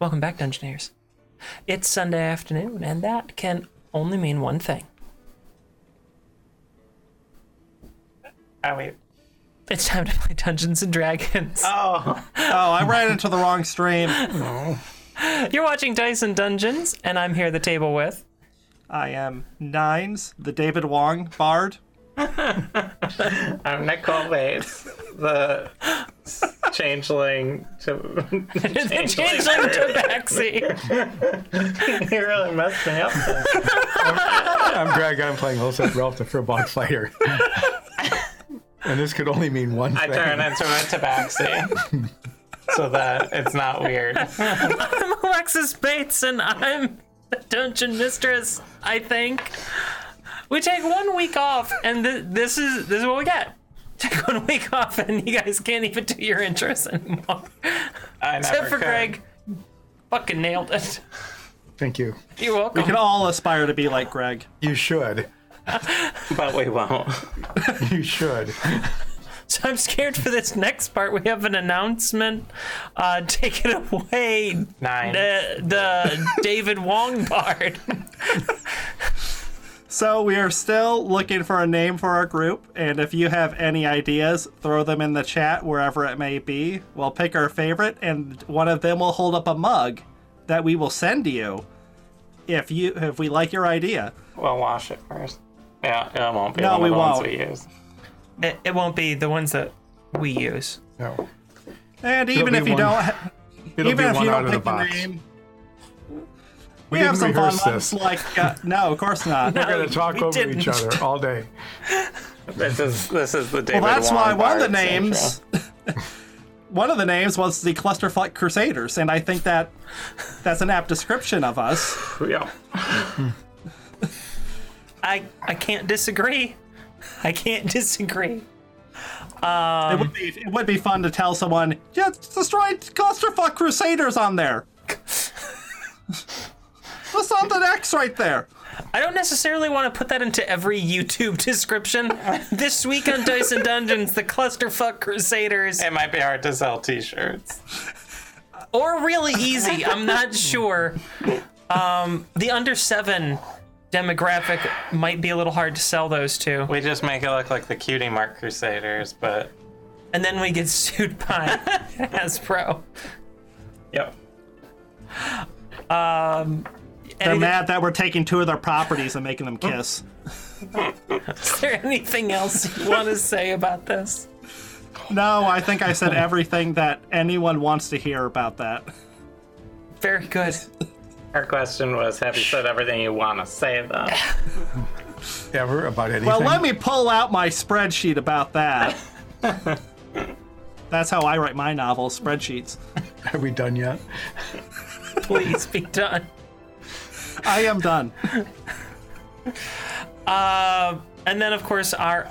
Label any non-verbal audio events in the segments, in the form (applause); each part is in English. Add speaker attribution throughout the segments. Speaker 1: Welcome back, Dungeoneers. It's Sunday afternoon, and that can only mean one thing.
Speaker 2: Oh wait.
Speaker 1: It's time to play Dungeons and Dragons.
Speaker 2: Oh,
Speaker 3: Oh, I ran into the wrong stream.
Speaker 1: You're watching Dyson Dungeons, and I'm here at the table with.
Speaker 3: I am Nines, the David Wong bard.
Speaker 2: I'm Nicole Bates, the changeling to (laughs)
Speaker 1: (laughs) the changeling Tabaxi. (laughs)
Speaker 2: You're really messed me up. there.
Speaker 4: I'm Greg. I'm playing Joseph Ralph, the Furbog Fighter. and this could only mean one
Speaker 2: I
Speaker 4: thing.
Speaker 2: turn into a tabaxi (laughs) so that it's not weird.
Speaker 1: I'm Alexis Bates, and I'm the Dungeon Mistress, I think. We take one week off, and th- this is this is what we get. (laughs) Take one week off, and you guys can't even do your intros anymore. (laughs)
Speaker 2: I never
Speaker 1: Except for
Speaker 2: could.
Speaker 1: Greg. Fucking nailed it. (laughs)
Speaker 4: Thank you.
Speaker 1: You're
Speaker 3: We
Speaker 1: welcome.
Speaker 3: can all aspire to be like Greg.
Speaker 4: You should.
Speaker 2: but we won't.
Speaker 4: You should.
Speaker 1: So I'm scared for this next part. We have an announcement. Uh, take it away,
Speaker 2: Nine.
Speaker 1: the, the David Wong part. (laughs)
Speaker 3: So we are still looking for a name for our group, and if you have any ideas, throw them in the chat wherever it may be. We'll pick our favorite, and one of them will hold up a mug that we will send you if you if we like your idea.
Speaker 2: We'll wash it first. Yeah, it won't be
Speaker 3: No,
Speaker 2: one
Speaker 3: we
Speaker 2: of the ones
Speaker 3: won't.
Speaker 2: we use.
Speaker 1: It, it won't be the ones that we use.
Speaker 4: No.
Speaker 3: And even
Speaker 4: be
Speaker 3: if you
Speaker 4: one-
Speaker 3: don't,
Speaker 4: It'll
Speaker 3: even
Speaker 4: be
Speaker 3: if
Speaker 4: one
Speaker 3: you
Speaker 4: out
Speaker 3: don't
Speaker 4: of the
Speaker 3: pick the,
Speaker 4: box.
Speaker 3: name, we
Speaker 4: we
Speaker 3: have some
Speaker 4: didn't
Speaker 3: fun
Speaker 4: rehearse
Speaker 3: ones
Speaker 4: this.
Speaker 3: like uh, no, of course not.
Speaker 4: (laughs) We're gonna talk
Speaker 1: We
Speaker 4: over
Speaker 1: didn't.
Speaker 4: each other all day.
Speaker 2: This is this is the David.
Speaker 3: Well, that's why
Speaker 2: Wong
Speaker 3: one of the
Speaker 2: Bard's intro.
Speaker 3: names, (laughs) one of the names was the Clusterfuck Crusaders, and I think that that's an apt description of us.
Speaker 2: Yeah.
Speaker 1: I, I can't disagree. I can't disagree.
Speaker 3: It would be it would be fun to tell someone, just destroy Clusterfuck Crusaders on there. (laughs) There's something X right there.
Speaker 1: I don't necessarily want to put that into every YouTube description. this week on Dyson Dungeons, the Clusterfuck Crusaders.
Speaker 2: It might be hard to sell T-shirts.
Speaker 1: or really easy. I'm not sure. Um, the under seven demographic might be a little hard to sell those to,
Speaker 2: We just make it look like the Cutie Mark Crusaders, but
Speaker 1: and then we get sued by (laughs) Hasbro.
Speaker 2: yep.
Speaker 3: They're
Speaker 1: Anything-
Speaker 3: mad that we're taking two of their properties and making them kiss.
Speaker 1: Is there anything else you want to say about this?
Speaker 3: No, I think I said everything that anyone wants to hear about that.
Speaker 1: Very good.
Speaker 2: Her question was, "Have you said everything you want to say?" (laughs) Though
Speaker 4: Ever about anything.
Speaker 3: Well, let me pull out my spreadsheet about that. That's how I write my novels, spreadsheets.
Speaker 4: Are we done yet?
Speaker 1: Please be done.
Speaker 3: I am
Speaker 1: (laughs)
Speaker 3: done.
Speaker 1: And then, of course, our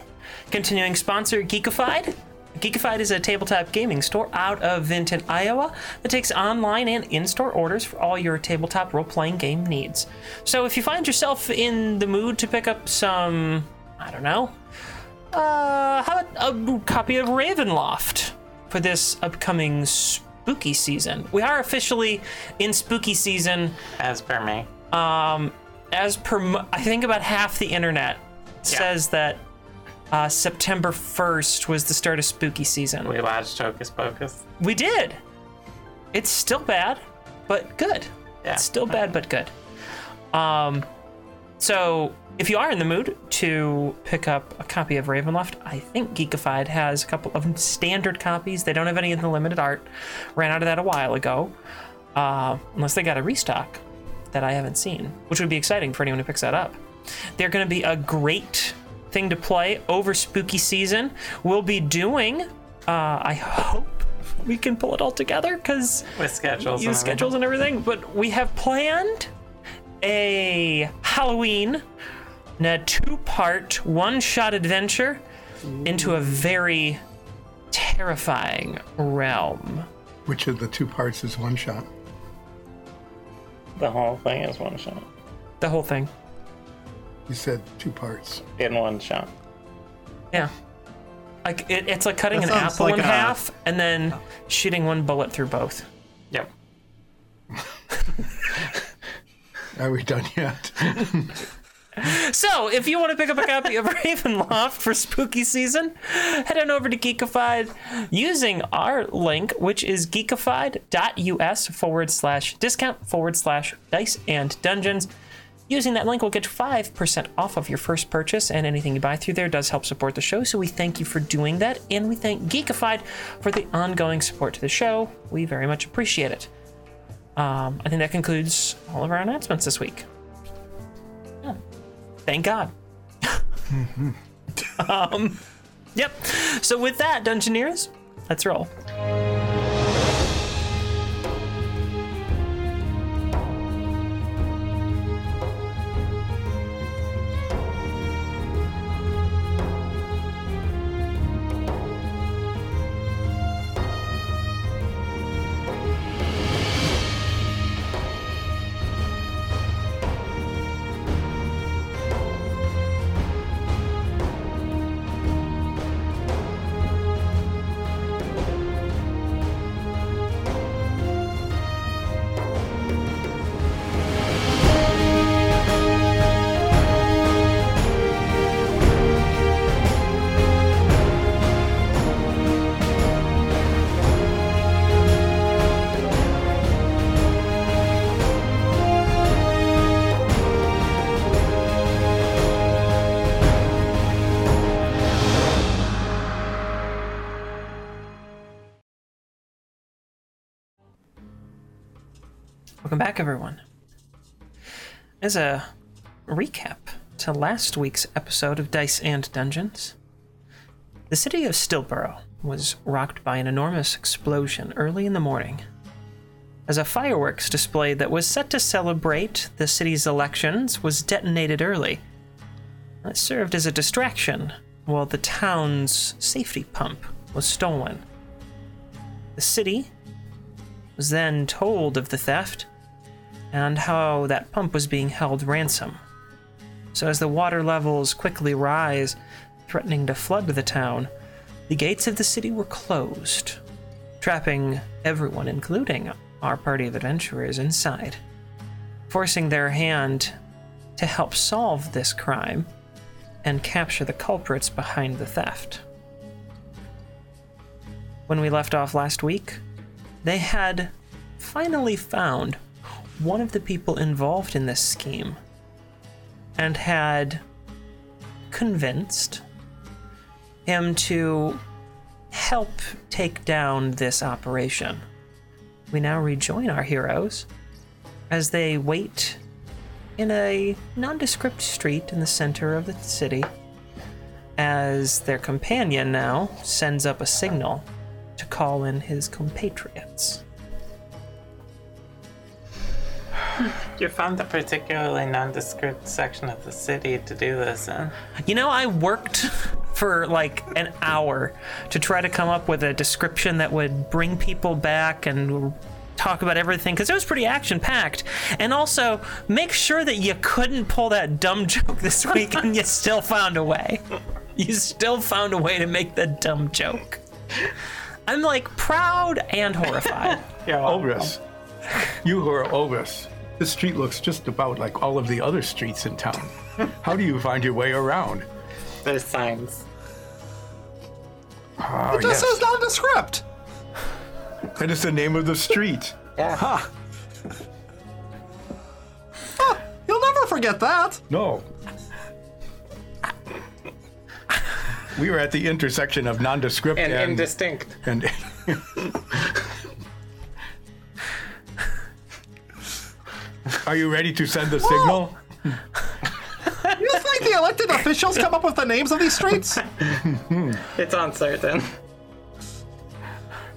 Speaker 1: continuing sponsor, Geekified. Geekified is a tabletop gaming store out of Vinton, Iowa that takes online and in store orders for all your tabletop role playing game needs. So, if you find yourself in the mood to pick up some, I don't know, uh, how about a copy of Ravenloft for this upcoming spooky season? We are officially in spooky season
Speaker 2: as per me,
Speaker 1: as per mo- I think about half the internet says that uh, September 1st was the start of spooky season.
Speaker 2: we lodged Hocus Pocus.
Speaker 1: We did. It's still bad, but good.
Speaker 2: Yeah.
Speaker 1: It's still bad, but good. Um, so if you are in the mood to pick up a copy of Ravenloft, I think Geekified has a couple of standard copies. They don't have any of the limited art. Ran out of that a while ago. Uh, unless they got a restock that I haven't seen, which would be exciting for anyone who picks that up. They're going to be a great thing to play over spooky season. We'll be doing, uh, I hope we can pull it all together because
Speaker 2: with schedules.
Speaker 1: use
Speaker 2: and
Speaker 1: schedules and everything, but we have planned a Halloween, and a two-part one-shot adventure into a very terrifying realm.
Speaker 4: Which of the two parts is one shot?
Speaker 2: everything. The whole thing is one shot.
Speaker 1: The whole thing.
Speaker 4: You said two parts.
Speaker 2: In one shot.
Speaker 1: Yeah. Like it, it's like cutting
Speaker 3: That
Speaker 1: an
Speaker 3: sounds
Speaker 1: apple
Speaker 3: like
Speaker 1: in
Speaker 3: a-
Speaker 1: half and then shooting one bullet through both.
Speaker 2: Yep.
Speaker 4: Are we done
Speaker 3: (laughs)
Speaker 4: yet?
Speaker 1: So, if you want to pick up a copy of (laughs) Ravenloft for spooky season, head on over to Geekified using our link, which is geekified.us forward slash discount forward slash dice and dungeons. Using that link will get you 5% off of your first purchase, and anything you buy through there does help support the show. So, we thank you for doing that, and we thank Geekified for the ongoing support to the show. We very much appreciate it. Um, I think that concludes all of our announcements this week. Yeah. Thank God. um, yep. So with that, Dungeoneers, let's roll. Welcome back, everyone. As a recap to last week's episode of Dice and Dungeons, the city of Stillborough was rocked by an enormous explosion early in the morning. As a fireworks display that was set to celebrate the city's elections was detonated early, it served as a distraction while the town's safety pump was stolen. The city was then told of the theft and how that pump was being held ransom. So, as the water levels quickly rise, threatening to flood the town, the gates of the city were closed, trapping everyone, including our party of adventurers, inside, forcing their hand to help solve this crime and capture the culprits behind the theft. When we left off last week, they had finally found one of the people involved in this scheme and had convinced him to help take down this operation. We now rejoin our heroes as they wait in a nondescript street in the center of the city as their companion now sends up a signal to call in his compatriots.
Speaker 2: You found a particularly nondescript section of the city to do this in.
Speaker 1: You know, I worked for like an hour to try to come up with a description that would bring people back and talk about everything because it was pretty action packed. And also, make sure that you couldn't pull that dumb (laughs) joke this week and you still found a way. You still found a way to make the dumb joke. I'm like proud and horrified.
Speaker 2: You're welcome.
Speaker 4: Obris. You who are Obris. This street looks just about like all of the other streets in town. How do you find your way around?
Speaker 2: There's signs.
Speaker 1: Oh,
Speaker 4: Ah,
Speaker 3: This
Speaker 4: yes.
Speaker 3: is nondescript.
Speaker 4: That is the name of the street.
Speaker 2: Yeah.
Speaker 3: You'll never forget that.
Speaker 4: No. We were at the intersection of nondescript
Speaker 2: And
Speaker 4: and,
Speaker 2: indistinct.
Speaker 4: and- (laughs) Are you ready to send the signal?
Speaker 3: You think the elected officials come up with the names of these streets?
Speaker 2: It's (laughs) uncertain.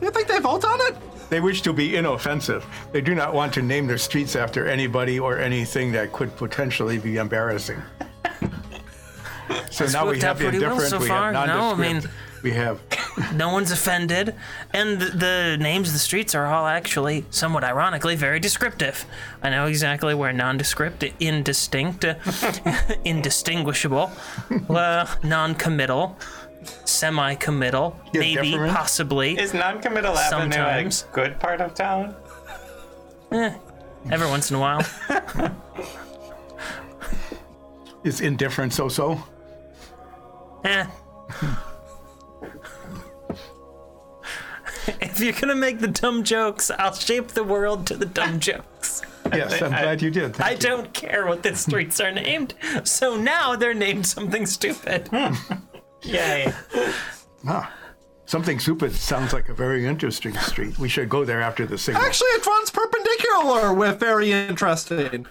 Speaker 3: You think they vote on it?
Speaker 4: They wish to be inoffensive. They do not want to name their streets after anybody or anything that could potentially be embarrancing.
Speaker 1: (laughs)
Speaker 4: So now we
Speaker 1: worked out
Speaker 4: have
Speaker 1: pretty well
Speaker 4: indifferent,
Speaker 1: so
Speaker 4: we
Speaker 1: far.
Speaker 4: have
Speaker 1: No, I
Speaker 4: nondescript, we have
Speaker 1: No one's offended, and the names of the streets are all actually, somewhat ironically, very descriptive. I know exactly where nondescript, indistinct, (laughs) uh, indistinguishable, uh, non-committal, semi-committal,
Speaker 4: Yeah,
Speaker 1: maybe,
Speaker 4: deferent.
Speaker 1: possibly.
Speaker 2: Is noncommittal Avenue
Speaker 1: Sometimes.
Speaker 2: a good part of town?
Speaker 1: Eh, every once in a while.
Speaker 4: Is indifferent so so?
Speaker 1: Eh. if you're gonna make the dumb jokes, I'll shape the world to the dumb jokes.
Speaker 4: Yes, I'm glad you did. Thank
Speaker 1: I
Speaker 4: you.
Speaker 1: don't care what (laughs) the streets are named, so now they're named something stupid.
Speaker 2: Yay.
Speaker 4: Ah, something stupid sounds like a very interesting street. We should go there after the signal.
Speaker 3: Actually, it runs perpendicular with very interesting.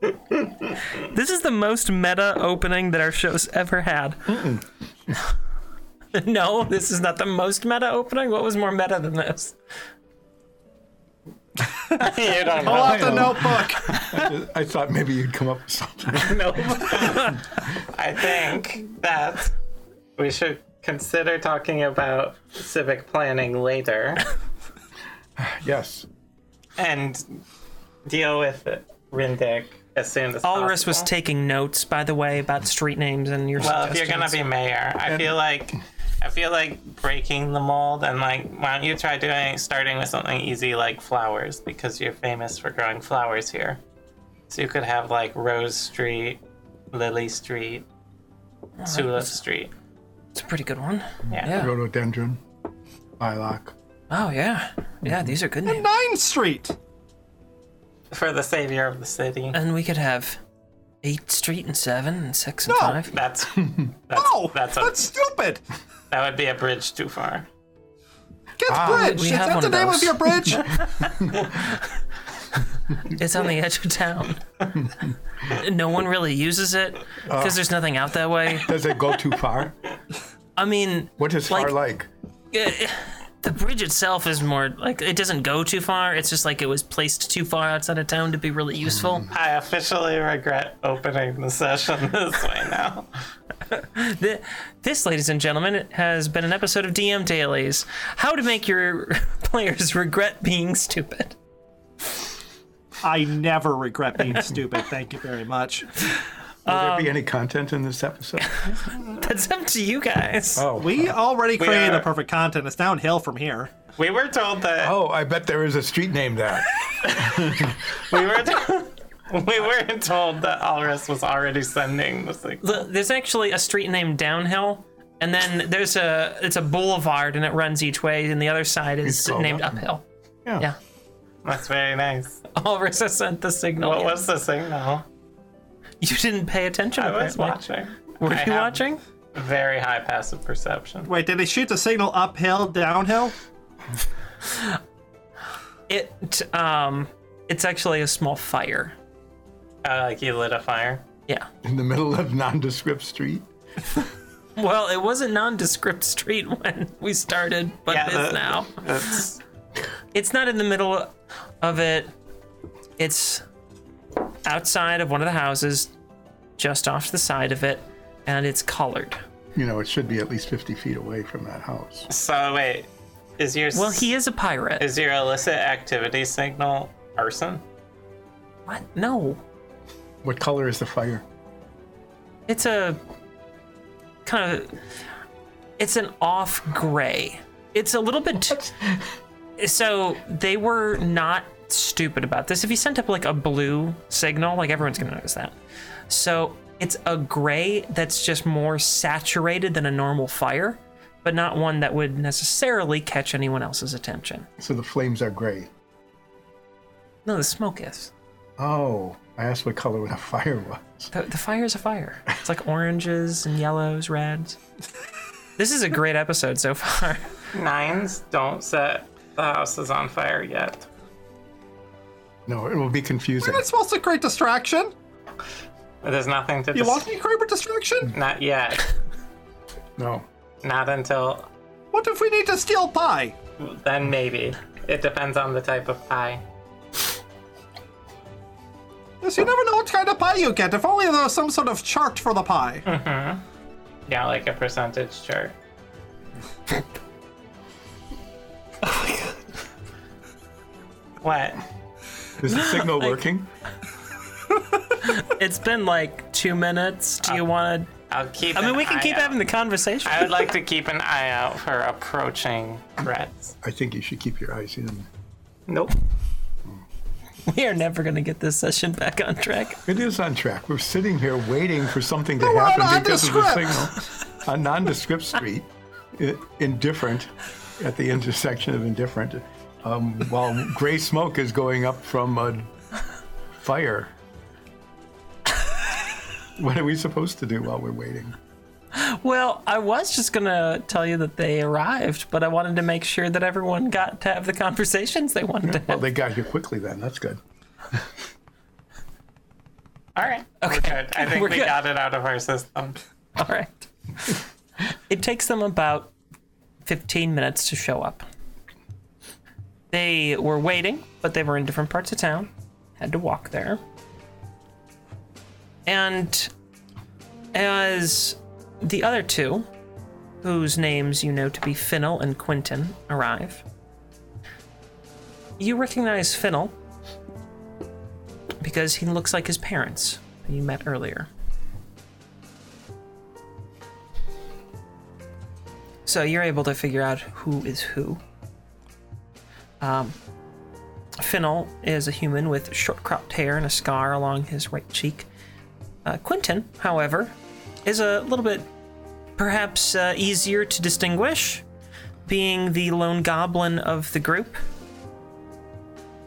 Speaker 1: This is the most meta opening that our show's ever had. (laughs) no, this is not the most meta opening. What was more meta than this?
Speaker 2: you don't
Speaker 3: Pull
Speaker 2: know.
Speaker 3: out the notebook.
Speaker 4: I thought maybe you'd come up with
Speaker 1: (laughs)
Speaker 4: something.
Speaker 2: I think that we should consider talking about civic planning later
Speaker 4: yes.
Speaker 2: and deal with Rindic as soon as
Speaker 1: Alrus was
Speaker 2: possible.
Speaker 1: taking notes, by the way, about street names and your
Speaker 2: Well, if you're
Speaker 1: suggestions.
Speaker 2: gonna be mayor, I feel like I feel like breaking the mold and like why don't you try doing starting with something easy like flowers because you're famous for growing flowers here. So you could have like Rose Street, Lily Street, Tulip Street.
Speaker 1: It's a pretty good one.
Speaker 2: Yeah.
Speaker 1: Yeah.
Speaker 4: Rhododendron, lilac.
Speaker 1: Oh yeah. Yeah, these are good names.
Speaker 3: Nine Street.
Speaker 2: For the savior of the city.
Speaker 1: And we could have eight street and seven and six and
Speaker 3: No.
Speaker 1: five.
Speaker 2: That's
Speaker 3: No,
Speaker 2: that's
Speaker 3: Oh, that's,
Speaker 2: a-
Speaker 3: stupid.
Speaker 2: that would be a bridge too far.
Speaker 3: Get bridge.
Speaker 1: Ah, We
Speaker 3: Is
Speaker 1: have
Speaker 3: that
Speaker 1: one of
Speaker 3: the name
Speaker 1: those.
Speaker 3: of your
Speaker 1: (laughs)
Speaker 3: bridge?
Speaker 1: It's on the edge of (laughs) town. no one really uses it because there's nothing out that way.
Speaker 4: Does it go too far?
Speaker 1: I mean,
Speaker 4: What is far like?
Speaker 1: the bridge itself is more like it doesn't go too far. It's just like it was placed too far outside of town to be really useful.
Speaker 2: I officially regret opening the session (laughs) this way now.
Speaker 1: Th- This, ladies and gentlemen, has been an episode of DM Dailies: How to make your (laughs) players regret being stupid.
Speaker 3: I never regret being stupid. Thank you very much.
Speaker 4: Will there
Speaker 1: um,
Speaker 4: be any content in this episode?
Speaker 1: That's up to you guys.
Speaker 4: Oh,
Speaker 3: We already created
Speaker 2: are-
Speaker 3: a perfect content. It's downhill from here.
Speaker 2: We were told that
Speaker 4: oh, I bet there is a street named that.
Speaker 2: we were we were told that Alrus was already sending this thing.
Speaker 1: The- There's actually a street named Downhill, and then there's a it's a boulevard, and it runs each way, and the other side is
Speaker 4: It's called
Speaker 1: named uphill.
Speaker 4: Yeah.
Speaker 1: Yeah.
Speaker 2: That's very nice.
Speaker 1: (laughs) Ulrich has sent the signal.
Speaker 2: What was the signal?
Speaker 1: You didn't pay attention.
Speaker 2: I was
Speaker 1: apparently.
Speaker 2: watching.
Speaker 1: Were
Speaker 2: I
Speaker 1: you
Speaker 2: have
Speaker 1: watching?
Speaker 2: Very high passive perception.
Speaker 3: Wait, did they shoot the signal uphill, downhill?
Speaker 1: It um, it's actually a small fire.
Speaker 2: Uh, like you lit a fire.
Speaker 1: Yeah.
Speaker 4: In the middle of nondescript street?
Speaker 1: Well, it was a nondescript (laughs) street when we started, but
Speaker 2: Yeah,
Speaker 1: it is
Speaker 2: the-
Speaker 1: now.
Speaker 2: That's
Speaker 1: It's not in the middle of it. It's outside of one of the houses, just off to the side of it, and it's colored.
Speaker 4: You know, it should be at least 50 feet away from that house.
Speaker 2: so. Wait, is your
Speaker 1: Well, he is a pirate.
Speaker 2: is your illicit activity signal arson?
Speaker 1: what? No.
Speaker 4: What color is the fire?
Speaker 1: It's a kind of it's an off gray. It's a little bit (laughs) so they were not stupid about this. If you sent up like a blue signal, like everyone's going to notice that. So it's a gray that's just more saturated than a normal fire, but not one that would necessarily catch anyone else's attention.
Speaker 4: So the flames are gray.
Speaker 1: No, the smoke is.
Speaker 4: Oh, I asked what color the fire was.
Speaker 1: The, the fire is a fire. It's like oranges and yellows, reds. This is a great episode so far. (laughs)
Speaker 2: Nines don't set the houses on fire yet.
Speaker 4: No, it will be confusing.
Speaker 3: It's supposed to create distraction.
Speaker 2: There's nothing to.
Speaker 3: You
Speaker 2: dis-
Speaker 3: want me to create a distraction?
Speaker 2: Not yet.
Speaker 4: No.
Speaker 2: Not until
Speaker 3: What if we need to steal pie?
Speaker 2: then. Maybe it depends on the type of pie.
Speaker 3: Yes, you never know what kind of pie you get. If only there was some sort of chart for the pie.
Speaker 2: Hmm. Yeah, like a
Speaker 1: (laughs)
Speaker 2: percentage chart. oh my god. What?
Speaker 4: Is the signal (laughs) working?
Speaker 1: It's been like two minutes. Do you want to
Speaker 2: I'll keep.
Speaker 1: Uh, I uh, mean,
Speaker 2: an
Speaker 1: we can
Speaker 2: eye
Speaker 1: keep
Speaker 2: out.
Speaker 1: having the conversation.
Speaker 2: I would like to keep an eye out for approaching threats.
Speaker 4: I think you should keep your eyes in.
Speaker 2: Nope.
Speaker 1: (laughs) We are never going to get this session back on track.
Speaker 4: It is on track. We're sitting here waiting for something to
Speaker 3: we're on
Speaker 4: happen because of the
Speaker 3: nondescript.
Speaker 4: (laughs) signal. A nondescript street, i- indifferent, at the intersection of indifferent, um, while gray smoke is going up from a fire. What are we supposed to do while we're waiting?
Speaker 1: Well, I was just going to tell you that they arrived, but I wanted to make sure that everyone got to have the conversations they wanted to
Speaker 4: Well,
Speaker 1: have.
Speaker 4: they got here quickly then. That's good.
Speaker 2: All right. Okay. We're good. I think
Speaker 1: We're
Speaker 2: we
Speaker 1: good.
Speaker 2: got it out of our system.
Speaker 1: (laughs) All right. it takes them about 15 minutes to show up. They were waiting, but they were in different parts of town, had to walk there. And as the other two, whose names you know to be Fennel and Quentin, arrive, you recognize Fennel because he looks like his parents who you met earlier. So you're able to figure out who is who. Um, Fennel is a human with short cropped hair and a scar along his right cheek. Uh, Quentin, however, is a little bit perhaps uh, easier to distinguish, being the lone goblin of the group.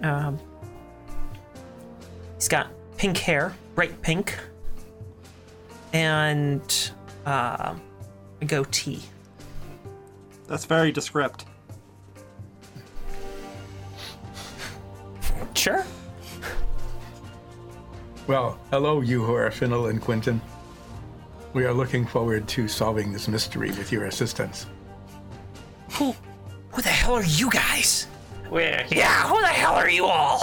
Speaker 1: Um, he's got pink hair, bright pink, and uh, a goatee.
Speaker 3: That's very descript.
Speaker 1: Sure.
Speaker 4: Well, hello, you who are Fennel and Quentin. We are looking forward to solving this mystery with your assistance.
Speaker 1: Who, who the hell are you guys?
Speaker 2: We're here.
Speaker 1: Yeah, who the hell are you all?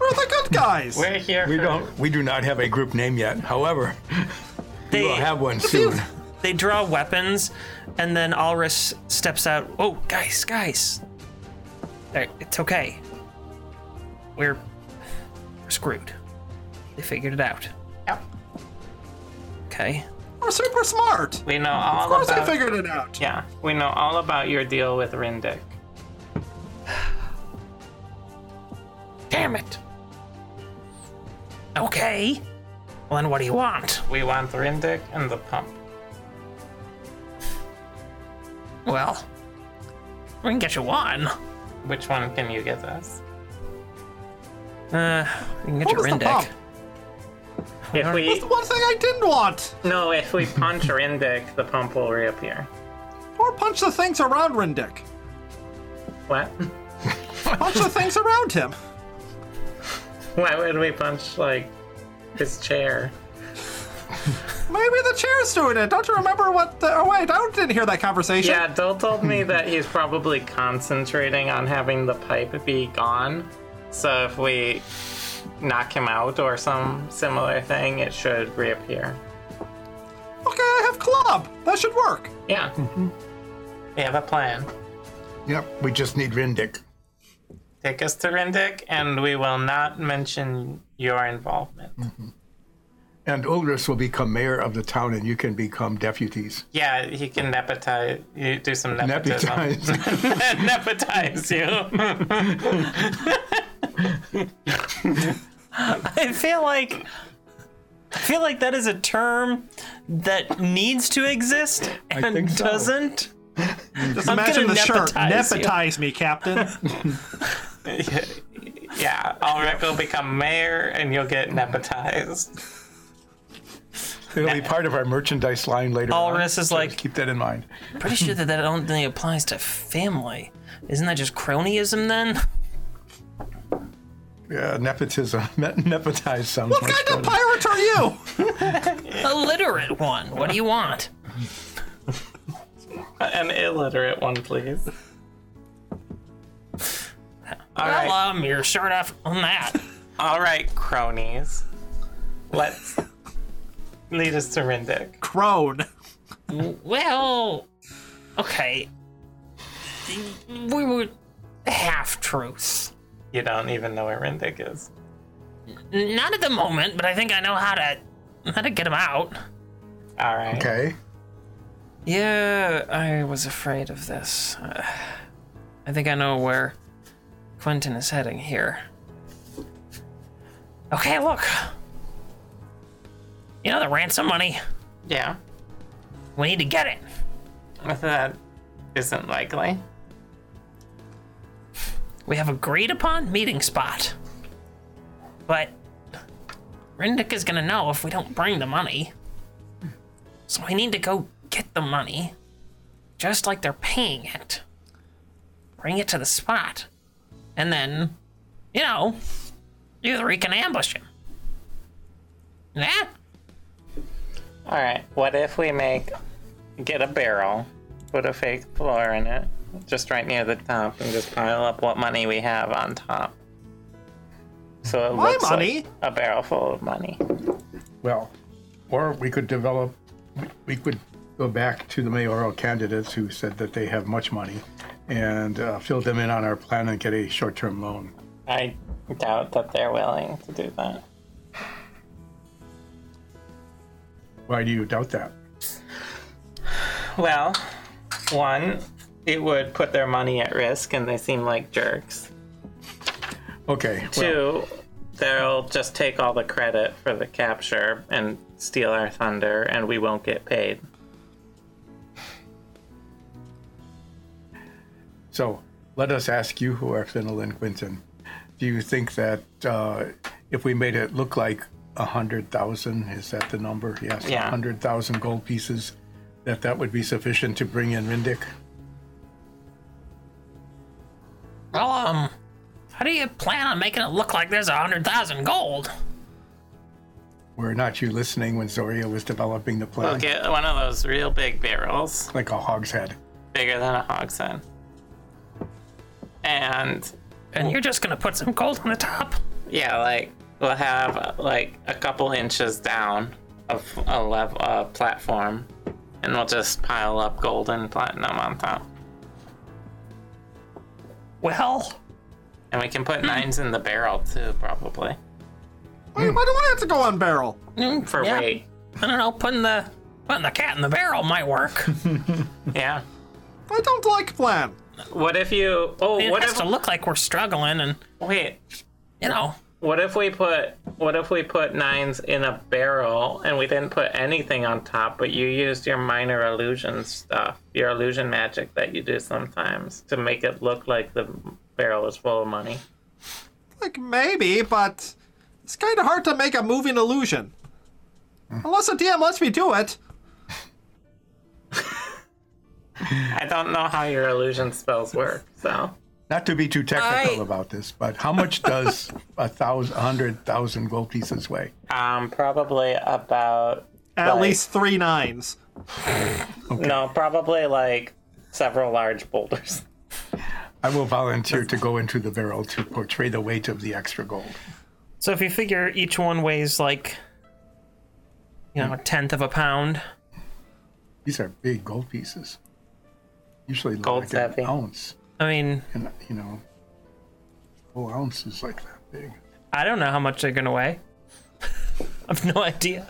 Speaker 3: We're the good guys.
Speaker 2: We're here.
Speaker 4: We
Speaker 2: for-
Speaker 4: don't. We do not have a group name yet. However, we
Speaker 1: They
Speaker 4: will have one soon.
Speaker 1: they draw weapons, and then Alrus steps out. Oh, guys, guys, Hey, it's okay. We're we're screwed. They figured it out.
Speaker 2: Yep.
Speaker 1: Okay.
Speaker 3: We're super smart.
Speaker 2: We know all
Speaker 3: Of course,
Speaker 2: about.
Speaker 3: I figured it out.
Speaker 2: Uh, yeah. We know all about your deal with Rindic.
Speaker 1: Damn it. Okay. Well, then what do you want?
Speaker 2: We want Rindic and the pump.
Speaker 1: Well, (laughs) we can get you one.
Speaker 2: Which one can you get us?
Speaker 1: Uh, we can get
Speaker 3: What
Speaker 1: you
Speaker 3: was the
Speaker 1: Rindic.
Speaker 3: pump?
Speaker 2: If we
Speaker 3: One thing I didn't want.
Speaker 2: no, if we punch Rindic, the pump will reappear.
Speaker 3: Or punch the things around Rindick.
Speaker 2: What?
Speaker 3: Punch the things around him.
Speaker 2: Why would we punch like his chair?
Speaker 3: Maybe the chair's doing it. Don't you remember what the. Oh, wait, I didn't hear that conversation.
Speaker 2: Yeah, Dole told me that he's probably concentrating on having the pipe be gone. So if we knock him out or some similar thing, it should reappear.
Speaker 3: Okay, I have club. That should work.
Speaker 2: Yeah. We have a plan.
Speaker 4: Yep. We just need Rindick.
Speaker 2: Take us to Rindic, and we will not mention your involvement.
Speaker 4: And Ulrich will become mayor of the town, and you can become deputies.
Speaker 2: Yeah, he can nepotize you, do some nepotism. (laughs)
Speaker 4: Deputize.
Speaker 2: nepotize you.
Speaker 1: (laughs) I feel like I feel like that is a term that needs to exist and
Speaker 4: think so.
Speaker 1: doesn't.
Speaker 3: Just
Speaker 1: I'm
Speaker 3: imagine
Speaker 1: gonna
Speaker 3: the shirt.
Speaker 1: nepotize you.
Speaker 3: Nepotize me,
Speaker 2: (laughs)
Speaker 3: Captain.
Speaker 2: yeah, Ulrich will become mayor, and you'll get nepotized.
Speaker 4: It'll be part of our merchandise line later. on,
Speaker 1: Ulrich is
Speaker 4: so
Speaker 1: like-
Speaker 4: just keep that in mind.
Speaker 1: Pretty sure that that only applies to family. Isn't that just cronyism then?
Speaker 4: Yeah, nepotism. (laughs) Ne- nepotize sounds.
Speaker 3: what
Speaker 4: much
Speaker 3: kind of
Speaker 4: better.
Speaker 3: pirate are you?
Speaker 1: (laughs) Illiterate one. What do you want?
Speaker 2: (laughs) An illiterate one, please. All
Speaker 1: Well,
Speaker 2: right.
Speaker 1: um, you're short off on that.
Speaker 2: All right, cronies. Let's lead us to Rindic.
Speaker 3: Crone.
Speaker 1: Well, okay. We were half truths.
Speaker 2: You don't even know where Rindic is.
Speaker 1: Not at the moment, but I think I know how to how to get him out.
Speaker 2: All right.
Speaker 4: Okay.
Speaker 1: Yeah, I was afraid of this. Uh, I think I know where Quentin is heading here. Okay, look. You know the ransom money.
Speaker 2: Yeah.
Speaker 1: We need to get it.
Speaker 2: That isn't likely.
Speaker 1: We have agreed upon meeting spot. But Rindic is gonna know if we don't bring the money. So we need to go get the money. Just like they're paying it. Bring it to the spot. And then, you know, either we can ambush him. Yeah?
Speaker 2: All right. What if we make get a barrel, put a fake floor in it, just right near the top, and just pile up what money we have on top. So it
Speaker 3: My
Speaker 2: looks
Speaker 3: money?
Speaker 2: like a barrel full of money.
Speaker 4: Well, or we could develop, we could go back to the mayoral candidates who said that they have much money and uh, fill them in on our plan and get a short term loan.
Speaker 2: I doubt that they're willing to do that.
Speaker 4: Why do you doubt that?
Speaker 2: Well, one, it would put their money at risk, and they seem like jerks.
Speaker 4: Okay. Well,
Speaker 2: Two, they'll just take all the credit for the capture and steal our thunder, and we won't get paid.
Speaker 4: so let us ask you, who are Fennel and Quinton, do you think that uh, if we made it look like a 100,000, is that the number? Yes.
Speaker 2: Yeah.
Speaker 4: 100,000 gold pieces, that that would be sufficient to bring in Rindic?
Speaker 1: Well, um, how do you plan on making it look like there's a hundred thousand gold?
Speaker 4: Were not you listening when Zoria was developing the plan?
Speaker 2: We'll get one of those real big barrels,
Speaker 4: Like a hogshead.
Speaker 2: bigger than a hogshead. And
Speaker 1: And you're just gonna put some gold on the top?
Speaker 2: yeah, like we'll have uh, like a couple inches down of a level a platform, and we'll just pile up gold and platinum on top.
Speaker 1: Well,
Speaker 2: And we can put
Speaker 1: Hmm.
Speaker 2: nines in the barrel too, probably
Speaker 3: Wait, why do I have to go on barrel?
Speaker 1: mm,
Speaker 2: for
Speaker 1: yeah,
Speaker 2: weight.
Speaker 1: I don't know. Putting the putting the cat in the barrel might (laughs) work.
Speaker 2: Yeah.
Speaker 3: I don't like plan.
Speaker 2: What if you? Oh,
Speaker 1: It
Speaker 2: what
Speaker 1: has
Speaker 2: if?
Speaker 1: to look like we're struggling, and
Speaker 2: Wait.
Speaker 1: you know,
Speaker 2: What if we put? What if we put nines in a barrel and we didn't put anything on top, but you used your minor illusion stuff, your illusion magic that you do sometimes to make it look like the barrel is full of money.
Speaker 3: Like maybe, but it's kind of hard to make a moving illusion. Unless a DM lets me do it.
Speaker 2: I don't know how your illusion spells work, so
Speaker 4: Not to be too technical
Speaker 1: I-
Speaker 4: about this, but how much does a thousand, a hundred thousand gold pieces weigh?
Speaker 2: um, probably about
Speaker 3: At
Speaker 2: Right.
Speaker 3: least three nines.
Speaker 2: no, probably like several large boulders.
Speaker 4: I will volunteer to go into the barrel to portray the weight of the extra gold.
Speaker 1: so if you figure each one weighs like, you know, a tenth of a pound.
Speaker 4: These are big gold pieces. Usually look
Speaker 2: Gold's
Speaker 4: like
Speaker 2: heavy.
Speaker 4: an ounce,
Speaker 1: I mean,
Speaker 4: and you know, whole ounce is like that big.
Speaker 1: I don't know how much they're gonna weigh. (laughs) I've no idea.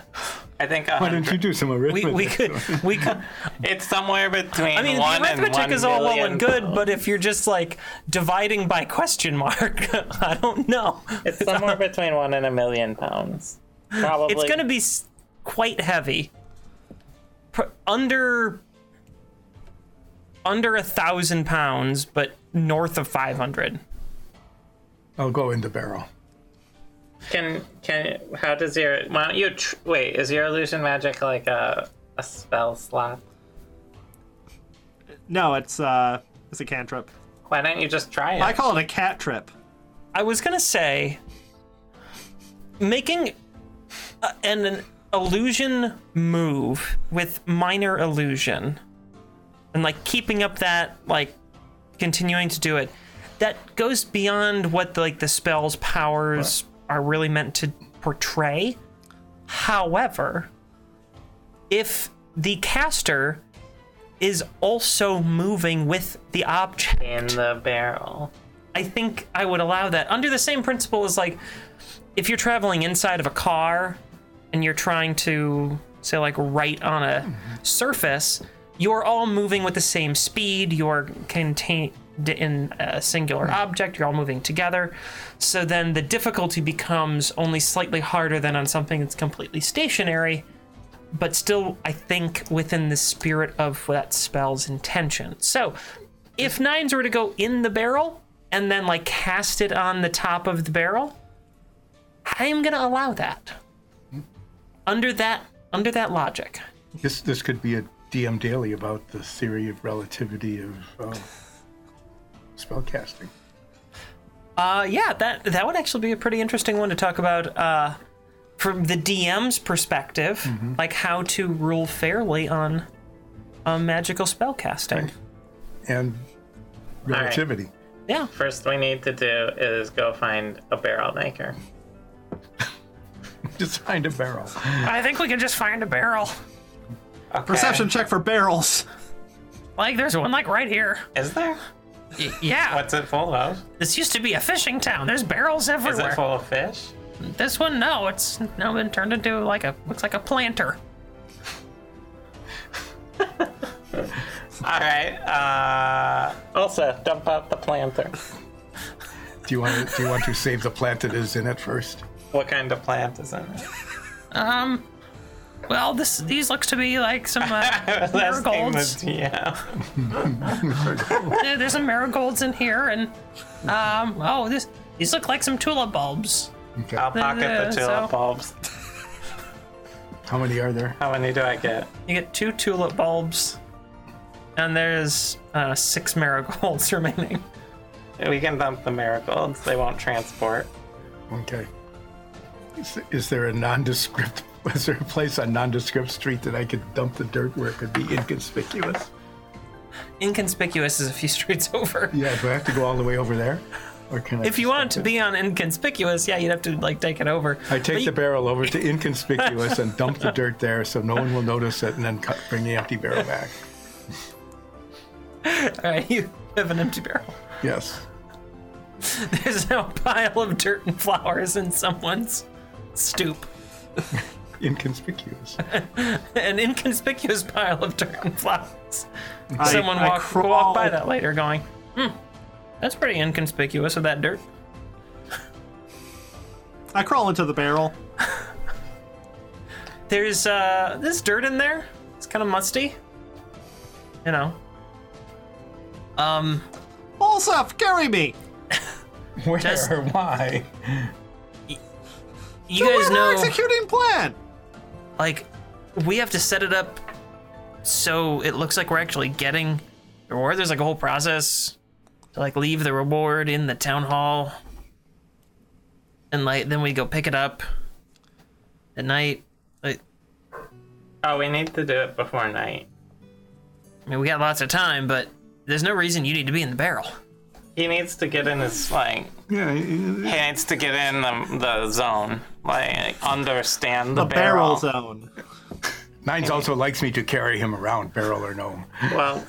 Speaker 2: I think a
Speaker 4: Why don't you
Speaker 2: hundred.
Speaker 4: do some
Speaker 1: We,
Speaker 2: (laughs)
Speaker 4: arithmetic?
Speaker 1: we could we could
Speaker 2: It's somewhere between
Speaker 1: I mean,
Speaker 2: one
Speaker 1: the
Speaker 2: and
Speaker 1: arithmetic
Speaker 2: one
Speaker 1: is all well and
Speaker 2: million.
Speaker 1: good, but if you're just like dividing by question mark, (laughs) I don't know.
Speaker 2: It's somewhere between one and a million pounds. Probably.
Speaker 1: It's going to be s- quite heavy. Pr- under under a thousand pounds, but north of five hundred.
Speaker 4: I'll go in the barrel.
Speaker 2: Can can how does your why don't you tr- wait? Is your illusion magic like a a spell slot?
Speaker 3: No, it's uh, it's a cantrip.
Speaker 2: Why don't you just try it?
Speaker 3: I call it a cat trip.
Speaker 1: I was gonna say making a, an, an illusion move with minor illusion and like keeping up that like continuing to do it that goes beyond what the, like the spell's powers are really meant to portray however if the caster is also moving with the object
Speaker 2: in the barrel.
Speaker 1: I think I would allow that under the same principle as like if you're traveling inside of a car and you're trying to say like right on a surface, you're all moving with the same speed. You're contained in a singular object. You're all moving together. So then the difficulty becomes only slightly harder than on something that's completely stationary, but still, I think, within the spirit of that spell's intention. So if nines were to go in the barrel and then like cast it on the top of the barrel, I am gonna allow that. Under that under that logic.
Speaker 4: This this could be a DM daily about the theory of relativity of uh, spellcasting.
Speaker 1: Uh, yeah, that that would actually be a pretty interesting one to talk about uh, from the DM's perspective, like how to rule fairly on um, magical spell casting.
Speaker 4: and
Speaker 2: right.
Speaker 4: relativity.
Speaker 1: Yeah,
Speaker 2: First, we need to do is go find a barrel maker.
Speaker 4: (laughs) Just find a barrel.
Speaker 1: I think we can just find a barrel.
Speaker 2: Okay.
Speaker 3: Perception check for barrels.
Speaker 1: Like, there's one like right here.
Speaker 2: Is there?
Speaker 1: yeah,
Speaker 2: What's it full of?
Speaker 1: this used to be a fishing town. There's barrels
Speaker 2: Is it
Speaker 1: everywhere.
Speaker 2: full of fish?
Speaker 1: This one, no, it's now been turned into like a looks like a planter.
Speaker 2: All right. Uh, Elsa, dump out the planter.
Speaker 4: Do you want to, do you want to save the plant that is in it first?
Speaker 2: What kind of plant is in it?
Speaker 1: Um, well, this these looks to be like some
Speaker 2: I
Speaker 1: uh,
Speaker 2: was asking the
Speaker 1: marigolds.
Speaker 2: DM.
Speaker 1: There- (laughs) There's some marigolds in here, and um, oh, this these look like some tulip bulbs.
Speaker 4: Okay.
Speaker 2: I'll pocket
Speaker 1: Yeah,
Speaker 2: the
Speaker 1: so-
Speaker 2: tulip bulbs.
Speaker 4: How many are there?
Speaker 2: How many do I get?
Speaker 1: You get two tulip bulbs, and there's uh, six marigolds (laughs) remaining.
Speaker 2: We can dump the marigolds. They won't transport.
Speaker 4: Okay. Is, is there a nondescript? (laughs) Is there a place on nondescript street that I could dump the dirt where it could be inconspicuous?
Speaker 1: Inconspicuous is a few streets over.
Speaker 4: Yeah, do I have to go all the way over there, or can I?
Speaker 1: If you wanted to be on inconspicuous, yeah, you'd have to like take it over.
Speaker 4: I take the barrel over to inconspicuous and
Speaker 1: (laughs)
Speaker 4: dump the dirt there, so no one will notice it, and then cut, bring the empty barrel back.
Speaker 1: All (laughs) right, you have an empty barrel.
Speaker 4: Yes.
Speaker 1: (laughs) There's now a pile of dirt and flowers in someone's stoop.
Speaker 4: Inconspicuous.
Speaker 1: An inconspicuous pile of dirt and flowers.
Speaker 3: I-
Speaker 1: Someone
Speaker 3: I
Speaker 1: walk,
Speaker 3: crawl-
Speaker 1: walk by that later going, hmm, that's pretty inconspicuous with that dirt.
Speaker 3: I crawl into the barrel.
Speaker 1: There's uh, this dirt in there. It's kind of musty. You know. Um,
Speaker 3: Olsef, carry me.
Speaker 4: Where?
Speaker 1: Just-
Speaker 4: Why?
Speaker 1: you
Speaker 3: We're
Speaker 1: guys know.
Speaker 3: executing plan.
Speaker 1: like we have to set it up so it looks like we're actually getting the reward there's like a whole process to like leave the reward in the town hall and like then we go pick it up at night like,
Speaker 2: Oh, we need to do it before night.
Speaker 1: i mean we got lots of time but there's no reason you need to be in the barrel
Speaker 2: He needs to get in his like.
Speaker 4: Yeah.
Speaker 2: He needs to get in the, the zone. Like understand the,
Speaker 3: The
Speaker 2: barrel.
Speaker 3: barrel zone.
Speaker 4: Nines also likes me to carry him around, barrel or no.
Speaker 2: Well,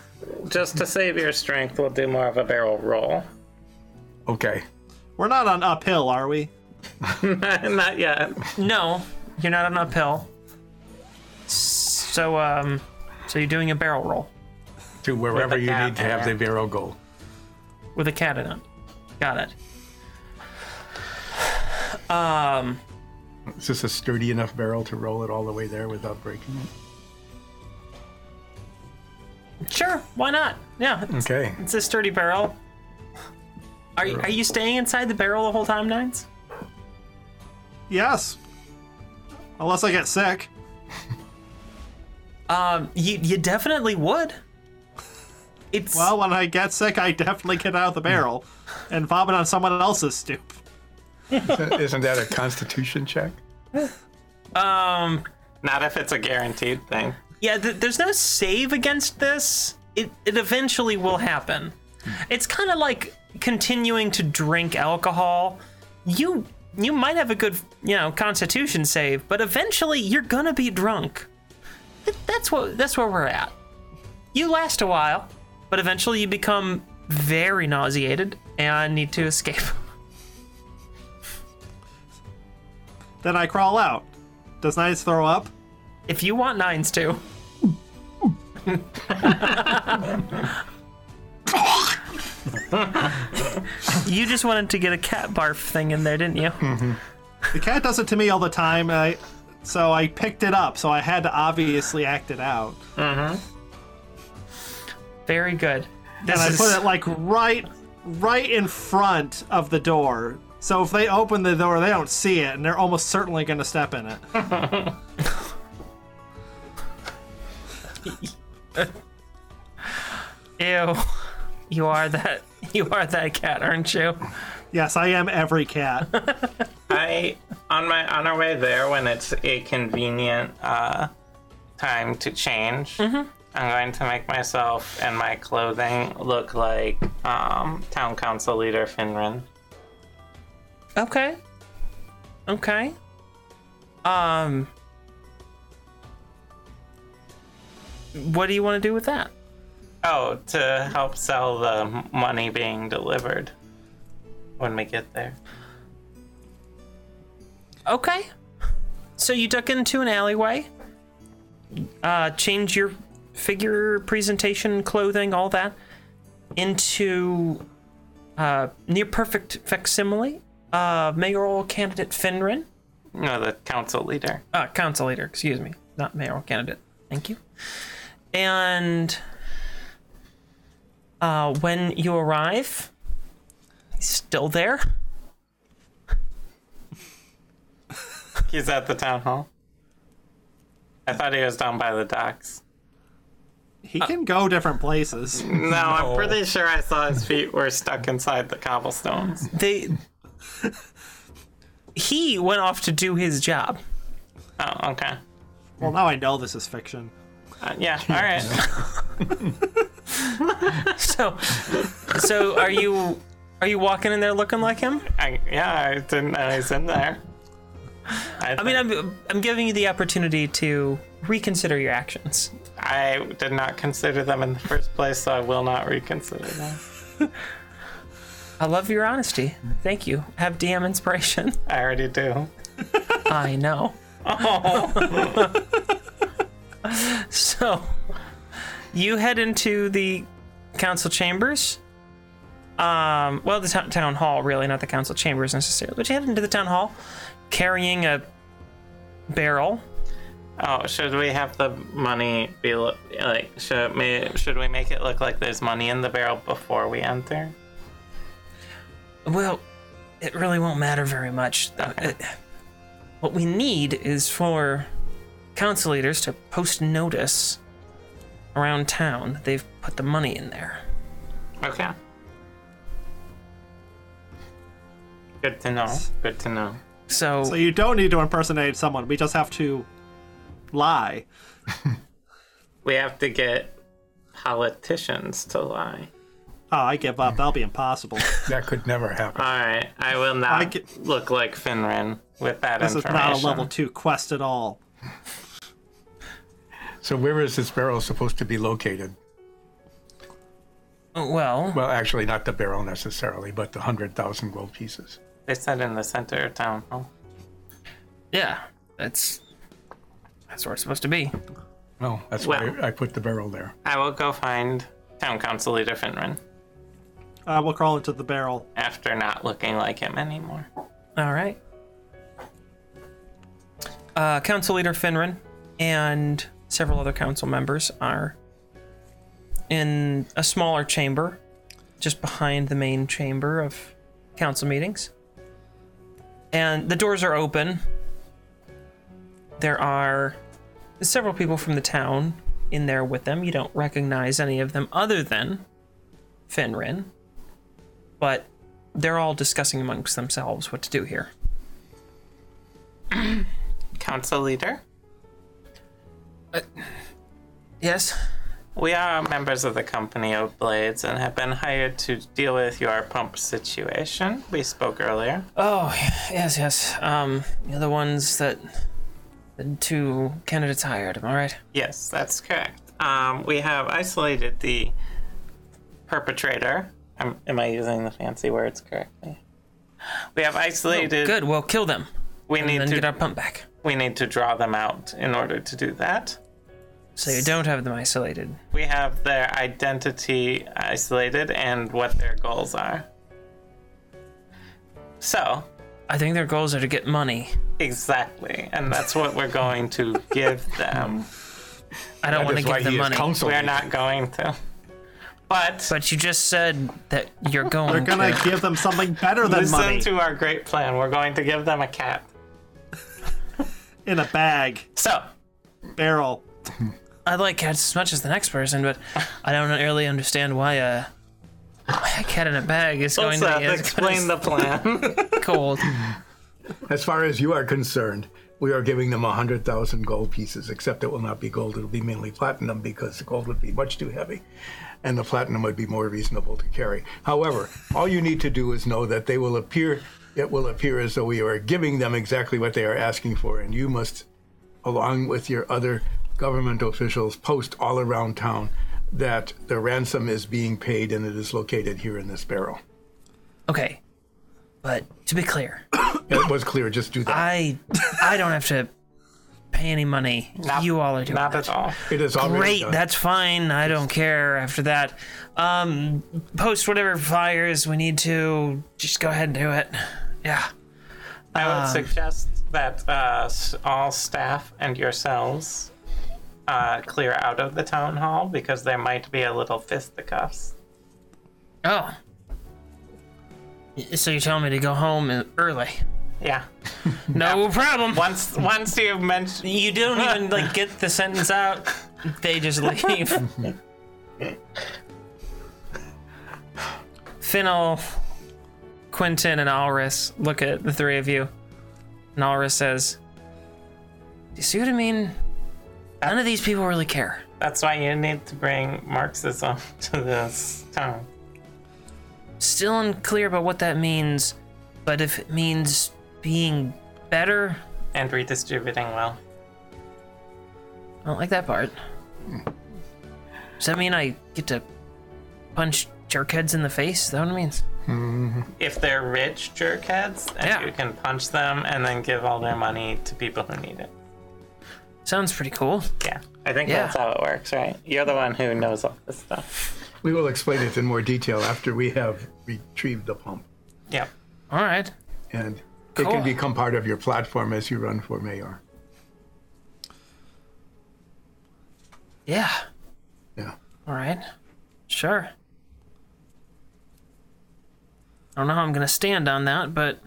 Speaker 2: just to save your strength, we'll do more of a barrel roll. (laughs)
Speaker 4: Okay.
Speaker 3: We're not on uphill, are we?
Speaker 2: Not yet.
Speaker 1: no you're not on uphill so um so you're doing a barrel roll
Speaker 4: To wherever
Speaker 2: With the
Speaker 4: you
Speaker 2: cat
Speaker 4: need to have the
Speaker 2: there.
Speaker 4: barrel go.
Speaker 1: with a cat in it got it
Speaker 4: Is this a sturdy enough barrel to roll it all the way there without breaking it?
Speaker 1: sure why not yeah it's-
Speaker 4: Okay.
Speaker 1: It's a sturdy barrel. Are you, are you staying inside the barrel the whole time, Nines?
Speaker 3: Yes. Unless I get sick.
Speaker 1: Um, you, you definitely would. It's
Speaker 3: Well, when I get sick, I definitely get out of the barrel and vomit on someone else's stoop.
Speaker 4: Isn't that a constitution check?
Speaker 1: um
Speaker 2: Not if it's a guaranteed thing.
Speaker 1: yeah. Th- there's no save against this. It it eventually will happen. It's kind of like continuing to drink alcohol. You you might have a good you know constitution save, but eventually you're gonna be drunk. Th- That's what that's where we're at. you last a while, but eventually you become very nauseated and need to escape. (laughs)
Speaker 3: Then I crawl out. Does Nice throw up?
Speaker 1: If you want nines too. you just wanted to get a cat barf thing in there, didn't you?
Speaker 3: The cat does it to me all the time. I, so I picked it up. So I had to obviously act it out,
Speaker 1: Very good. This
Speaker 3: and I
Speaker 1: is-
Speaker 3: put it like right, right in front of the door. So if they open the door, they don't see it, and they're almost certainly going to step in it.
Speaker 1: Ew. You are that (laughs) you are that cat, aren't you?
Speaker 3: Yes, I am every cat.
Speaker 2: I on my on our way there when it's a convenient uh, time to change. I'm going to make myself and my clothing look like um, town council leader Finran.
Speaker 1: Okay. Okay. Um What do you want to do with that?
Speaker 2: Oh, to help sell the m- money being delivered when we get there.
Speaker 1: Okay. So you duck into an alleyway. Uh change your figure presentation, clothing, all that into uh near perfect facsimile uh mayoral candidate Finrin.
Speaker 2: No, the council leader.
Speaker 1: uh, council leader, excuse me, not mayoral candidate. Thank you. And uh, when you arrive, he's still there.
Speaker 2: He's at the town hall. I thought he was down by the docks.
Speaker 3: He can go different places.
Speaker 2: No, I'm pretty sure I saw his feet were stuck inside the cobblestones.
Speaker 1: They he went off to do his job.
Speaker 2: Oh, okay.
Speaker 3: Well, now I know this is fiction.
Speaker 2: Uh, yeah, all right.
Speaker 1: So, so are you are you walking in there looking like him?
Speaker 2: I, yeah, I didn't know he's in there. I,
Speaker 1: I mean, I'm I'm giving you the opportunity to reconsider your actions.
Speaker 2: I did not consider them in the first place, so I will not reconsider them.
Speaker 1: I love your honesty. Thank you. Have DM inspiration. (laughs)
Speaker 2: I already do.
Speaker 1: I know. Oh. (laughs) so you head into the council chambers. Um, well, the town town hall, really, not the council chambers necessarily. But you head into the town hall carrying a barrel.
Speaker 2: Oh, should we have the money be lo- like? Should may, should we make it look like there's money in the barrel before we enter?
Speaker 1: Well, it really won't matter very much. Uh, it- what we need is for council leaders to post notice around town that they've put the money in there.
Speaker 2: Okay. Good to know. Good to know.
Speaker 3: So you don't need to impersonate someone. We just have to lie.
Speaker 2: We have to get politicians to lie.
Speaker 3: Oh, I give up. That'll be
Speaker 2: (laughs)
Speaker 3: impossible.
Speaker 4: That could never happen.
Speaker 2: All right, I will not
Speaker 3: I get-
Speaker 2: look like Finrin with that
Speaker 3: This is
Speaker 2: information.
Speaker 3: not a level two quest at all.
Speaker 4: So where is this barrel supposed to be located?
Speaker 1: Oh, Well,
Speaker 4: Well, actually, not the barrel necessarily, but the hundred thousand gold pieces.
Speaker 2: They said in the center of town. hall.
Speaker 1: yeah, that's that's where it's supposed to be.
Speaker 4: Well, that's
Speaker 2: Well-
Speaker 4: why I put the barrel there.
Speaker 2: I will go find town council leader Finrin
Speaker 3: Uh, we'll crawl into the barrel.
Speaker 2: after not looking like him anymore.
Speaker 1: All right. Uh, council leader Finrin and several other council members are in a smaller chamber, just behind the main chamber of council meetings. And the doors are open. There are several people from the town in there with them. You don't recognize any of them other than Finrin, but they're all discussing amongst themselves what to do here.
Speaker 2: Council leader,
Speaker 1: Yes.
Speaker 2: we are members of the company of Blades and have been hired to deal with your pump situation. We spoke earlier.
Speaker 1: Oh, yes, yes. Um, you're the ones that the two candidates hired. Am I right?
Speaker 2: Yes, that's correct. Um, we have isolated the perpetrator. Am, am I using the fancy words correctly? We have isolated.
Speaker 1: Good. Well, kill them.
Speaker 2: We
Speaker 1: Oh, and
Speaker 2: need
Speaker 1: then
Speaker 2: to
Speaker 1: get our pump back.
Speaker 2: we need to draw them out in order to do that.
Speaker 1: So you don't have them isolated.
Speaker 2: We have their identity isolated and what their goals are. So,
Speaker 1: I think their goals are to get money.
Speaker 2: exactly, and that's what we're going to give them.
Speaker 1: I don't
Speaker 4: That
Speaker 1: want to
Speaker 4: is why
Speaker 1: give them
Speaker 4: he is
Speaker 1: money.
Speaker 4: counseling
Speaker 2: We are
Speaker 4: you.
Speaker 2: not going to. But
Speaker 1: but you just said that you're going.
Speaker 3: They're gonna
Speaker 1: to.
Speaker 3: give them something better than
Speaker 2: listen
Speaker 3: money
Speaker 2: to our great plan. We're going to give them a cat.
Speaker 3: in a bag
Speaker 2: So,
Speaker 3: barrel.
Speaker 1: I like cats as much as the next person, but I don't really understand why uh, a cat in a bag is going
Speaker 2: Seth,
Speaker 1: to be as explain
Speaker 2: explain the
Speaker 1: (laughs)
Speaker 2: plan.
Speaker 1: cold.
Speaker 4: As far as you are concerned, we are giving them 100,000 gold pieces, except it will not be gold. It'll be mainly platinum because the gold would be much too heavy and the platinum would be more reasonable to carry. However, all you need to do is know that they will appear, it will appear as though we are giving them exactly what they are asking for, and you must, along with your other government officials, post all around town that the ransom is being paid and it is located here in this barrel.
Speaker 1: Okay, but to be clear,
Speaker 4: It was clear, just do that.
Speaker 1: I I don't have to pay any money. you all are doing
Speaker 2: Not
Speaker 1: that.
Speaker 2: at all.
Speaker 4: it is already
Speaker 1: Great,
Speaker 4: done.
Speaker 1: that's fine. I don't care after that. Um, post whatever flyers we need to. Just go ahead and do it. Yeah.
Speaker 2: I
Speaker 1: Um,
Speaker 2: would suggest that uh, s- all staff and yourselves uh, clear out of the town hall because there might be a little fisticuffs.
Speaker 1: Oh. Y- So you're telling me to go home e- early?
Speaker 2: Yeah.
Speaker 1: No problem. (laughs)
Speaker 2: Once once you've mentioned,
Speaker 1: You don't even like get the sentence out. They just leave. Fennel, Quentin, and Alris look at the three of you. And Alris says, Do you see what I mean? None of these people really care.
Speaker 2: that's why you need to bring Marxism (laughs) to this town.
Speaker 1: Still unclear about what that means, but if it means being better,
Speaker 2: and redistributing well.
Speaker 1: I don't like that part. Does that mean I get to punch jerkheads in the face? Is that what it means?
Speaker 2: If they're rich jerkheads, and
Speaker 1: Yeah.
Speaker 2: you can punch them and then give all their money to people who need it.
Speaker 1: Sounds pretty cool.
Speaker 2: Yeah. I think
Speaker 1: Yeah.
Speaker 2: that's how it works, right? You're the one who knows all this stuff.
Speaker 4: We will explain it in more detail after we have retrieved the pump.
Speaker 2: Yep.
Speaker 1: All right.
Speaker 4: And it
Speaker 1: Cool.
Speaker 4: can become part of your platform as you run for mayor.
Speaker 1: Yeah.
Speaker 4: Yeah.
Speaker 1: All right. Sure. I don't know how I'm gonna stand on that, but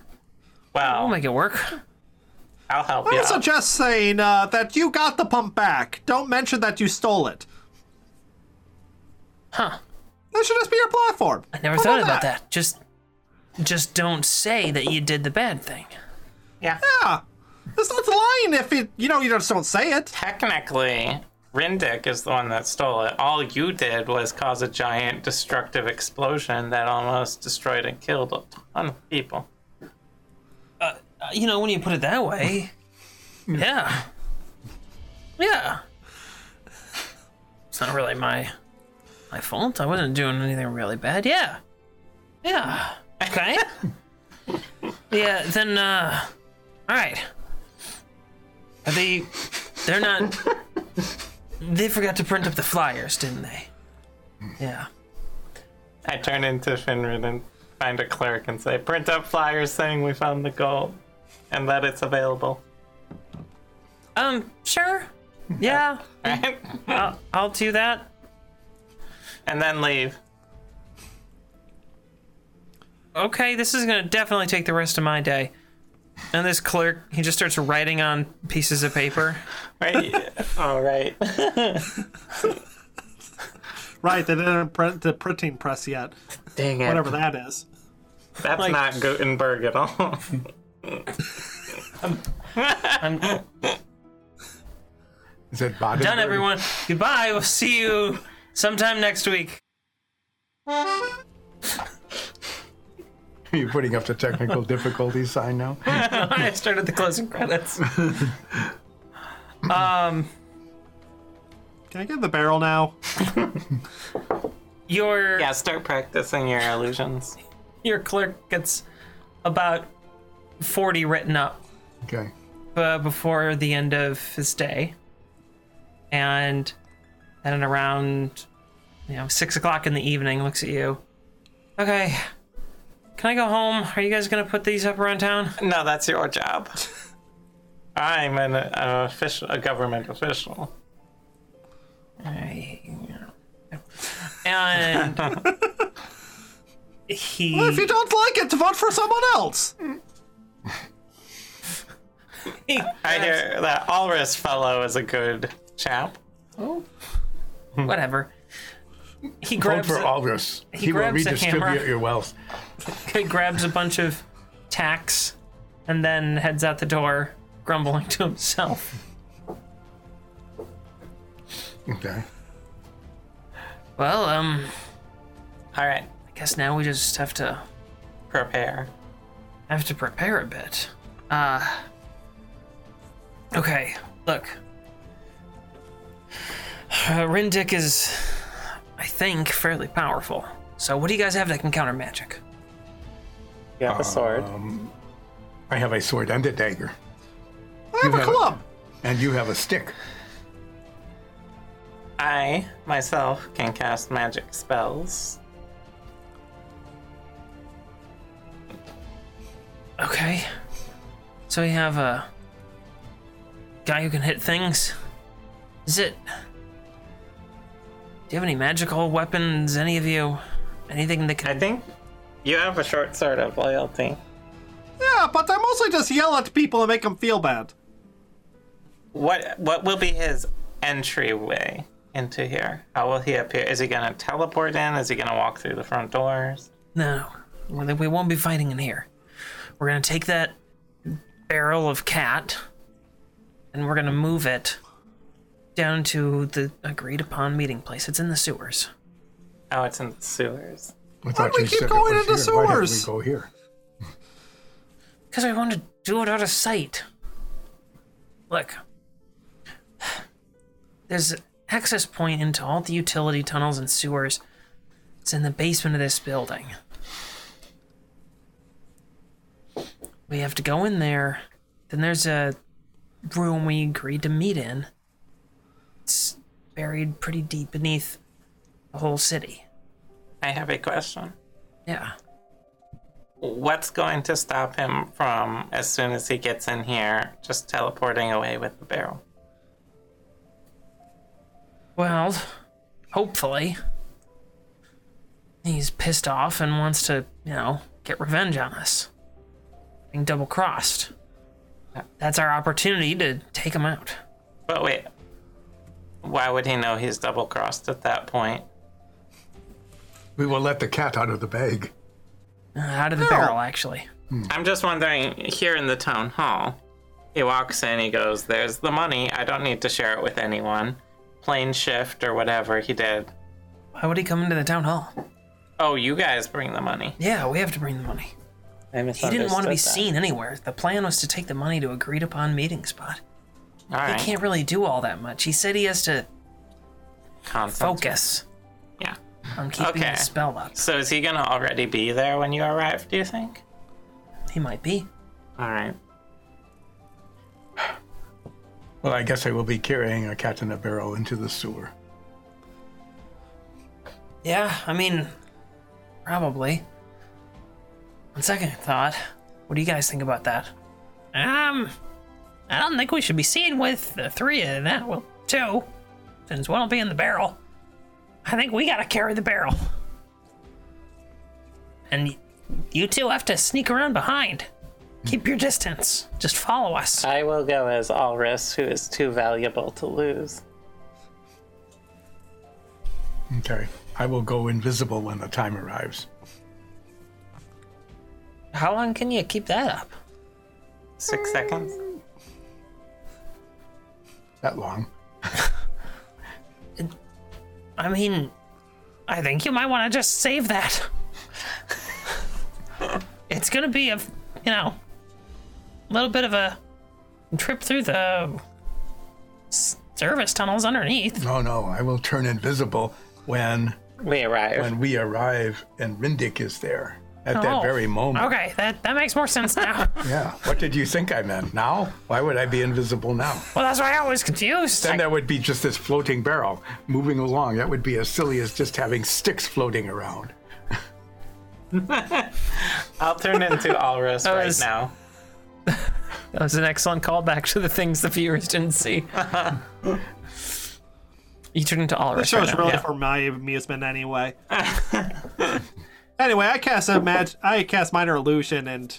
Speaker 2: Well,
Speaker 1: I'll make it work.
Speaker 2: I'll help you.
Speaker 3: I
Speaker 2: out.
Speaker 3: suggest saying uh, that you got the pump back. Don't mention that you stole it.
Speaker 1: Huh.
Speaker 3: That should just be your platform.
Speaker 1: I never
Speaker 3: How
Speaker 1: thought about that. Just just don't say that you did the bad thing.
Speaker 2: yeah.
Speaker 3: Yeah, it's not lying if it. You know, you just don't say it.
Speaker 2: Technically, Rindick is the one that stole it. All you did was cause a giant destructive explosion that almost destroyed and killed a ton of people.
Speaker 1: Uh, You know, when you put it that way. yeah. Yeah. It's not really my my fault. I wasn't doing anything really bad. Yeah. Yeah. Okay. yeah, then uh Alright. Are they they're not they forgot to print up the flyers, didn't they? Yeah.
Speaker 2: I turn into Finrid and find a clerk and say, print up flyers saying we found the gold and that it's available.
Speaker 1: Um, sure. Yeah.
Speaker 2: Right?
Speaker 1: I'll, I'll do that.
Speaker 2: (laughs) and then leave.
Speaker 1: okay, this is gonna definitely take the rest of my day. And this clerk, he just starts writing on pieces of paper.
Speaker 2: Right? (laughs) All right.
Speaker 3: Right, they didn't print the printing press yet.
Speaker 2: Dang it.
Speaker 3: Whatever that is.
Speaker 2: That's not Gutenberg at all.
Speaker 1: I'm
Speaker 4: Is that Baden?
Speaker 1: done, everyone. Goodbye. We'll see you sometime next week. (laughs)
Speaker 4: You're putting up the technical difficulties
Speaker 1: (laughs)
Speaker 4: sign now.
Speaker 1: I started the closing credits.
Speaker 3: Can I get the barrel now?
Speaker 1: Your
Speaker 2: (laughs) yeah, start practicing your illusions.
Speaker 1: your clerk gets about forty written up
Speaker 4: Okay.
Speaker 1: uh, before the end of his day, and then at around you know six o'clock in the evening, looks at you. Okay, can I go home? Are you guys gonna put these up around town?
Speaker 2: No, that's your job. I'm an, an official, a government official.
Speaker 1: I- And he
Speaker 3: If you don't like it, vote for someone else.
Speaker 1: he
Speaker 2: I hear that Alris fellow is a good chap.
Speaker 1: whatever. He
Speaker 4: Vote
Speaker 1: grabs
Speaker 4: for
Speaker 1: a-
Speaker 4: Aldris. He, will
Speaker 1: grabs a
Speaker 4: redistribute
Speaker 1: hammer.
Speaker 4: your wealth.
Speaker 1: he grabs a bunch of tacks and then heads out the door, grumbling to himself.
Speaker 4: Okay.
Speaker 1: Well, um,
Speaker 2: All right,
Speaker 1: I guess now we just have to
Speaker 2: prepare.
Speaker 1: have to prepare a bit. Uh Okay, look. Uh, Rindic is I think fairly powerful. So what do you guys have that can counter magic?
Speaker 2: You have a sword.
Speaker 4: I have a sword and a dagger,
Speaker 3: I have
Speaker 4: You
Speaker 3: a
Speaker 4: have it.
Speaker 3: club.
Speaker 4: and you have a stick.
Speaker 2: I myself can cast magic spells.
Speaker 1: Okay. So we have a guy who can hit things. Is it? Do you have any magical weapons? Any of you? Anything that
Speaker 2: I
Speaker 1: can?
Speaker 2: think you have a short sword of loyalty.
Speaker 3: Yeah, but I mostly just yell at people and make them feel bad.
Speaker 2: What what will be his entryway into here? How will he appear? Is he gonna teleport in? Is he gonna walk through the front doors?
Speaker 1: No. Well, then we won't be fighting in here. We're gonna take that barrel of cat, and we're gonna move it down to the agreed upon meeting place. It's in the sewers.
Speaker 2: Oh, it's in the sewers.
Speaker 4: I thought
Speaker 3: do we
Speaker 4: you
Speaker 3: keep
Speaker 4: said it
Speaker 3: going
Speaker 4: was
Speaker 3: into
Speaker 4: here. Why did
Speaker 3: sewers?
Speaker 4: we go here?
Speaker 1: Because I want to do it out of sight. Look, there's an access point into all the utility tunnels and sewers. It's in the basement of this building. We have to go in there. Then there's a room we agreed to meet in. It's buried pretty deep beneath the whole city.
Speaker 2: I have a question.
Speaker 1: Yeah.
Speaker 2: What's going to stop him from, as soon as he gets in here, just teleporting away with the barrel?
Speaker 1: Well, hopefully. He's pissed off and wants to, you know, get revenge on us. Being double crossed. That's our opportunity to take him out.
Speaker 2: But wait, why would he know he's double crossed at that point?
Speaker 4: We will let the cat out of the bag.
Speaker 1: Uh, out of the
Speaker 3: No.
Speaker 1: barrel, actually.
Speaker 2: I'm just wondering here in the town hall, he walks in, he goes, There's the money. I don't need to share it with anyone. Plane shift or whatever he did.
Speaker 1: Why would he come into the town hall?
Speaker 2: Oh, you guys bring the money.
Speaker 1: Yeah, we have to bring the money.
Speaker 2: I
Speaker 1: He didn't want to be seen anywhere. The plan was to take the money to agreed upon meeting spot.
Speaker 2: All
Speaker 1: He
Speaker 2: right.
Speaker 1: can't really do all that much. He said he has to
Speaker 2: Constance.
Speaker 1: focus
Speaker 2: Yeah.
Speaker 1: on keeping
Speaker 2: Okay.
Speaker 1: the spell up.
Speaker 2: So is he going to already be there when you arrive, do you think?
Speaker 1: He might be.
Speaker 2: All right.
Speaker 4: Well, I guess I will be carrying a cat in a barrel into the sewer.
Speaker 1: Yeah, I mean, probably. On second thought, what do you guys think about that? Um, I don't think we should be seen with the three of that. Well, two, since one will be in the barrel. I think we gotta carry the barrel. And y- you two have to sneak around behind. Keep your distance. Just follow us.
Speaker 2: I will go as Alris, who is too valuable to lose.
Speaker 4: Okay. I will go invisible when the time arrives.
Speaker 1: How long can you keep that up?
Speaker 2: Six seconds?
Speaker 4: That long.
Speaker 1: I mean, I think you might want to just save that. it's gonna be a, you know, little bit of a trip through the service tunnels underneath.
Speaker 4: No, no. I will turn invisible when
Speaker 2: We arrive.
Speaker 4: when we arrive and Rindic is there. at that very moment.
Speaker 1: Oh. Okay, that, that makes more sense
Speaker 4: (laughs)
Speaker 1: now.
Speaker 4: Yeah. What did you think I meant? Now? Why would I be invisible now?
Speaker 1: well, that's why I was confused.
Speaker 4: Then
Speaker 1: I-
Speaker 4: that would be just this floating barrel moving along. That would be as silly as just having sticks floating around.
Speaker 2: (laughs) I'll turn into (laughs) Alrus right
Speaker 1: was-
Speaker 2: now.
Speaker 1: that was an excellent callback to the things the viewers didn't
Speaker 4: (laughs)
Speaker 1: see. you turned into Oliver.
Speaker 3: The show's
Speaker 1: right now.
Speaker 3: really
Speaker 1: Yeah.
Speaker 3: for my amusement anyway. (laughs) anyway, I cast a mag- I cast minor illusion and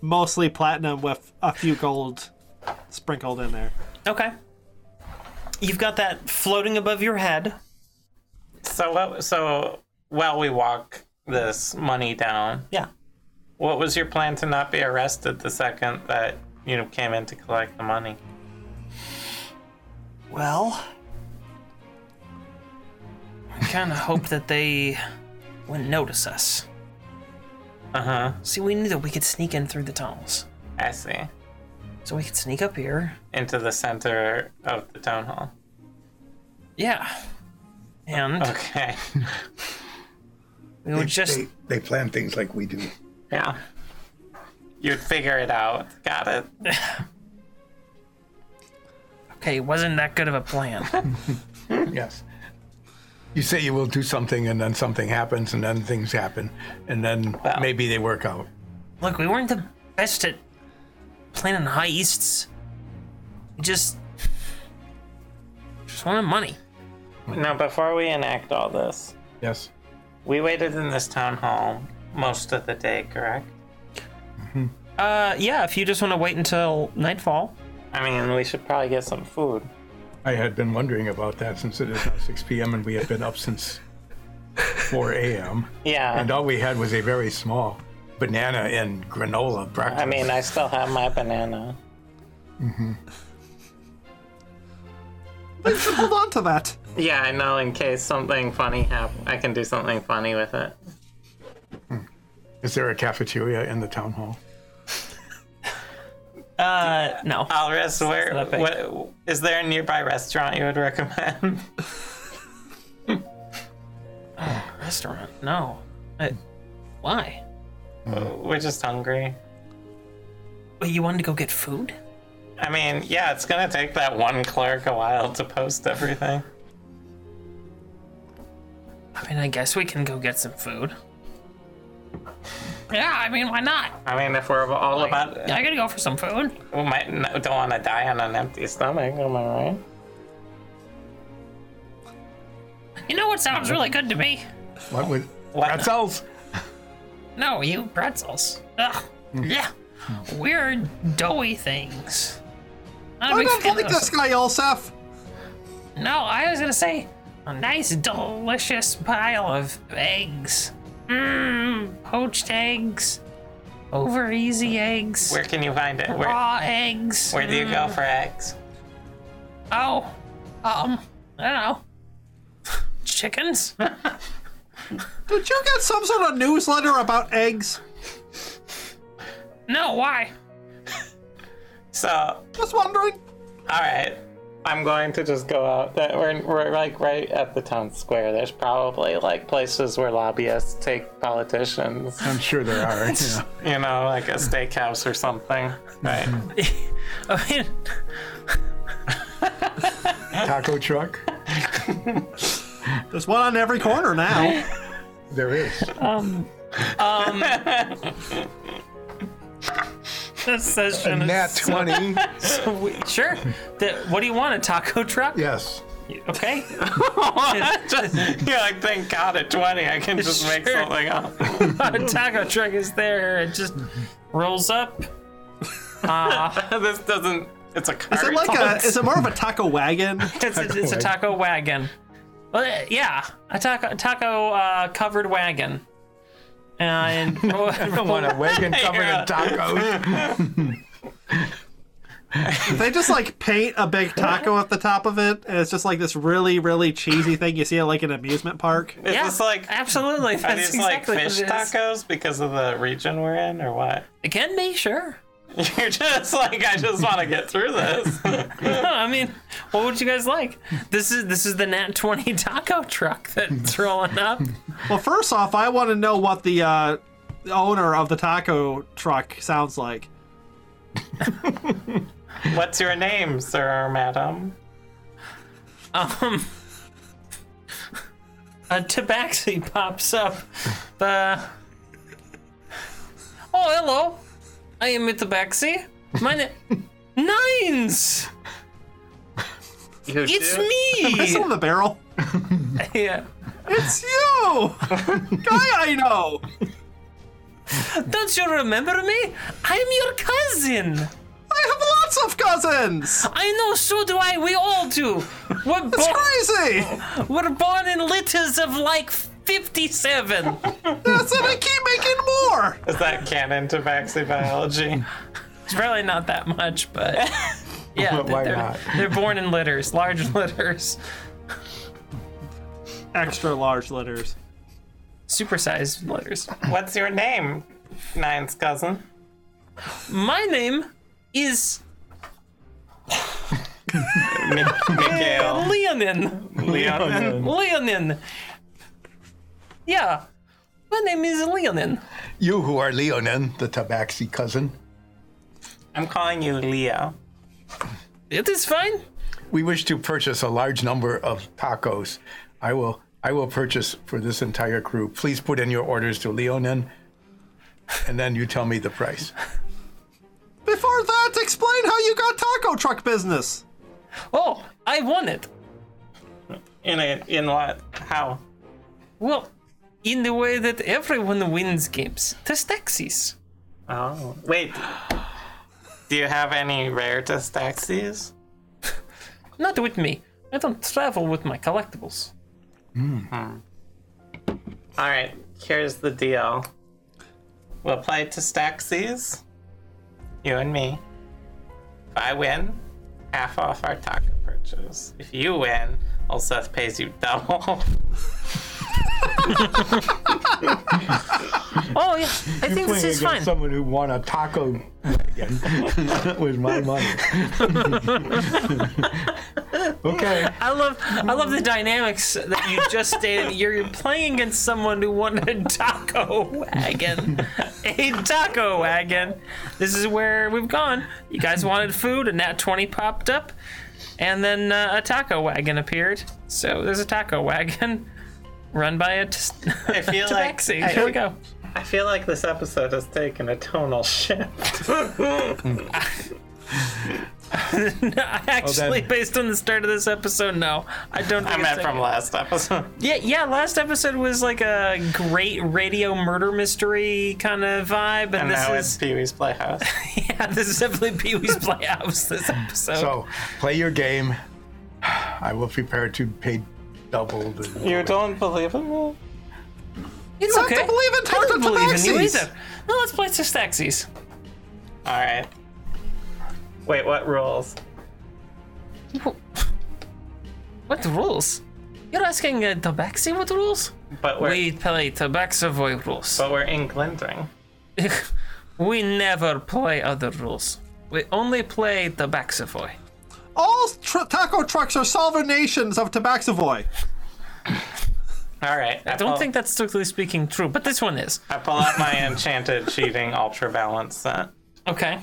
Speaker 3: mostly platinum with a few gold sprinkled in there.
Speaker 1: Okay. You've got that floating above your head.
Speaker 2: So what? So while we walk this money down,
Speaker 1: Yeah.
Speaker 2: what was your plan to not be arrested the second that you came in to collect the money?
Speaker 1: Well, I kind of hope that they wouldn't notice us.
Speaker 2: Uh huh.
Speaker 1: See, we knew that we could sneak in through the tunnels,
Speaker 2: I see.
Speaker 1: so we could sneak up here.
Speaker 2: Into the center of the town hall.
Speaker 1: Yeah, Uh, and
Speaker 2: Okay. (laughs)
Speaker 1: we would just
Speaker 4: They, they plan things like we do.
Speaker 2: Yeah. You'd figure it out. Got it.
Speaker 1: okay. Wasn't that good of a (laughs) plan?
Speaker 4: Yes. You say you will do something, and then something happens, and then things happen, and then
Speaker 2: Well.
Speaker 4: maybe they work out.
Speaker 1: Look, we weren't the best at planning heists. We just just wanted money.
Speaker 2: Now, before we enact all this,
Speaker 4: Yes.
Speaker 2: we waited in this town hall most of the day, correct?
Speaker 1: Uh, yeah. If you just want to wait until nightfall,
Speaker 2: I mean, we should probably get some food.
Speaker 4: I had been wondering about that since it is now 6 p.m. and we have been up since 4 a.m.
Speaker 2: Yeah.
Speaker 4: And all we had was a very small banana and granola breakfast.
Speaker 2: I mean, I still have my banana.
Speaker 3: But hold on to that.
Speaker 2: Yeah, I know. In case something funny happens, I can do something funny with it.
Speaker 4: is there a cafeteria in the town hall?
Speaker 1: uh, no.
Speaker 2: Alris, where
Speaker 1: not big.
Speaker 2: what, is there a nearby restaurant you would recommend?
Speaker 1: Restaurant? No. I, why?
Speaker 2: We're just hungry.
Speaker 1: Wait, you wanted to go get food?
Speaker 2: I mean, yeah, it's gonna take that one clerk a while to post everything.
Speaker 1: I mean, I guess we can go get some food. Yeah, I mean, why not?
Speaker 2: I mean, if we're all about,
Speaker 1: I gotta go for some food.
Speaker 2: we might not, don't want to die on an empty stomach. Am I right?
Speaker 1: You know what sounds really good to me?
Speaker 4: What would
Speaker 2: What?
Speaker 4: pretzels?
Speaker 1: No, you pretzels. Ugh. Yeah. Weird, doughy things. Not a
Speaker 3: I
Speaker 1: big fan
Speaker 3: don't
Speaker 1: of
Speaker 3: like
Speaker 1: those.
Speaker 3: this guy, Olsef.
Speaker 1: No, I was gonna say a nice, delicious pile of eggs. Mmm, poached eggs, over easy eggs,
Speaker 2: Where can you find it? Where,
Speaker 1: raw eggs.
Speaker 2: where do you go for eggs?
Speaker 1: Oh, um, I don't know. Chickens?
Speaker 3: Did you get some sort of newsletter about eggs?
Speaker 1: No, why? (laughs)
Speaker 2: So, all
Speaker 3: Just wondering.
Speaker 2: right, I'm going to just go out. That we're, we're like right at the town square. There's probably like places where lobbyists take politicians.
Speaker 4: I'm sure there
Speaker 2: (laughs)
Speaker 4: are. yeah.
Speaker 2: You know, like a steakhouse or something.
Speaker 1: (laughs)
Speaker 2: Right. (laughs)
Speaker 1: I mean,
Speaker 4: Taco truck?
Speaker 3: There's one on every corner now.
Speaker 4: There is.
Speaker 1: this session is
Speaker 4: Nat 20.
Speaker 1: so we- Sure. The- what do you want? A taco truck?
Speaker 4: (laughs) Yes.
Speaker 1: Okay. (laughs)
Speaker 2: Just- you're like, thank God at 20, I can just make
Speaker 1: Sure.
Speaker 2: something up. (laughs)
Speaker 1: a taco truck is there. It just rolls up.
Speaker 2: this doesn't. It's a cart.
Speaker 3: Is it like a? uh, Is it more of a taco wagon?
Speaker 1: It's, a, it's a
Speaker 4: wagon.
Speaker 1: taco wagon. Well, yeah, a taco taco uh, covered wagon. And
Speaker 4: On
Speaker 1: (laughs)
Speaker 4: a wagon covered
Speaker 2: Yeah.
Speaker 4: in tacos.
Speaker 3: (laughs) They just like paint a big taco at the top of it, and it's just like this really, really cheesy thing you see at like an amusement park.
Speaker 2: Is
Speaker 1: yeah,
Speaker 2: this like
Speaker 1: absolutely. That's
Speaker 2: Are these
Speaker 1: exactly
Speaker 2: like fish
Speaker 1: what it is.
Speaker 2: tacos because of the region we're in, or what?
Speaker 1: It can be, sure.
Speaker 2: (laughs) You're just like, I just want to get through this. (laughs)
Speaker 1: I mean, what would you guys like? This is this is the Nat 20 taco truck that's rolling up.
Speaker 3: Well, first off, I want to know what the uh, owner of the taco truck sounds like.
Speaker 2: What's your name, sir or madam?
Speaker 1: Um, A tabaxi pops up. The oh hello, I am a tabaxi. My name Nines. It's
Speaker 3: It's (laughs) in
Speaker 1: me.
Speaker 3: the barrel.
Speaker 1: yeah.
Speaker 3: It's you, guy I know.
Speaker 1: Don't you remember me? I'm your cousin.
Speaker 3: I have lots of cousins.
Speaker 1: I know, so do I. We all do. We're,
Speaker 3: It's
Speaker 1: bo-
Speaker 3: crazy.
Speaker 1: we're born in litters of like 57.
Speaker 3: That's it. I keep making more.
Speaker 2: Is that canon to Baxi biology?
Speaker 1: It's probably not that much, but
Speaker 4: (laughs)
Speaker 1: yeah,
Speaker 2: (laughs)
Speaker 4: Why
Speaker 1: they're,
Speaker 4: not?
Speaker 1: they're born in litters, large (laughs) litters,
Speaker 3: Extra large letters.
Speaker 1: supersized litters.
Speaker 2: What's your name, Nine's cousin?
Speaker 1: My name is
Speaker 2: Mi- Mikhail.
Speaker 1: Leonin.
Speaker 2: Leon.
Speaker 1: Leonin. Yeah, my name is Leonin.
Speaker 4: You who are Leonin, the Tabaxi cousin.
Speaker 2: I'm calling you Leo.
Speaker 1: It is fine.
Speaker 4: We wish to purchase a large number of tacos. I will I will purchase for this entire crew. Please put in your orders to Leonin and then you tell me the price.
Speaker 3: Before that, explain how you got taco truck business.
Speaker 1: Oh, I won it.
Speaker 2: In a, in what? How?
Speaker 1: Well, in the way that everyone wins games, there's taxis.
Speaker 2: Oh, wait. Do you have any rare dystaxis?
Speaker 1: Not with me. I don't travel with my collectibles.
Speaker 2: All right, here's the deal. We'll play to Staxies, you and me. If I win, half off our taco purchase. If you win, old Seth pays you double.
Speaker 1: Oh yeah, I (laughs) think this is fine.
Speaker 4: someone who won a taco wagon (laughs) with my money. okay.
Speaker 1: I love I love the dynamics that you just stated. You're playing against someone who won a taco wagon. A taco wagon. This is where we've gone. You guys wanted food, and that 20 popped up, and then uh, a taco wagon appeared. So there's a taco wagon (laughs) run by a t-
Speaker 2: I feel
Speaker 1: (laughs)
Speaker 2: like
Speaker 1: taxi.
Speaker 2: I,
Speaker 1: There we go. (laughs)
Speaker 2: I feel like this episode has taken a tonal shift.
Speaker 1: Actually,
Speaker 4: then-
Speaker 1: based on the start of this episode, no, I don't. Think
Speaker 2: (laughs) I
Speaker 1: it's
Speaker 2: meant from
Speaker 1: taken-
Speaker 2: last episode.
Speaker 1: (laughs) Yeah, yeah. Last episode was like a great radio murder mystery kind of vibe, and,
Speaker 2: And
Speaker 1: this
Speaker 2: now it's
Speaker 1: is
Speaker 2: Pee
Speaker 1: (laughs)
Speaker 2: Wee's Playhouse.
Speaker 1: yeah, this is definitely Pee Wee's Playhouse. This episode.
Speaker 4: So play your game. I will prepare to pay double the
Speaker 2: You don't believe in me?
Speaker 1: it's
Speaker 3: I
Speaker 1: okay.
Speaker 3: don't believe in
Speaker 1: I don't
Speaker 3: taco
Speaker 1: believe in you
Speaker 3: taxis.
Speaker 1: either. No, let's play six taxis.
Speaker 2: All right. Wait, what rules?
Speaker 1: What rules? You're asking uh, Tabaxi what rules?
Speaker 2: But we're
Speaker 1: We play Tabaxavoy rules.
Speaker 2: but we're Englanding.
Speaker 1: We never play other rules. We only play Tabaxavoy.
Speaker 3: All tr- taco trucks are nations of Tabaxavoy.
Speaker 2: All right.
Speaker 1: I don't think that's strictly speaking true, but this one is.
Speaker 2: I pull out my enchanted cheating ultra balance set.
Speaker 1: Okay.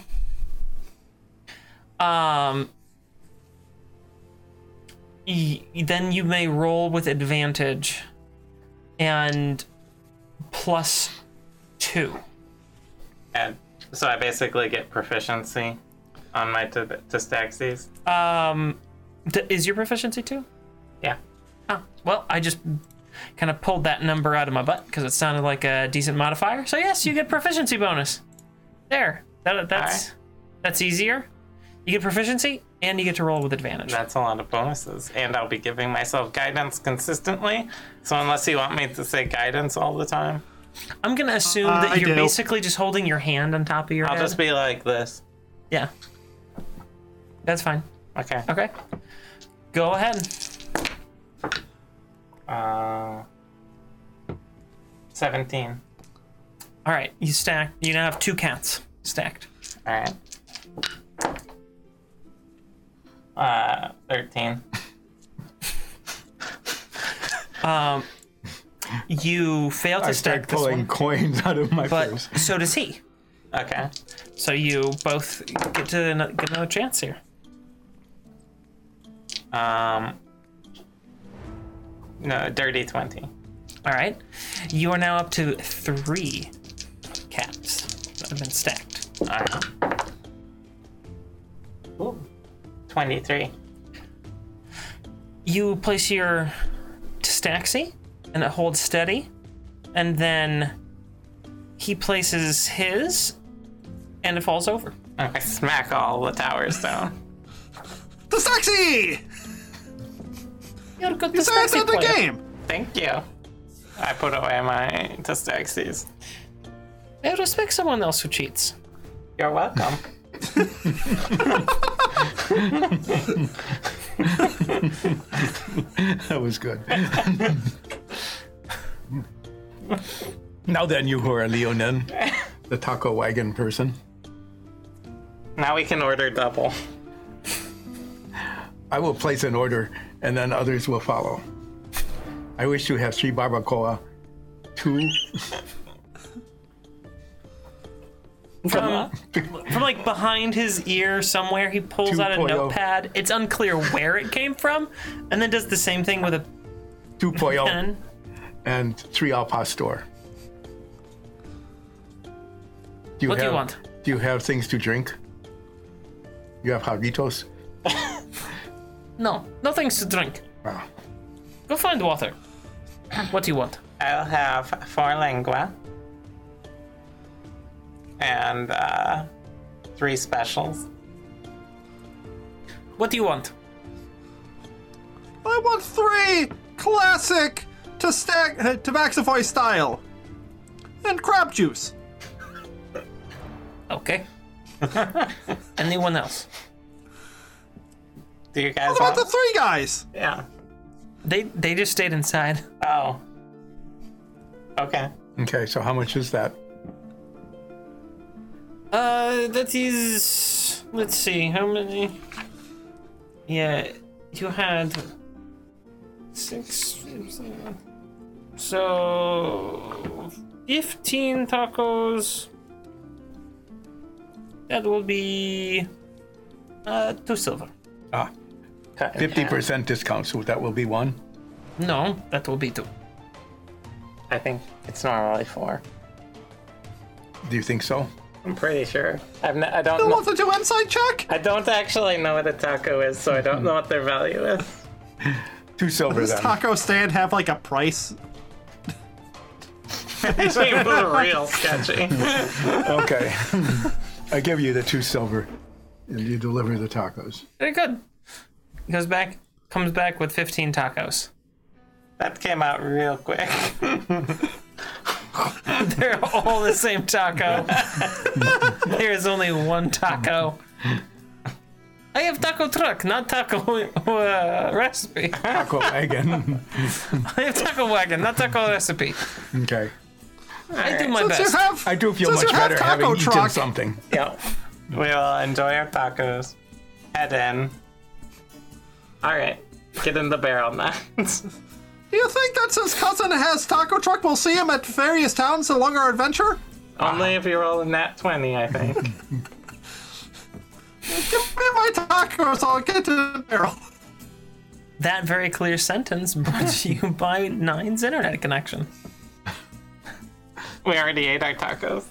Speaker 1: Um. y- then you may roll with advantage, and plus two.
Speaker 2: And so I basically get proficiency on my t- dystaxis.
Speaker 1: Um, d- is your proficiency two?
Speaker 2: Yeah.
Speaker 1: Oh, well, I just kind of pulled that number out of my butt because it sounded like a decent modifier. So yes, you get proficiency bonus. There. That, that's
Speaker 2: Alright.
Speaker 1: that's easier. You get proficiency, and you get to roll with advantage.
Speaker 2: That's a lot of bonuses. And I'll be giving myself guidance consistently. So unless you want me to say guidance all the time,
Speaker 1: I'm gonna assume
Speaker 3: Uh, I
Speaker 1: that you're
Speaker 3: do.
Speaker 1: basically just holding your hand on top of your
Speaker 2: I'll
Speaker 1: head.
Speaker 2: just be like this.
Speaker 1: yeah. That's fine.
Speaker 2: Okay.
Speaker 1: Okay. Go ahead.
Speaker 2: Uh, 17.
Speaker 1: All right. You stack. You now have two cats stacked.
Speaker 2: All right. Uh, 13.
Speaker 1: You fail to
Speaker 4: I
Speaker 1: stack
Speaker 4: start
Speaker 1: this
Speaker 4: pulling
Speaker 1: one,
Speaker 4: coins out of my
Speaker 1: but
Speaker 4: purse.
Speaker 1: so does he.
Speaker 2: Okay.
Speaker 1: So you both get to an- get another chance here.
Speaker 2: Um, no, dirty 20.
Speaker 1: All right, you are now up to three caps that have been stacked.
Speaker 2: All right. Ooh, 23.
Speaker 1: You place your Staxi, and it holds steady, and then he places his, and it falls over.
Speaker 2: I smack all the towers down.
Speaker 3: The Soxy!
Speaker 1: You're a good
Speaker 3: You saw us
Speaker 1: Staxi
Speaker 3: in the
Speaker 1: player.
Speaker 3: game!
Speaker 2: Thank you. I put away my testaxis.
Speaker 1: I respect someone else who cheats.
Speaker 2: You're (laughs) welcome.
Speaker 4: That was good. now then, you who are Leonin, the taco wagon person,
Speaker 2: now we can order double.
Speaker 4: I will place an order and then others will follow. I wish to have three barbacoa, two
Speaker 1: From, from like behind his ear somewhere, he pulls out a
Speaker 4: 2.0.
Speaker 1: notepad. It's unclear where it came from, and then does the same thing with a
Speaker 4: two pollo,
Speaker 1: pen.
Speaker 4: and three al pastor. Do you
Speaker 1: What do you
Speaker 4: have-
Speaker 1: want?
Speaker 4: Do you have things to drink? You have jarritos?
Speaker 1: No, no things to drink.
Speaker 4: Wow.
Speaker 1: Go find water. What do you want?
Speaker 2: I'll have four lingua and uh, three specials.
Speaker 1: What do you want?
Speaker 3: I want three classic to stack uh, Tabaxifoy style and crab juice.
Speaker 1: Okay. Anyone else?
Speaker 2: Do you guys
Speaker 3: What
Speaker 2: want?
Speaker 3: about the three guys?
Speaker 2: yeah.
Speaker 1: They they just stayed inside.
Speaker 2: Oh. Okay.
Speaker 4: Okay, so how much is that?
Speaker 1: Uh, that is. Let's see how many. Yeah, you had six. So fifteen tacos. That will be uh two silver.
Speaker 4: Ah,
Speaker 2: Cut in
Speaker 4: fifty
Speaker 2: half.
Speaker 4: percent discount. So that will be one.
Speaker 1: No, that will be two.
Speaker 2: I think it's normally four.
Speaker 4: Do you think so?
Speaker 2: I'm pretty sure. I've n- I don't.
Speaker 3: Who
Speaker 2: kn-
Speaker 3: wants to do inside check?
Speaker 2: I don't actually know what a taco is, so I don't know what their value (laughs) is.
Speaker 4: Two silver
Speaker 3: Does
Speaker 4: then.
Speaker 3: taco stand have like a price?
Speaker 2: These (laughs) people are real sketchy.
Speaker 4: okay. (laughs) I give you the two silver, and you deliver the tacos.
Speaker 1: Very good. He goes back, comes back with fifteen tacos.
Speaker 2: That came out real quick.
Speaker 1: They're all the same taco. (laughs) there is only one taco. I have taco truck, not taco uh, recipe.
Speaker 4: Taco wagon.
Speaker 1: I have taco wagon, not taco recipe.
Speaker 4: okay.
Speaker 1: I do my
Speaker 3: Since you (laughs)
Speaker 1: best.
Speaker 3: have,
Speaker 4: I do feel
Speaker 3: since
Speaker 4: much
Speaker 3: you have
Speaker 4: better
Speaker 3: taco
Speaker 4: having eaten
Speaker 3: truck,
Speaker 4: something.
Speaker 2: Yep. We will enjoy our tacos. Head in. All right. Get in the barrel now.
Speaker 3: Do you think that since cousin has taco truck, we'll see him at various towns along our adventure?
Speaker 2: (laughs) Only if you roll a nat 20, I think.
Speaker 3: Give me my tacos, I'll get to the barrel.
Speaker 1: That very clear sentence brought to you by Nine's internet connection.
Speaker 2: (laughs) we already ate our tacos.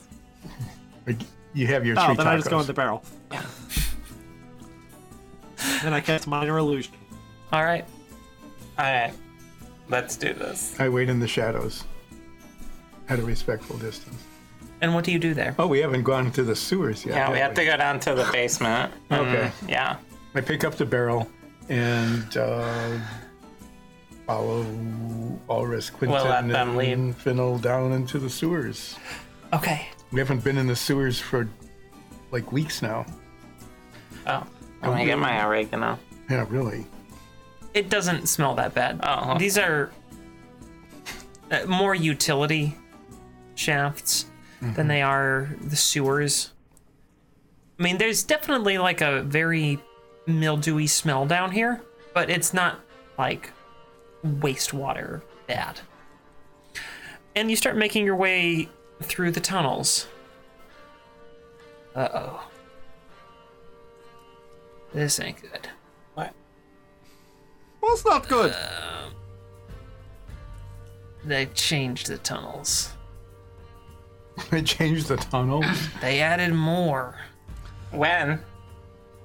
Speaker 4: You have your three
Speaker 3: Oh, then
Speaker 4: tacos.
Speaker 3: I just go in the barrel. then I cast minor illusion.
Speaker 1: All right.
Speaker 2: All right. Let's do this.
Speaker 4: I wait in the shadows, at a respectful distance.
Speaker 1: And what do you do there?
Speaker 4: Oh, we haven't gone to the sewers yet.
Speaker 2: Yeah, we
Speaker 4: have
Speaker 2: have to go down to the basement.
Speaker 4: Okay.
Speaker 2: Yeah.
Speaker 4: I pick up the barrel and uh, follow Ulrich Quinton
Speaker 2: let them
Speaker 4: and Fennel down into the sewers.
Speaker 1: Okay.
Speaker 4: We haven't been in the sewers for like weeks now.
Speaker 2: Oh. I'm gonna get my oregano.
Speaker 4: Yeah, really. (laughs)
Speaker 1: It doesn't smell that bad.
Speaker 2: Oh.
Speaker 1: These are uh, more utility shafts than they are the sewers. I mean, there's definitely like a very mildewy smell down here, but it's not like wastewater bad. And you start making your way through the tunnels. Uh oh. This ain't good.
Speaker 2: What?
Speaker 3: Well, it's not good.
Speaker 1: They've changed the tunnels.
Speaker 4: They changed the tunnel. (laughs)
Speaker 1: They added more.
Speaker 2: When?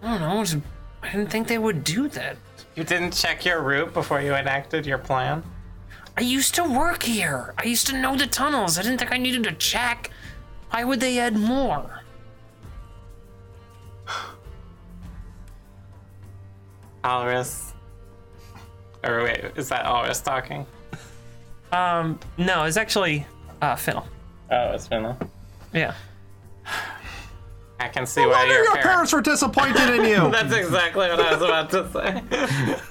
Speaker 1: I don't know. it's- I didn't think they would do that.
Speaker 2: You didn't check your route before you enacted your plan?
Speaker 1: I used to work here. I used to know the tunnels. I didn't think I needed to check. Why would they add more?
Speaker 2: Alris. Or wait, is that Alris talking?
Speaker 1: Um, no, it's actually uh, Phil.
Speaker 2: Oh, it's Finley.
Speaker 1: Yeah.
Speaker 2: I can see
Speaker 3: I
Speaker 2: why
Speaker 3: knew
Speaker 2: your
Speaker 3: your
Speaker 2: parents.
Speaker 3: parents were disappointed in (laughs) you.
Speaker 2: That's exactly what I was about to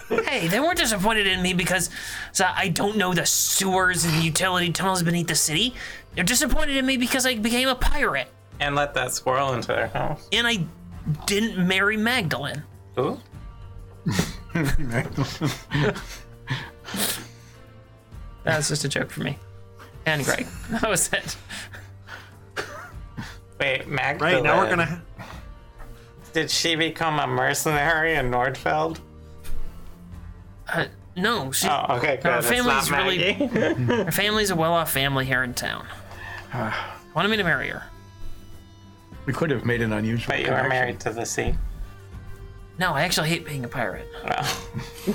Speaker 2: say.
Speaker 1: Hey, they weren't disappointed in me because so I don't know the sewers and utility tunnels beneath the city. They're disappointed in me because I became a pirate
Speaker 2: (laughs) and let that squirrel into their house.
Speaker 1: and I didn't marry Magdalene.
Speaker 2: Ooh.
Speaker 1: That was just a joke for me. And Greg. (laughs) That was it.
Speaker 2: Wait, Magdalene.
Speaker 3: Right now we're gonna.
Speaker 2: Did she become a mercenary in Nordfeld?
Speaker 1: Uh, no, she,
Speaker 2: Oh, okay, good.
Speaker 1: Her
Speaker 2: It's not
Speaker 1: family's really-
Speaker 2: Maggie. (laughs)
Speaker 1: her family's a well off family here in
Speaker 2: (sighs)
Speaker 1: town. Wanted me to marry her.
Speaker 4: we could have made an unusual.
Speaker 2: But you are
Speaker 4: connection.
Speaker 2: married to the sea.
Speaker 1: No, I actually hate being a pirate.
Speaker 2: Well, Oh.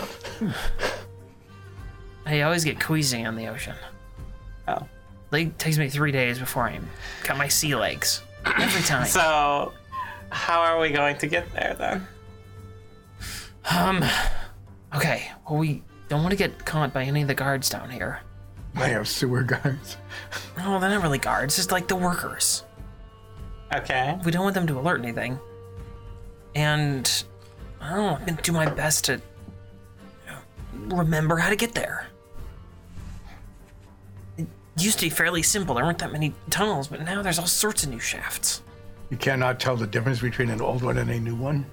Speaker 1: (laughs) I always get queasy on the ocean.
Speaker 2: well.
Speaker 1: Like takes me three days before I got my sea legs. Every time.
Speaker 2: So, how are we going to get there then?
Speaker 1: Okay, well we don't want to get caught by any of the guards down here.
Speaker 4: They have sewer guards.
Speaker 1: No, they're not really guards, just like the workers.
Speaker 2: Okay.
Speaker 1: We don't want them to alert anything. And I don't know, I'm gonna do my best to remember how to get there. It used to be fairly simple. There weren't that many tunnels, but now there's all sorts of new shafts.
Speaker 4: You cannot tell the difference between an old one and a new one.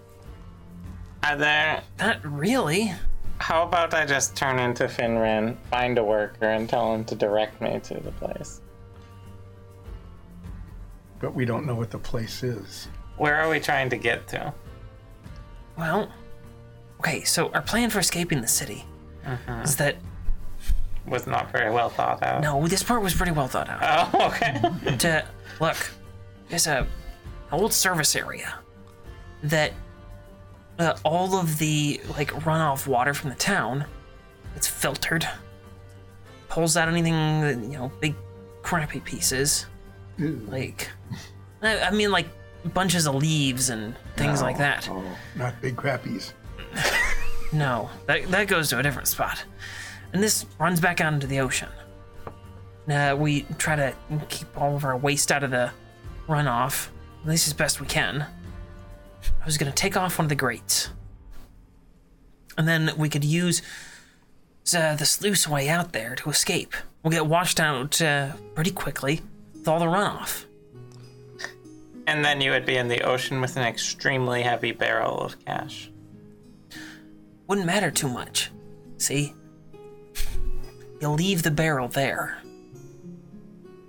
Speaker 2: Are there.
Speaker 1: Not really.
Speaker 2: How about I just turn into Finran, find a worker, and tell him to direct me to the place?
Speaker 4: But we don't know what the place is.
Speaker 2: Where are we trying to get to?
Speaker 1: Well, okay, so our plan for escaping the city is that
Speaker 2: Was not very well thought out.
Speaker 1: no, this part was pretty well thought out.
Speaker 2: Oh, okay.
Speaker 1: to look, there's a an old service area that uh, all of the like runoff water from the town, it's filtered, pulls out anything that, you know, big crappy pieces, like I, I mean like bunches of leaves and things like that.
Speaker 4: Oh, not big crappies.
Speaker 1: No, that, that goes to a different spot. And this runs back out into the ocean. Uh, we try to keep all of our waste out of the runoff, at least as best we can. I was going to take off one of the grates. And then we could use uh, the sluice way out there to escape. We'll get washed out uh, pretty quickly with all the runoff.
Speaker 2: And then you would be in the ocean with an extremely heavy barrel of cash.
Speaker 1: wouldn't matter too much. See? You leave the barrel there.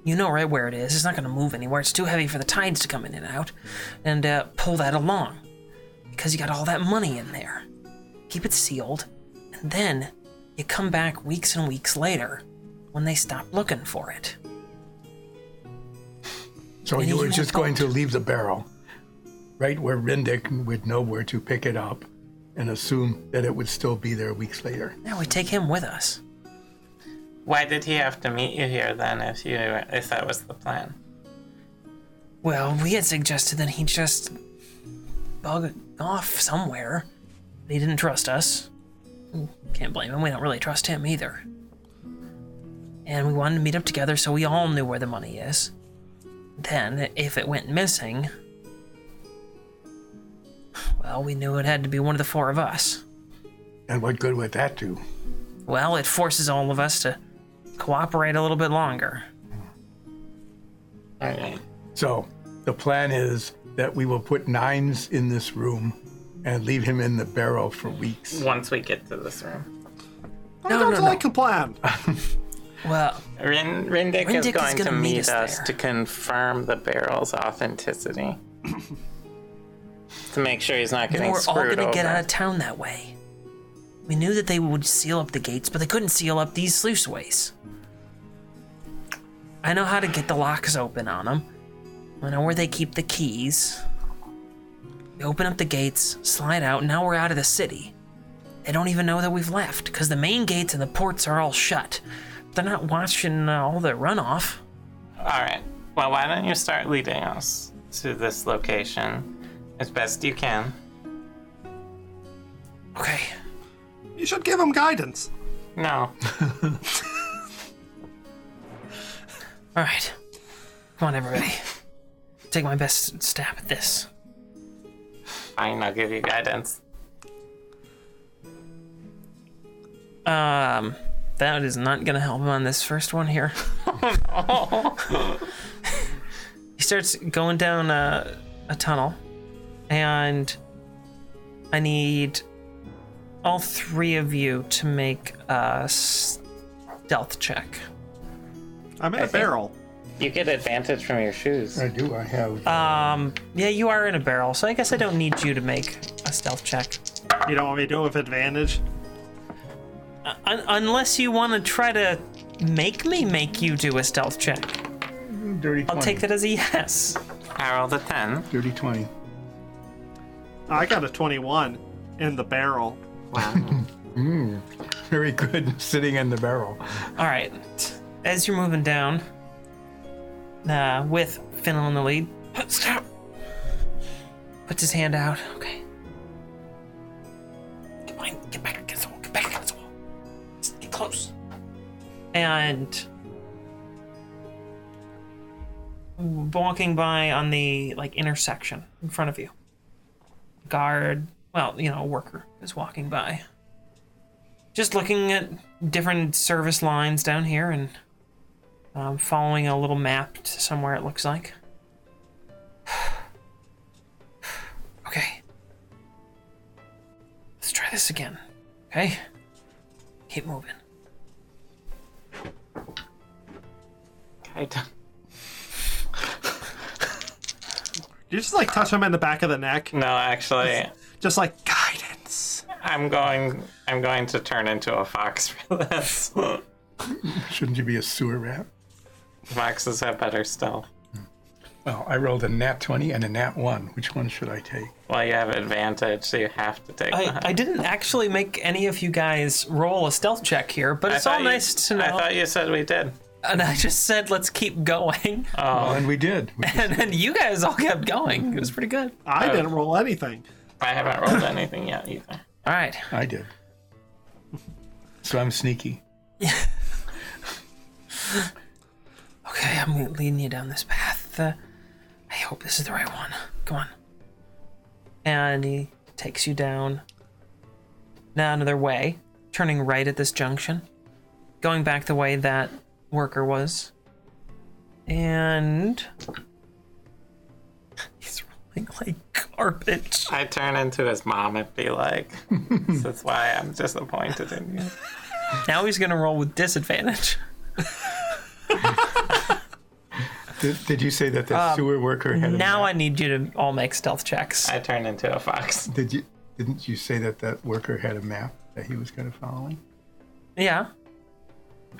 Speaker 1: You know right where it is. It's not going to move anywhere. It's too heavy for the tides to come in and out. And uh, pull that along. Because you got all that money in there. Keep it sealed. And then you come back weeks and weeks later when they stop looking for it.
Speaker 4: So
Speaker 1: And
Speaker 4: you
Speaker 1: you
Speaker 4: were
Speaker 1: had
Speaker 4: just going to
Speaker 1: thought-
Speaker 4: leave the barrel, right where Rindick would know where to pick it up, and assume that it would still be there weeks later.
Speaker 1: Now we take him with us.
Speaker 2: Why did he have to meet you here then if you if that was the plan?
Speaker 1: Well, we had suggested that he just bug off somewhere. He didn't trust us. Can't blame him. We don't really trust him either. And we wanted to meet up together so we all knew where the money is. Then, if it went missing, well, we knew it had to be one of the four of us.
Speaker 4: And what good would that do?
Speaker 1: Well, it forces all of us to cooperate a little bit longer.
Speaker 2: Alright.
Speaker 4: So the plan is that we will put nines in this room and leave him in the barrel for weeks.
Speaker 2: Once we get to this room,
Speaker 3: No,
Speaker 1: no,
Speaker 3: no,
Speaker 1: no.
Speaker 3: like a plan.
Speaker 1: Well,
Speaker 2: Rin- Rindic,
Speaker 1: Rindic
Speaker 2: is
Speaker 1: is
Speaker 2: going to
Speaker 1: gonna meet
Speaker 2: meet
Speaker 1: us
Speaker 2: us
Speaker 1: there.
Speaker 2: to confirm the
Speaker 1: (laughs)
Speaker 2: barrel's authenticity. to make sure he's not getting
Speaker 1: we're all
Speaker 2: screwed
Speaker 1: gonna
Speaker 2: over.
Speaker 1: get out of town that way. We knew that they would seal up the gates, but they couldn't seal up these sluiceways. I know how to get the locks open on them. I know where they keep the keys. We open up the gates, slide out, now we're out of the city. They don't even know that we've left, because the main gates and the ports are all shut. They're not watching uh, all the runoff.
Speaker 2: All right. Well, why don't you start leading us to this location as best you can?
Speaker 1: Okay.
Speaker 3: You should give him guidance.
Speaker 1: (laughs)
Speaker 2: No.
Speaker 1: All right. Come on, everybody. Take my best stab at this.
Speaker 2: Fine, I'll give you guidance.
Speaker 1: Um, that is not gonna help him on this first one here. (laughs) he starts going down a, a tunnel, and I need all three of you to make a stealth check.
Speaker 3: I'm in a
Speaker 2: think-
Speaker 3: barrel.
Speaker 2: You get advantage from your shoes.
Speaker 4: I do. I have.
Speaker 1: Um, yeah, you are in a barrel, so I guess I don't need you to make a stealth check,
Speaker 3: You don't want me to do it with advantage?
Speaker 1: Un- unless you want to try to make me make you do a stealth check.
Speaker 4: dirty 20.
Speaker 1: I'll take that as a yes.
Speaker 2: I rolled a 10.
Speaker 4: Dirty 20.
Speaker 3: I got a 21 in the barrel.
Speaker 4: Very good. (laughs) Sitting in the barrel.
Speaker 1: All right. As you're moving down, uh, with Fennel in the lead, (gasps) stop. Puts his hand out. Okay. Get behind. Get back against the wall. Get back against the wall. Just Get close. And walking by on the like intersection in front of you. Guard. Well, you know, a worker is walking by just looking at different service lines down here and um, following a little map to somewhere it looks like. (sighs) okay. Let's try this again. Okay? Keep moving.
Speaker 2: I don't-
Speaker 3: You just like touch him in the back of the neck.
Speaker 2: No, actually,
Speaker 3: Just like guidance.
Speaker 2: I'm going. I'm going to turn into a fox (laughs) for this.
Speaker 4: Shouldn't you be a sewer rat?
Speaker 2: Foxes have better stealth.
Speaker 4: Well, I rolled a nat 20 and a nat 1. Which one should I take?
Speaker 2: Well, you have advantage, so you have to take. the-
Speaker 1: I, I didn't actually make any of you guys roll a stealth check here, but
Speaker 2: I
Speaker 1: it's all
Speaker 2: thought you-
Speaker 1: nice to know.
Speaker 2: I thought you said we did.
Speaker 1: and I just said, let's keep going. (laughs)
Speaker 4: Well, and we did. We
Speaker 1: and then you guys all kept going. It was pretty good.
Speaker 3: I didn't roll anything.
Speaker 2: I haven't rolled anything yet either.
Speaker 1: All right. (laughs)
Speaker 4: I did. So I'm sneaky.
Speaker 1: Okay, I'm leading you down this path. Uh, I hope this is the right one. Come on. And he takes you down now another way, turning right at this junction, going back the way that worker was. And he's rolling like garbage.
Speaker 2: I turn into his mom and be like, "This is why I'm disappointed in you."
Speaker 1: Now he's gonna roll with disadvantage.
Speaker 4: Did, did you say that the sewer worker had a
Speaker 1: Um, Now
Speaker 4: nat-
Speaker 1: I need you to all make stealth checks.
Speaker 2: I turn into a fox.
Speaker 4: Did you, didn't you say that that worker had a map that he was going to follow?
Speaker 1: Yeah.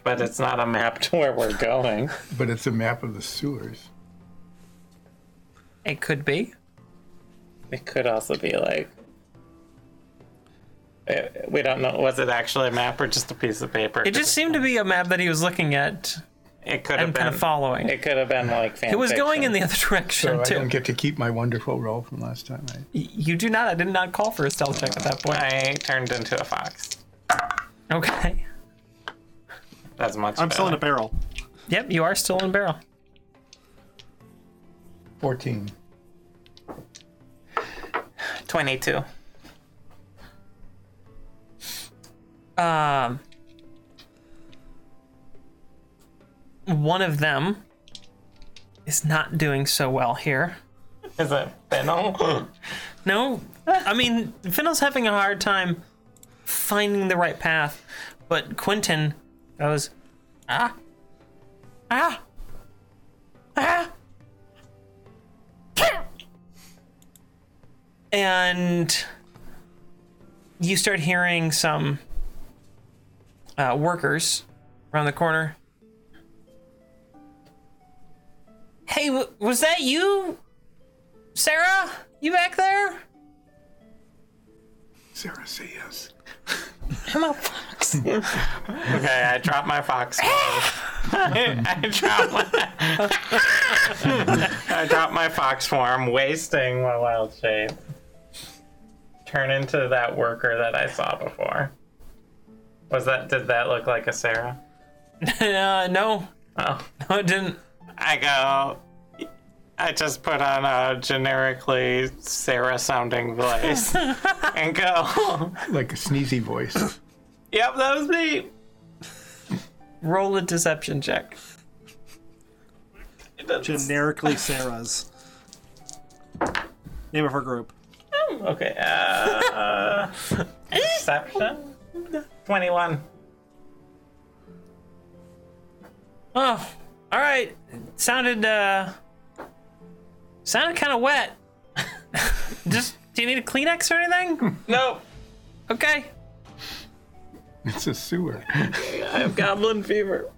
Speaker 2: But it's not a map to where we're going.
Speaker 4: But it's a map of the sewers.
Speaker 1: It could be.
Speaker 2: It could also be like. eh, We don't know. Was it actually a map or just a piece of paper?
Speaker 1: It just seemed to be a map that he was looking at
Speaker 2: It could have
Speaker 1: and
Speaker 2: been.
Speaker 1: kind of following.
Speaker 2: It could have been like. Fan
Speaker 1: It was going in
Speaker 2: fiction.
Speaker 1: the other (laughs)
Speaker 4: So
Speaker 1: direction
Speaker 4: I
Speaker 1: too.
Speaker 4: don't get to keep my wonderful roll from last time, right?
Speaker 1: You do not. I did not call for a stealth check at that point.
Speaker 2: I turned into a fox.
Speaker 1: Okay.
Speaker 2: That's much.
Speaker 3: I'm still in a
Speaker 2: better.
Speaker 3: barrel.
Speaker 1: Yep, you are still in barrel.
Speaker 4: 14.
Speaker 2: Twenty-two.
Speaker 1: Um, one of them is not doing so well here.
Speaker 2: Is it
Speaker 3: (laughs)
Speaker 2: fennel?
Speaker 1: No, I mean Fennel's having a hard time finding the right path, but Quentin goes, ah, ah, ah, and you start hearing some uh, workers around the corner. Hey, w- was that you, Sarah? You back there?
Speaker 4: Sarah, say yes.
Speaker 1: I'm a fox.
Speaker 2: okay, I dropped my fox. I, I dropped my. (laughs) I dropped my fox form, wasting my wild shape. Turn into that worker that I saw before. Was that? Did that look like a Sarah?
Speaker 1: uh, no,
Speaker 2: Oh,
Speaker 1: no, it didn't.
Speaker 2: I go. I just put on a generically Sarah-sounding (laughs) voice and go.
Speaker 4: Like a sneezy voice.
Speaker 2: Yep, that was me.
Speaker 1: Roll a deception check.
Speaker 2: It doesn't-
Speaker 3: Generically, Sarah's. Name of her group.
Speaker 2: Okay. (laughs) Uh, exception. Twenty-one.
Speaker 1: Oh, all right. Sounded uh, sounded kind of wet. (laughs) Just, do you need a Kleenex or anything?
Speaker 2: Nope.
Speaker 1: Okay.
Speaker 4: It's a sewer.
Speaker 2: I have goblin fever.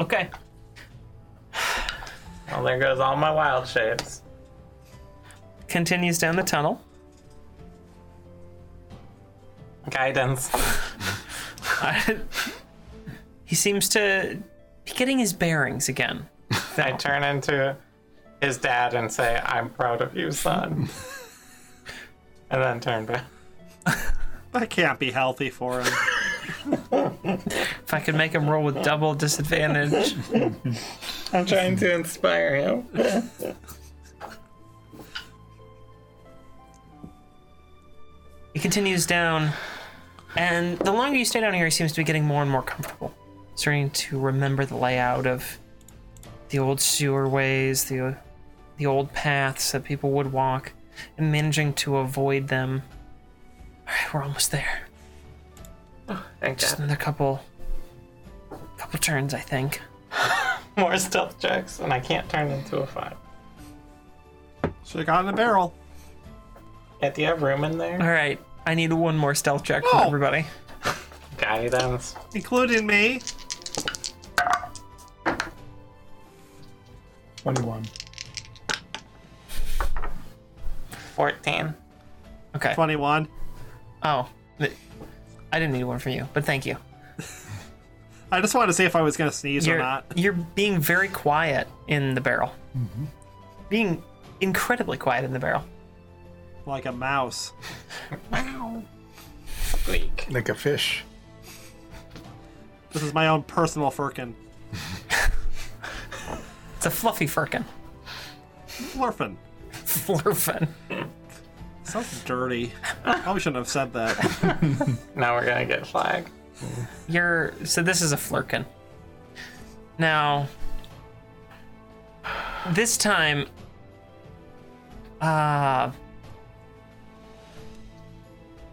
Speaker 1: Okay.
Speaker 2: Well, there goes all my wild shapes.
Speaker 1: Continues down the tunnel.
Speaker 2: Guidance.
Speaker 1: (laughs) he seems to be getting his bearings again.
Speaker 2: I turn into his dad and say, I'm proud of you, son. and then turn back.
Speaker 3: That can't be healthy for him.
Speaker 1: If I could make him roll with double disadvantage.
Speaker 2: I'm trying to inspire him.
Speaker 1: He continues down, and the longer you stay down here, he seems to be getting more and more comfortable, starting to remember the layout of the old sewer ways, the the old paths that people would walk, and managing to avoid them. All right, we're almost there.
Speaker 2: Thank
Speaker 1: Just
Speaker 2: God.
Speaker 1: another couple, couple turns, I think.
Speaker 2: More stealth checks, and I can't turn into a five.
Speaker 3: Should have gotten a barrel.
Speaker 2: Yeah, do you have room in there?
Speaker 1: All right, I need one more stealth check from
Speaker 3: Oh.
Speaker 1: everybody.
Speaker 2: Guidance.
Speaker 3: Including me.
Speaker 4: 21.
Speaker 2: 14.
Speaker 1: Okay.
Speaker 3: 21.
Speaker 1: Oh, th- I didn't need one from you, but thank you.
Speaker 3: I just wanted to see if I was going to sneeze
Speaker 1: you're,
Speaker 3: or not.
Speaker 1: You're being very quiet in the barrel. Being incredibly quiet in the barrel.
Speaker 3: Like a mouse.
Speaker 2: Squeak.
Speaker 4: Like a fish.
Speaker 3: This is my own personal firkin.
Speaker 1: It's a fluffy firkin. (laughs)
Speaker 3: Flurfin.
Speaker 1: Flurfin.
Speaker 3: Sounds dirty. Probably shouldn't have said that.
Speaker 2: Now we're gonna get flagged.
Speaker 1: You're so this is a flurkin. Now this time uh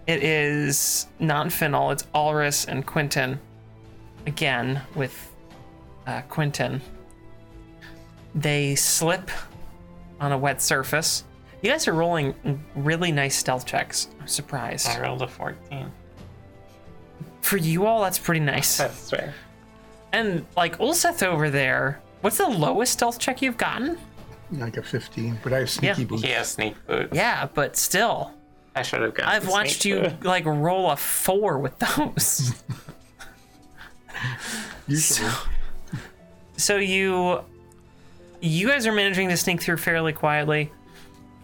Speaker 1: it is not Fennel, it's Alrus and Quentin. Again with uh, Quentin. They slip on a wet surface. You guys are rolling really nice stealth checks. I'm surprised.
Speaker 2: I rolled a 14.
Speaker 1: For you all, that's pretty nice.
Speaker 2: That's fair.
Speaker 1: And like Ulseth over there, what's the lowest stealth check you've gotten?
Speaker 4: Like a 15. But I have sneaky
Speaker 1: Yeah.
Speaker 4: boots.
Speaker 2: He has sneak boots.
Speaker 1: Yeah, but still,
Speaker 2: I should have gotten
Speaker 1: I've
Speaker 2: sneak
Speaker 1: watched you
Speaker 2: boot.
Speaker 1: like roll a four with those.
Speaker 4: Usually.
Speaker 1: so you, you guys are managing to sneak through fairly quietly.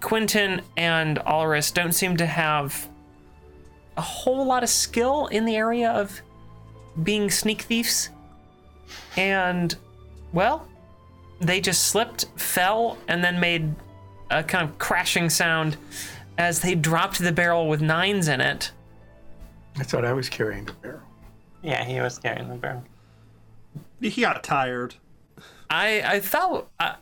Speaker 1: Quentin and Alrus don't seem to have a whole lot of skill in the area of being sneak thieves, and well, they just slipped, fell, and then made a kind of crashing sound as they dropped the barrel with nines in it.
Speaker 4: I thought I was carrying the barrel.
Speaker 2: Yeah, he was carrying the barrel.
Speaker 3: He got tired.
Speaker 1: I I thought uh,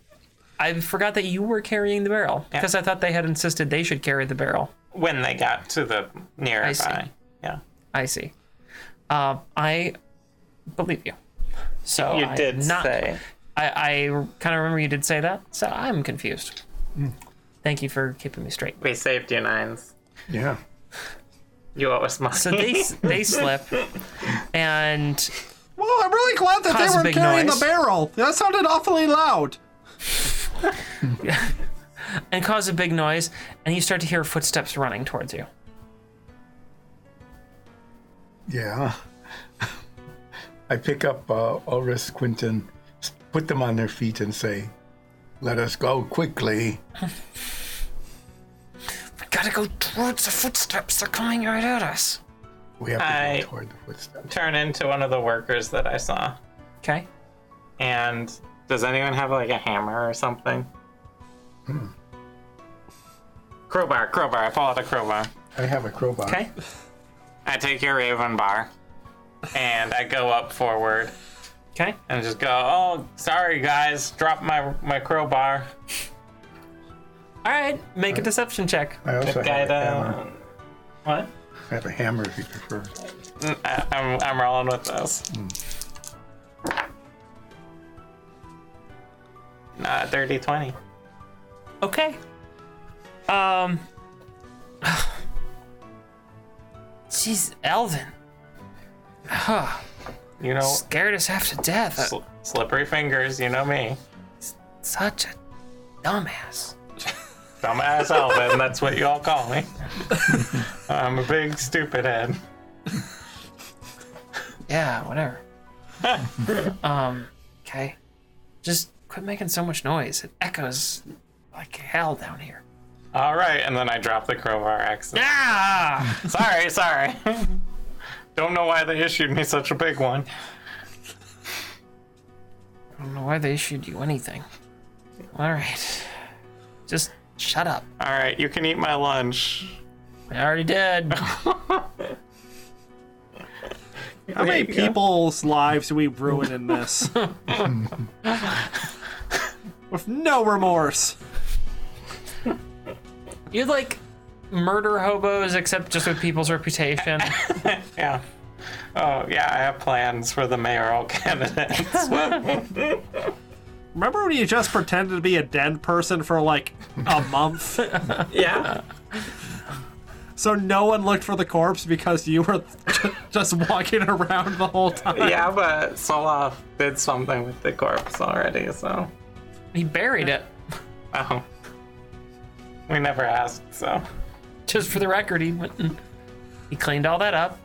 Speaker 1: I forgot that you were carrying the barrel because I thought they had insisted they should carry the barrel.
Speaker 2: when they got to the nearby. Yeah.
Speaker 1: I see. Uh, I believe you. So
Speaker 2: You
Speaker 1: I
Speaker 2: did
Speaker 1: am not,
Speaker 2: say.
Speaker 1: I, I kind of remember you did say that, so I'm confused. Thank you for keeping me straight.
Speaker 2: We saved you nines.
Speaker 4: Yeah.
Speaker 2: You owe us money.
Speaker 1: (laughs) So
Speaker 2: (laughs)
Speaker 1: they they slip, and
Speaker 3: Well, I'm really glad that
Speaker 1: Cause
Speaker 3: they
Speaker 1: a
Speaker 3: were
Speaker 1: big
Speaker 3: carrying
Speaker 1: noise.
Speaker 3: the barrel. That sounded awfully loud.
Speaker 1: and cause a big noise, and you start to hear footsteps running towards you.
Speaker 4: Yeah. (laughs) I pick up uh, Ulrich Quinton, s- put them on their feet, and say, Let us go quickly.
Speaker 1: We gotta go towards the footsteps. They're coming right at us.
Speaker 4: We have to
Speaker 2: I-
Speaker 4: go toward the footsteps.
Speaker 2: turn into one of the workers that I saw.
Speaker 1: Okay.
Speaker 2: And does anyone have like a hammer or something?
Speaker 4: Hmm.
Speaker 2: Crowbar, crowbar. I pull out a crowbar.
Speaker 4: I have a crowbar.
Speaker 1: Okay.
Speaker 2: I take your raven bar, and I go up forward
Speaker 1: Okay.
Speaker 2: and just go. Oh, sorry guys, drop my my crowbar.
Speaker 1: All right. Make a deception check.
Speaker 4: I also
Speaker 2: Guy
Speaker 4: have a, hammer.
Speaker 2: down. What?
Speaker 4: I have a hammer if you prefer.
Speaker 2: Mm, I, (laughs) I'm I'm rolling with this. Nah, dirty twenty.
Speaker 1: Okay. Um. (sighs) Jeez, Elvin. Huh.
Speaker 2: You know,
Speaker 1: Scared us half to death.
Speaker 2: sl- slippery fingers. You know me.
Speaker 1: Such a dumbass.
Speaker 2: Dumbass Alvin, that's what you all call me. I'm a big stupid head.
Speaker 1: Yeah, (laughs) whatever. um, okay. Just quit making so much noise. It echoes like hell down here.
Speaker 2: All right, and then I drop the crowbar accident.
Speaker 1: Ah!
Speaker 2: sorry, sorry. (laughs) Don't know why they issued me such a big one.
Speaker 1: I don't know why they issued you anything. All right. Just shut up.
Speaker 2: All right, you can eat my lunch.
Speaker 1: I already (laughs) did.
Speaker 3: How many
Speaker 2: There you go.
Speaker 3: people's lives we ruin
Speaker 2: (laughs)
Speaker 3: in this? With no remorse.
Speaker 1: You're like murder hobos, except just with people's reputation.
Speaker 2: Yeah. Oh, yeah, I have plans for the mayoral (laughs) candidates.
Speaker 3: Remember when you just pretended to be a dead person for like a
Speaker 2: (laughs)
Speaker 3: month?
Speaker 2: yeah.
Speaker 3: so no one looked for the corpse because you were (laughs) just walking around the whole
Speaker 2: (laughs)
Speaker 3: time.
Speaker 2: Yeah, but Solov did something with the corpse already, so.
Speaker 1: he buried it.
Speaker 2: Oh. We never asked, so.
Speaker 1: Just for the record, he went and he cleaned all that up,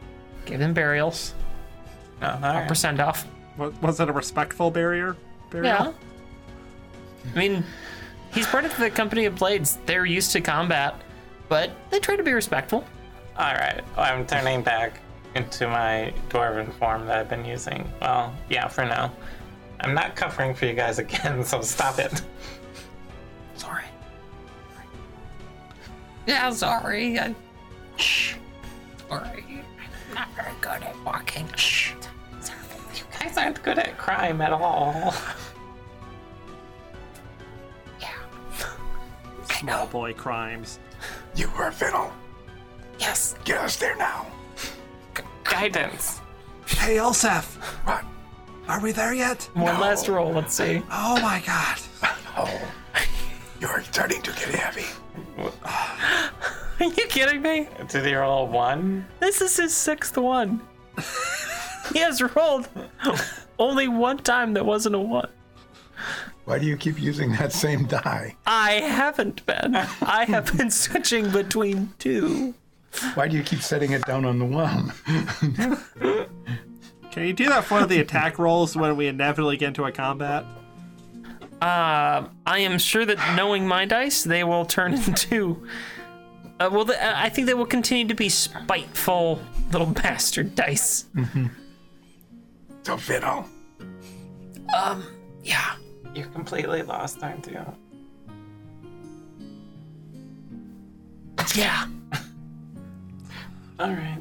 Speaker 1: gave them burials
Speaker 2: No, Oh, all right.
Speaker 1: for send off.
Speaker 3: Wa- Was it a respectful barrier?
Speaker 1: Yeah.
Speaker 3: burial?
Speaker 1: I mean, he's part of the company of Blades. They're used to combat, but they try to be respectful.
Speaker 2: All right, I'm turning back into my dwarven form that I've been using. Well, yeah, for now. I'm not covering for you guys again, (laughs) so stop it.
Speaker 1: Sorry. Yeah, sorry. I... Shh. Sorry. I'm not very good at walking. Shh.
Speaker 2: You guys aren't good at crime at all.
Speaker 1: Yeah. I know.
Speaker 3: Boy crimes.
Speaker 4: You were a fiddle.
Speaker 1: Yes.
Speaker 4: Get us there now.
Speaker 2: Guidance.
Speaker 3: Hey, Elsef,
Speaker 4: What?
Speaker 3: are we there yet?
Speaker 1: One last roll. Let's (laughs) see.
Speaker 3: Oh my god.
Speaker 4: Oh. You're starting to get heavy.
Speaker 1: Are you kidding me?
Speaker 2: Did he roll a one?
Speaker 1: This is his sixth (laughs) one. he has rolled only one time that wasn't a one.
Speaker 4: Why do you keep using that same die?
Speaker 1: I haven't been. I have been switching between two.
Speaker 4: Why do you keep setting it down on the one?
Speaker 3: Can you do that for the attack rolls when we inevitably get into a combat?
Speaker 1: Um, I am sure that knowing my dice, they will turn (laughs) into. Uh, well, th- I think they will continue to be spiteful little (laughs) bastard dice.
Speaker 4: so fiddle.
Speaker 1: Yeah.
Speaker 2: You're completely lost, aren't you?
Speaker 1: Yeah.
Speaker 2: All right.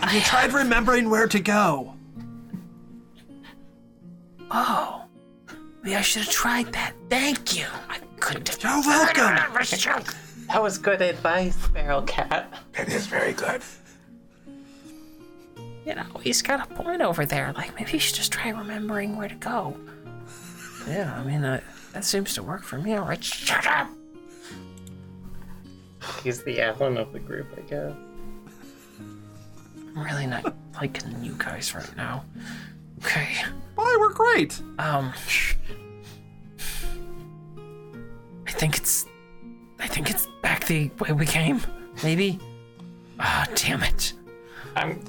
Speaker 3: I tried remembering where to go.
Speaker 1: Oh. Maybe I should have tried that. Thank you. I couldn't have.
Speaker 3: You're welcome.
Speaker 2: That was good advice, Barrel Cat.
Speaker 4: It is very good.
Speaker 1: (laughs) You know, he's got a point over there. Like, maybe you should just try remembering where to go. Yeah, I mean, uh, that seems to work for me. All right, shut up.
Speaker 2: He's the Allen of the group, I guess.
Speaker 1: I'm really not (laughs) liking you guys right now. Okay.
Speaker 3: Why we're great.
Speaker 1: Um, I think it's, I think it's back the way we came. Maybe. Ah, damn it.
Speaker 2: I'm.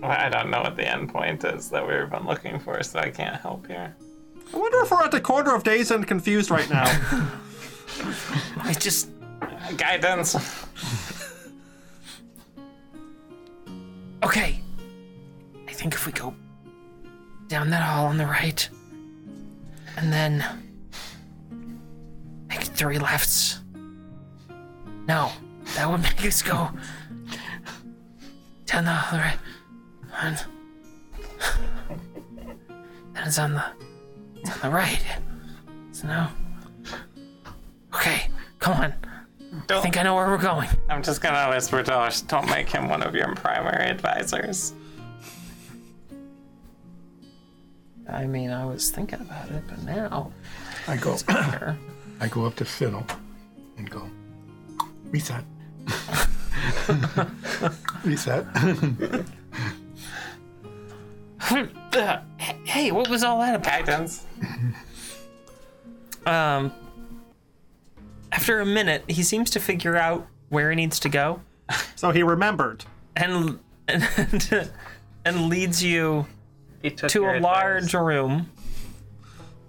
Speaker 2: Well, I don't know what the end point is that we've been looking for, so I can't help here.
Speaker 3: I wonder if we're at the corner of days and confused right (laughs) now.
Speaker 1: I just,
Speaker 2: Guidance.
Speaker 1: okay. I think if we go down that hall on the right, and then make three lefts. No, that would make us go down the hall right. And then it's on the it's on the right. So no. Okay, come on. I
Speaker 2: Don't.
Speaker 1: think I know where we're going.
Speaker 2: I'm just gonna whisper to Osh, don't make him one of your primary (laughs) advisors.
Speaker 1: I mean, I was thinking about it, but (clears throat) now.
Speaker 4: I go. I go up to Fiddle and go, reset. (laughs) reset.
Speaker 1: hey, what was all that about?
Speaker 2: Guidance.
Speaker 1: um, after a minute, he seems to figure out where he needs to go,
Speaker 3: so he remembered.
Speaker 1: and and, (laughs) and leads you
Speaker 2: He took
Speaker 1: to
Speaker 2: your
Speaker 1: a
Speaker 2: advice.
Speaker 1: large room.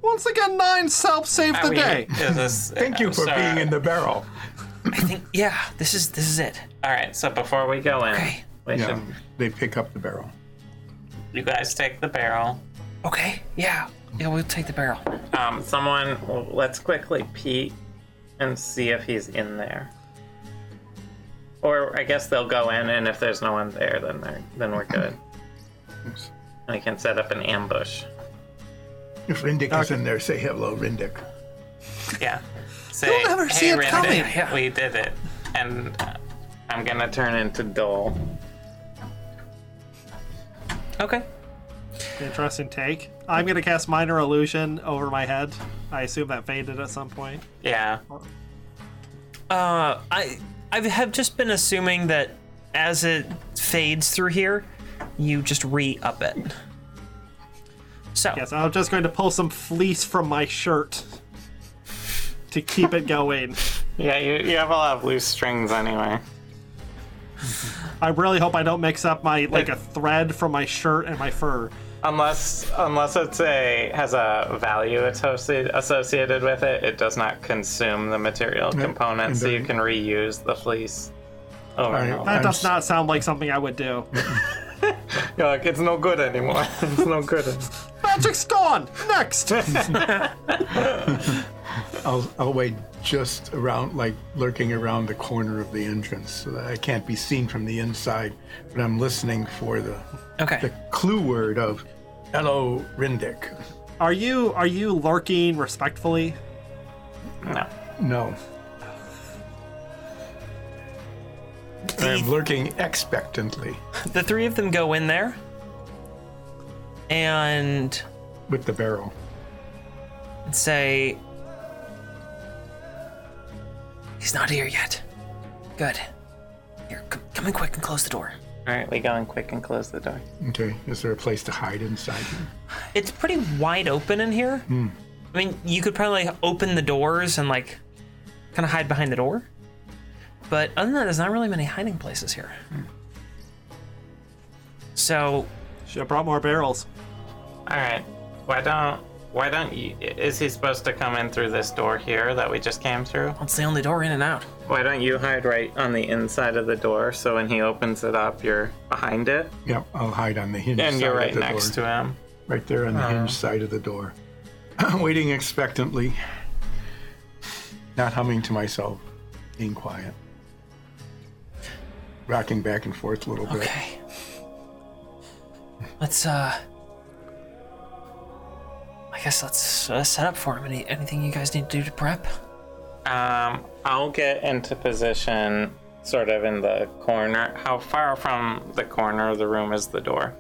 Speaker 3: Once again, nine self saved
Speaker 2: Are
Speaker 3: the
Speaker 2: we-
Speaker 3: day.
Speaker 2: is this-
Speaker 4: Thank you
Speaker 2: I'm
Speaker 4: for
Speaker 2: sorry.
Speaker 4: being in the barrel.
Speaker 1: I think, yeah, this is this is it.
Speaker 2: All right, so before we go in,
Speaker 1: Okay,
Speaker 2: we
Speaker 4: Yeah,
Speaker 2: should,
Speaker 4: they pick up the barrel.
Speaker 2: you guys take the barrel.
Speaker 1: okay, yeah, yeah. We'll take the barrel.
Speaker 2: Um, someone, well, let's quickly peek and see if he's in there. Or I guess they'll go in, and if there's no one there, then they're then we're good. And we can set up an ambush.
Speaker 4: If Rindick is in there, say hello, Rindick.
Speaker 2: Yeah. Say,
Speaker 3: You'll never
Speaker 2: hey,
Speaker 3: see it
Speaker 2: Rindy,
Speaker 3: coming."
Speaker 1: Yeah.
Speaker 2: (laughs) We did it, and uh, I'm gonna turn into Dole.
Speaker 1: Okay,
Speaker 3: Interesting take. I'm gonna cast minor illusion over my head. I assume that faded at some point.
Speaker 2: Yeah.
Speaker 1: uh, I I have just been assuming that as it fades through here, you just re up it. So
Speaker 3: Yes, I'm just going to pull some fleece from my shirt to keep it going.
Speaker 2: Yeah, you, you have a lot of loose strings anyway.
Speaker 3: I really hope I don't mix up my like a thread from my shirt and my fur.
Speaker 2: Unless unless it's a has a value associ- associated with it, it does not consume the material component, so you
Speaker 4: indeed.
Speaker 2: can reuse the fleece. Over and
Speaker 4: Alright.
Speaker 2: over.
Speaker 3: That
Speaker 4: I'm
Speaker 3: does
Speaker 4: s-
Speaker 3: not sound like something I would do.
Speaker 2: You're like, it's no good anymore. (laughs) it's no good. anymore."
Speaker 3: (laughs) Magic's gone. Next.
Speaker 4: I'll, I'll wait just around, like lurking around the corner of the entrance so that I can't be seen from the inside, but I'm listening for the, the
Speaker 1: okay,
Speaker 4: clue word of hello, Rindick.
Speaker 3: (laughs) Are you are you lurking respectfully?
Speaker 2: No.
Speaker 4: No. I'm lurking expectantly
Speaker 1: the three of them go in there, and.
Speaker 4: with the barrel.
Speaker 1: and say, He's not here yet. Good. Here, c- come in quick and close the door.
Speaker 2: All right, we go in quick and close the door.
Speaker 4: Okay, is there a place to hide inside?
Speaker 1: It's pretty wide open in here. I mean, you could probably like, open the doors and, like, kind of hide behind the door. But other than that, there's not really many hiding places here. So,
Speaker 3: Should have brought more barrels.
Speaker 2: All right. Why don't why don't you? Is he supposed to come in through this door here that we just came through?
Speaker 1: it's the only door in and out.
Speaker 2: Why don't you hide right on the inside of the door so when he opens it up, you're behind it
Speaker 4: Yep, I'll hide on the hinge.
Speaker 2: and
Speaker 4: side
Speaker 2: you're
Speaker 4: of
Speaker 2: right
Speaker 4: the
Speaker 2: next
Speaker 4: door.
Speaker 2: to him.
Speaker 4: Right there
Speaker 1: Uh-huh.
Speaker 4: on the hinge side of the door. (clears throat) Waiting expectantly. Not humming to myself. Being quiet. Rocking back and forth a little bit.
Speaker 1: Okay. Let's, uh. I guess let's uh, set up for him. Any, anything you guys need to do to prep?
Speaker 2: Um, I'll get into position sort of in the corner. How far from the corner of the room is the door?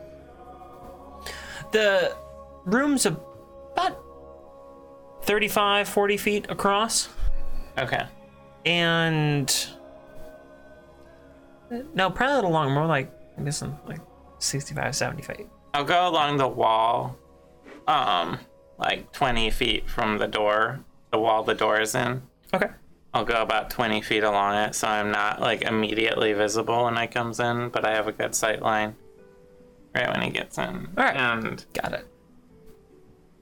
Speaker 1: The room's about 35, 40 feet across,
Speaker 2: Okay.
Speaker 1: and no, probably a little longer, more like I guess I'm like 65, 70 feet.
Speaker 2: I'll go along the wall, um, like 20 feet from the door, the wall the door is in.
Speaker 1: Okay.
Speaker 2: I'll go about 20 feet along it so I'm not like immediately visible when I comes in, but I have a good sight line right when he gets in.
Speaker 1: All right.
Speaker 2: And,
Speaker 1: Got it.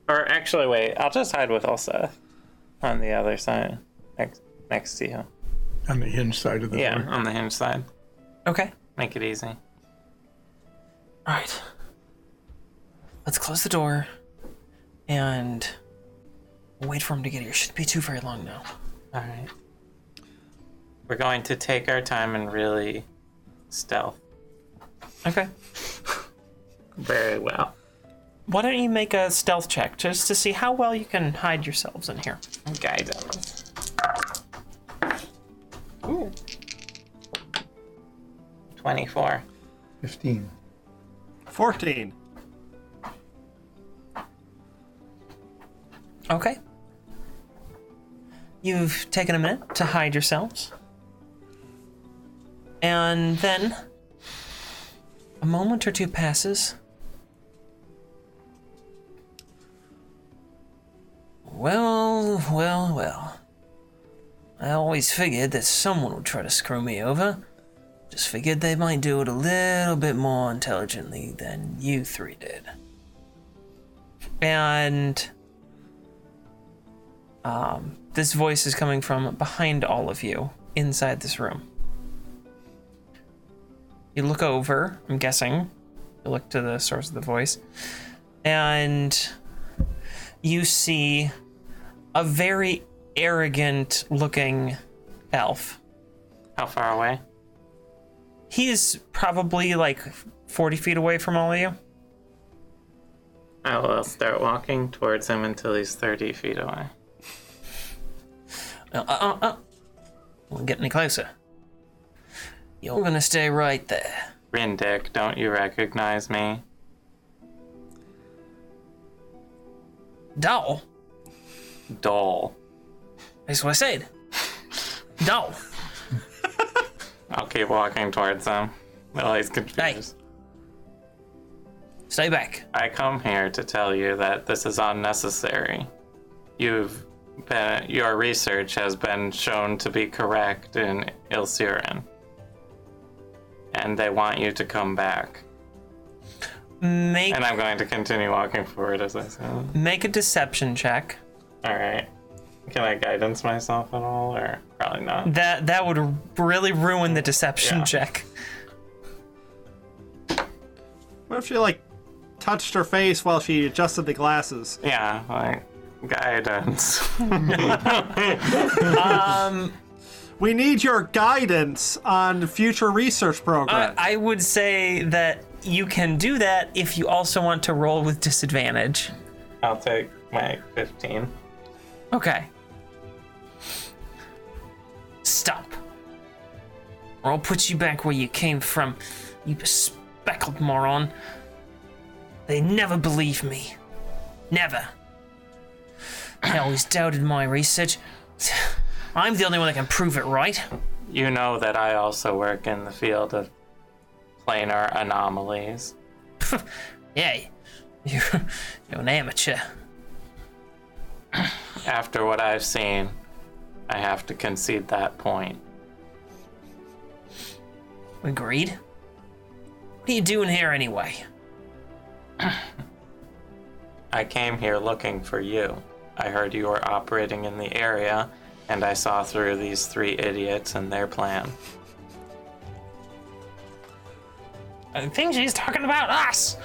Speaker 2: or actually, wait, I'll just hide with Elsa on the other side next, next to you.
Speaker 4: on the hinge side of the
Speaker 2: Yeah,
Speaker 4: door.
Speaker 2: on the hinge side.
Speaker 1: Okay.
Speaker 2: Make it easy.
Speaker 1: All right. Let's close the door and wait for him to get here. Shouldn't be too very long now.
Speaker 2: All right. We're going to take our time and really stealth
Speaker 1: Okay.
Speaker 2: very well.
Speaker 1: Why don't you make a stealth check just to see how well you can hide yourselves in here?
Speaker 2: Guide us.
Speaker 1: Ooh.
Speaker 2: 24.
Speaker 4: 15.
Speaker 3: 14.
Speaker 1: Okay. You've taken a minute to hide yourselves. And then a moment or two passes. Well, well, well. I always figured that someone would try to screw me over. Just figured they might do it a little bit more intelligently than you three did. And this voice is coming from behind all of you inside this room. You look over, I'm guessing. You look to the source of the voice, and you see a very arrogant looking elf.
Speaker 2: How far away?
Speaker 1: He's probably like 40 feet away from all of you.
Speaker 2: I will start walking towards him until he's 30 feet away.
Speaker 1: Uh, uh, uh, uh. Won't get any closer. You're gonna stay right there.
Speaker 2: Rindick, don't you recognize me?
Speaker 1: Doll.
Speaker 2: Dole.
Speaker 1: That's what I said. Doll.
Speaker 2: I'll keep walking towards him while he's confused.
Speaker 1: Stay back.
Speaker 2: I come here to tell you that this is unnecessary. You've been, your research has been shown to be correct in Ilsirin. And they want you to come back.
Speaker 1: Make
Speaker 2: And I'm going to continue walking forward as I say.
Speaker 1: make a deception check.
Speaker 2: All right. Can I guidance myself at all, or probably
Speaker 1: (laughs)
Speaker 2: not?
Speaker 1: That that would r- really ruin the deception
Speaker 2: Yeah.
Speaker 1: check.
Speaker 3: What if she, like, touched her face while she adjusted the glasses?
Speaker 2: Yeah, like guidance.
Speaker 3: We need your guidance on future research
Speaker 1: I,
Speaker 3: programs.
Speaker 1: I would say that you can do that if you also want to roll with disadvantage.
Speaker 2: I'll take my 15.
Speaker 1: Okay. Stop. Or I'll put you back where you came from, you bespeckled moron. They never believe me. Never. They always doubted my research. I'm the only one that can prove it right.
Speaker 2: You know that I also work in the field of planar anomalies.
Speaker 1: Yay. (laughs) You're, you're an amateur.
Speaker 2: After what I've seen, I have to concede that point.
Speaker 1: Agreed. What are you doing here anyway?
Speaker 2: I came here looking for you. I heard you were operating in the area, and I saw through these three idiots and their plan.
Speaker 1: I think she's talking about us.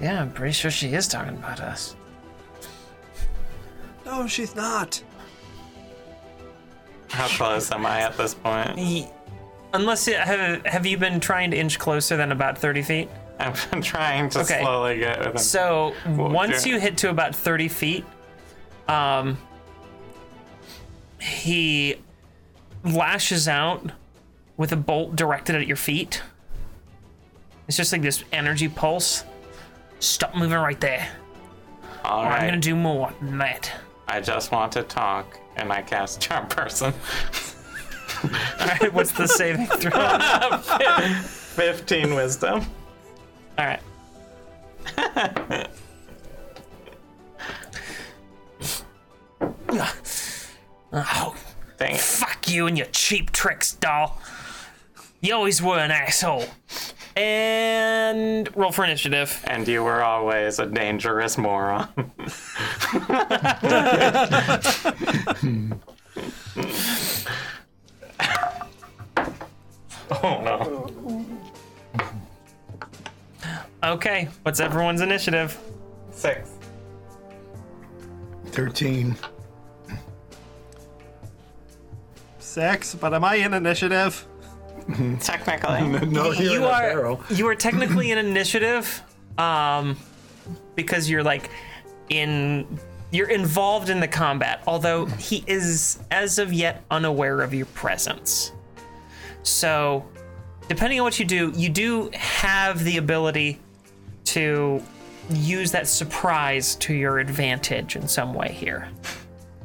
Speaker 1: yeah, I'm pretty sure she is talking about us.
Speaker 3: no, she's not.
Speaker 1: (laughs)
Speaker 2: How close am I at this point?
Speaker 1: Unless it, have have you been trying to inch closer than about thirty feet?
Speaker 2: I'm trying to
Speaker 1: Okay.
Speaker 2: slowly get within.
Speaker 1: So
Speaker 2: Well,
Speaker 1: once
Speaker 2: yeah.
Speaker 1: you hit to about 30 feet, um, he lashes out with a bolt directed at your feet. It's just like this energy pulse. Stop moving right there.
Speaker 2: All
Speaker 1: I'm
Speaker 2: right.
Speaker 1: gonna do more than that.
Speaker 2: I just want to talk, and I cast charm person. (laughs)
Speaker 1: All right, (laughs) what's the saving throw? All
Speaker 2: Fifteen wisdom.
Speaker 1: right. (laughs) Oh,
Speaker 2: Dang it.
Speaker 1: Fuck you and your cheap tricks, doll. You always were an asshole. And roll for initiative.
Speaker 2: And you were always a dangerous moron. (laughs) oh no.
Speaker 1: Okay, what's everyone's initiative?
Speaker 2: Six.
Speaker 4: 13.
Speaker 3: Six, but am I in initiative?
Speaker 2: Technically.
Speaker 4: (laughs) No, you're in
Speaker 1: you
Speaker 4: a
Speaker 1: are Mm-hmm.
Speaker 4: barrel.
Speaker 1: you are technically in initiative, um, because you're like in you're involved in the combat. Although he is as of yet unaware of your presence. So, depending on what you do, you do have the ability to use that surprise to your advantage in some way here.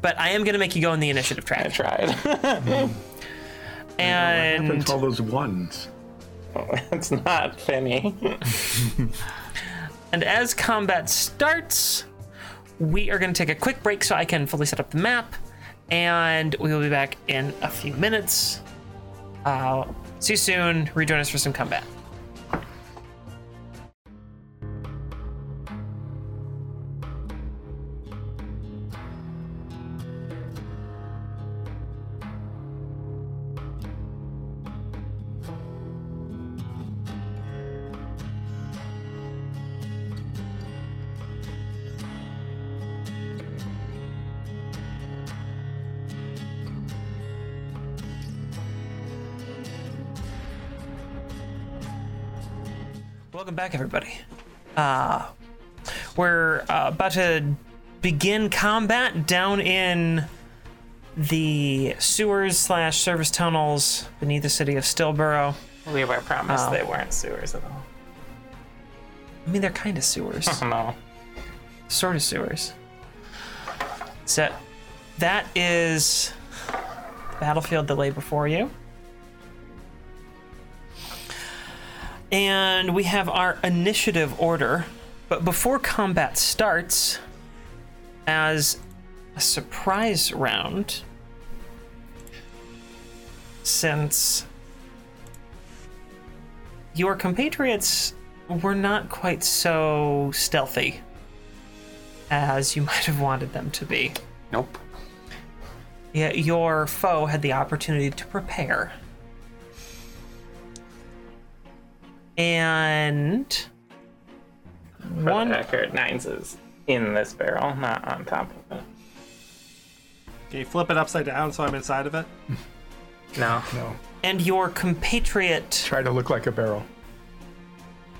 Speaker 1: But I am going to make you go in the initiative
Speaker 2: I
Speaker 1: track.
Speaker 2: (laughs) tried. (laughs)
Speaker 1: And
Speaker 4: That's all those ones.
Speaker 2: it's not Finny.
Speaker 1: And as combat starts, we are going to take a quick break so I can fully set up the map, and we will be back in a few minutes. Uh, see you soon. Rejoin us for some combat. Welcome back, everybody. Uh, we're uh, about to begin combat down in the sewers slash service tunnels beneath the city of Stillborough.
Speaker 2: Believe I promised
Speaker 1: Oh.
Speaker 2: they weren't sewers at all.
Speaker 1: I mean, they're kind of sewers.
Speaker 2: Oh no.
Speaker 1: sort of sewers. So that is the battlefield that lay before you. And we have our initiative order. But before combat starts, as a surprise round, since your compatriots were not quite so stealthy as you (laughs) might have wanted them to be.
Speaker 2: Nope.
Speaker 1: Yet your foe had the opportunity to prepare. And
Speaker 2: For
Speaker 1: One-
Speaker 2: the record, Nines is in this barrel, not on top of it.
Speaker 3: Can you flip it upside down so I'm inside of it?
Speaker 2: No.
Speaker 4: No.
Speaker 1: and your compatriot
Speaker 4: Try to look like a barrel.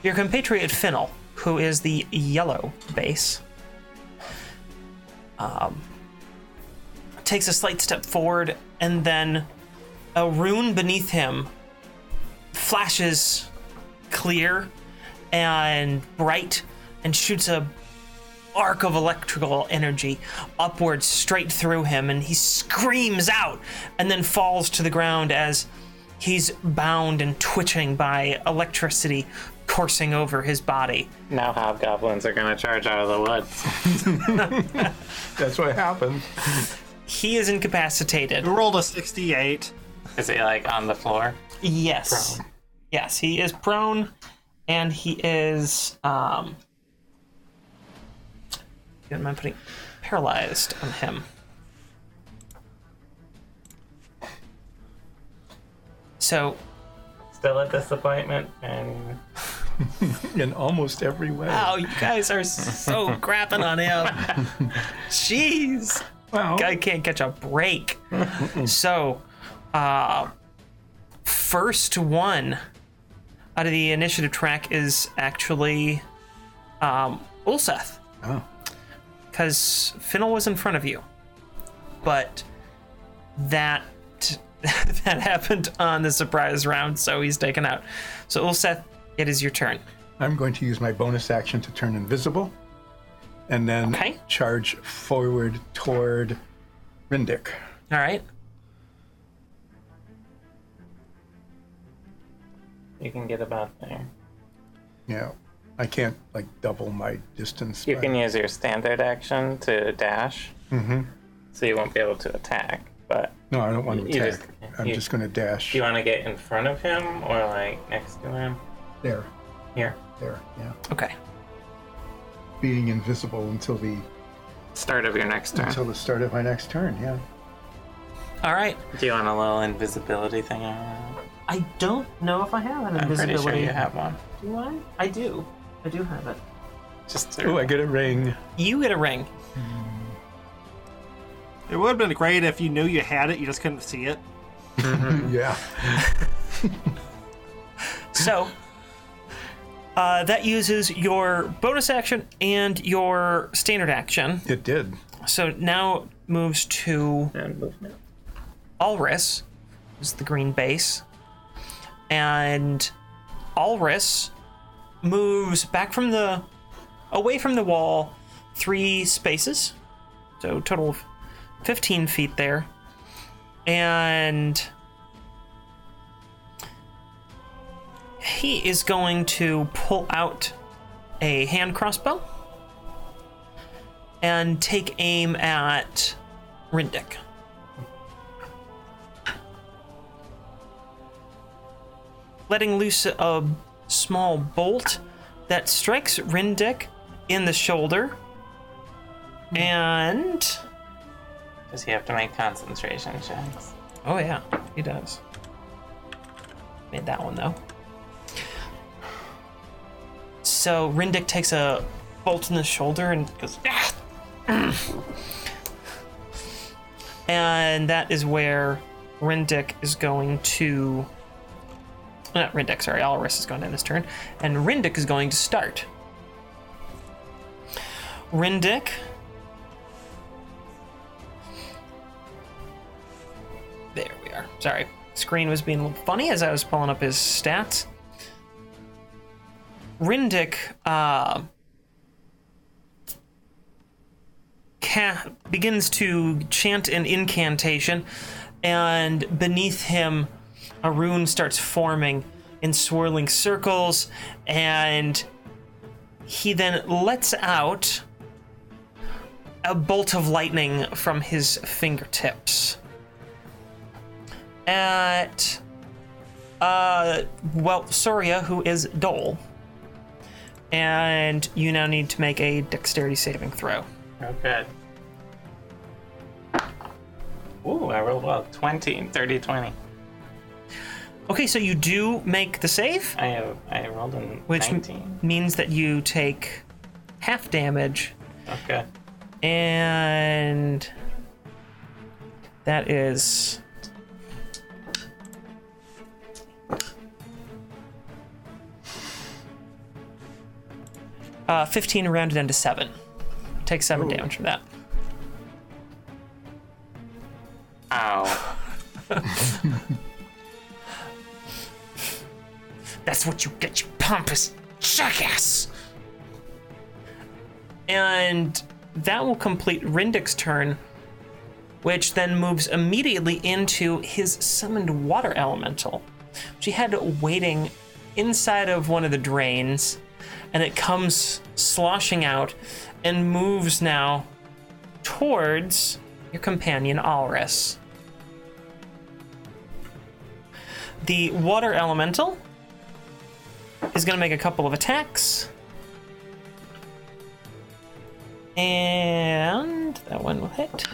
Speaker 1: your compatriot Fennel, who is the yellow base, um, takes a slight step forward, and then a rune beneath him flashes clear and bright and shoots a arc of electrical energy upwards straight through him and he screams out and then falls to the ground as He's bound and twitching by electricity coursing over his body.
Speaker 2: Now hobgoblins are gonna charge out of the woods.
Speaker 4: That's what happened.
Speaker 1: He is incapacitated.
Speaker 3: We rolled a 68.
Speaker 2: Is he like on the floor?
Speaker 1: Yes. Yes, he is prone and he is um don't mind putting paralyzed on him. So
Speaker 2: Still a disappointment, and
Speaker 4: In almost every way.
Speaker 1: Wow, oh, you guys are so crapping on him. Jeez.
Speaker 4: Wow.
Speaker 1: I can't catch a
Speaker 2: (laughs)
Speaker 1: break. so, uh, first one out of the initiative track is actually um, Ulseth,
Speaker 4: Oh,
Speaker 1: because Finnell was in front of you. But that (laughs) that happened on the surprise round, so he's taken out. So Ulseth, it is your turn.
Speaker 4: I'm going to use my bonus action to turn invisible, and then
Speaker 1: Okay.
Speaker 4: charge forward toward Rindick.
Speaker 1: All right.
Speaker 2: You can get about there.
Speaker 4: Yeah, I can't like double my distance.
Speaker 2: You
Speaker 4: but-
Speaker 2: can use your standard action to dash. Mm-hmm. So you won't be able to attack. But
Speaker 4: No, I don't want to
Speaker 2: You
Speaker 4: attack.
Speaker 2: just-
Speaker 4: I'm
Speaker 2: you-
Speaker 4: just going to dash
Speaker 2: do you want to get in front of him or like next to him?
Speaker 4: there,
Speaker 2: Here.
Speaker 4: there. Yeah,
Speaker 1: Okay.
Speaker 4: being invisible until the
Speaker 2: Start of your next turn.
Speaker 4: until the start of my next turn. Yeah.
Speaker 1: All right.
Speaker 2: Do you want a little invisibility thing? on it?
Speaker 1: I don't know if I have an
Speaker 2: I'm pretty
Speaker 1: invisibility.
Speaker 2: sure you have one.
Speaker 1: Do I? I do. I do have it.
Speaker 2: Just to
Speaker 4: Oh, I get a ring.
Speaker 1: You get a ring.
Speaker 3: It would have been great if you knew you had it, you just couldn't see it.
Speaker 4: Yeah.
Speaker 1: So uh, that uses your bonus action and your standard action.
Speaker 4: It did.
Speaker 1: So now moves to
Speaker 2: and movement.
Speaker 1: Alris, is the green base, and Alris moves back from the away from the wall three spaces, so total of fifteen feet there, and he is going to pull out a hand crossbow and take aim at Rindick. letting loose a small bolt that strikes Rindick in the shoulder. And
Speaker 2: Does he have to make concentration checks?
Speaker 1: oh yeah, he does. Made that one though. So Rindick takes a bolt in the shoulder and goes "Ah!" And that is where Rindick is going to not Rindick, sorry, Alaris is going to end his turn. And Rindick is going to start. Rindick. There we are. Sorry. Screen was being a little funny as I was pulling up his stats. Rindick uh, ca- begins to chant an incantation, and beneath him, a rune starts forming in swirling circles, and he then lets out a bolt of lightning from his fingertips. At uh, well, Soria, who is Dole, and you now need to make a dexterity saving throw.
Speaker 2: Oh, good. Ooh, I rolled well. 20, 30, 20.
Speaker 1: Okay, so you do make the save,
Speaker 2: I have, I rolled a
Speaker 1: which m-
Speaker 2: 19.
Speaker 1: means that you take half damage
Speaker 2: Okay.
Speaker 1: And that is uh, 15 rounded into 7. Take 7 damage from that.
Speaker 2: Ow.
Speaker 1: That's what you get, you pompous jackass! And that will complete Rindick's turn, which then moves immediately into his summoned water elemental, which he had waiting inside of one of the drains, and it comes sloshing out and moves now towards your companion Alris. The water elemental is going to make a couple of attacks. And that one will hit.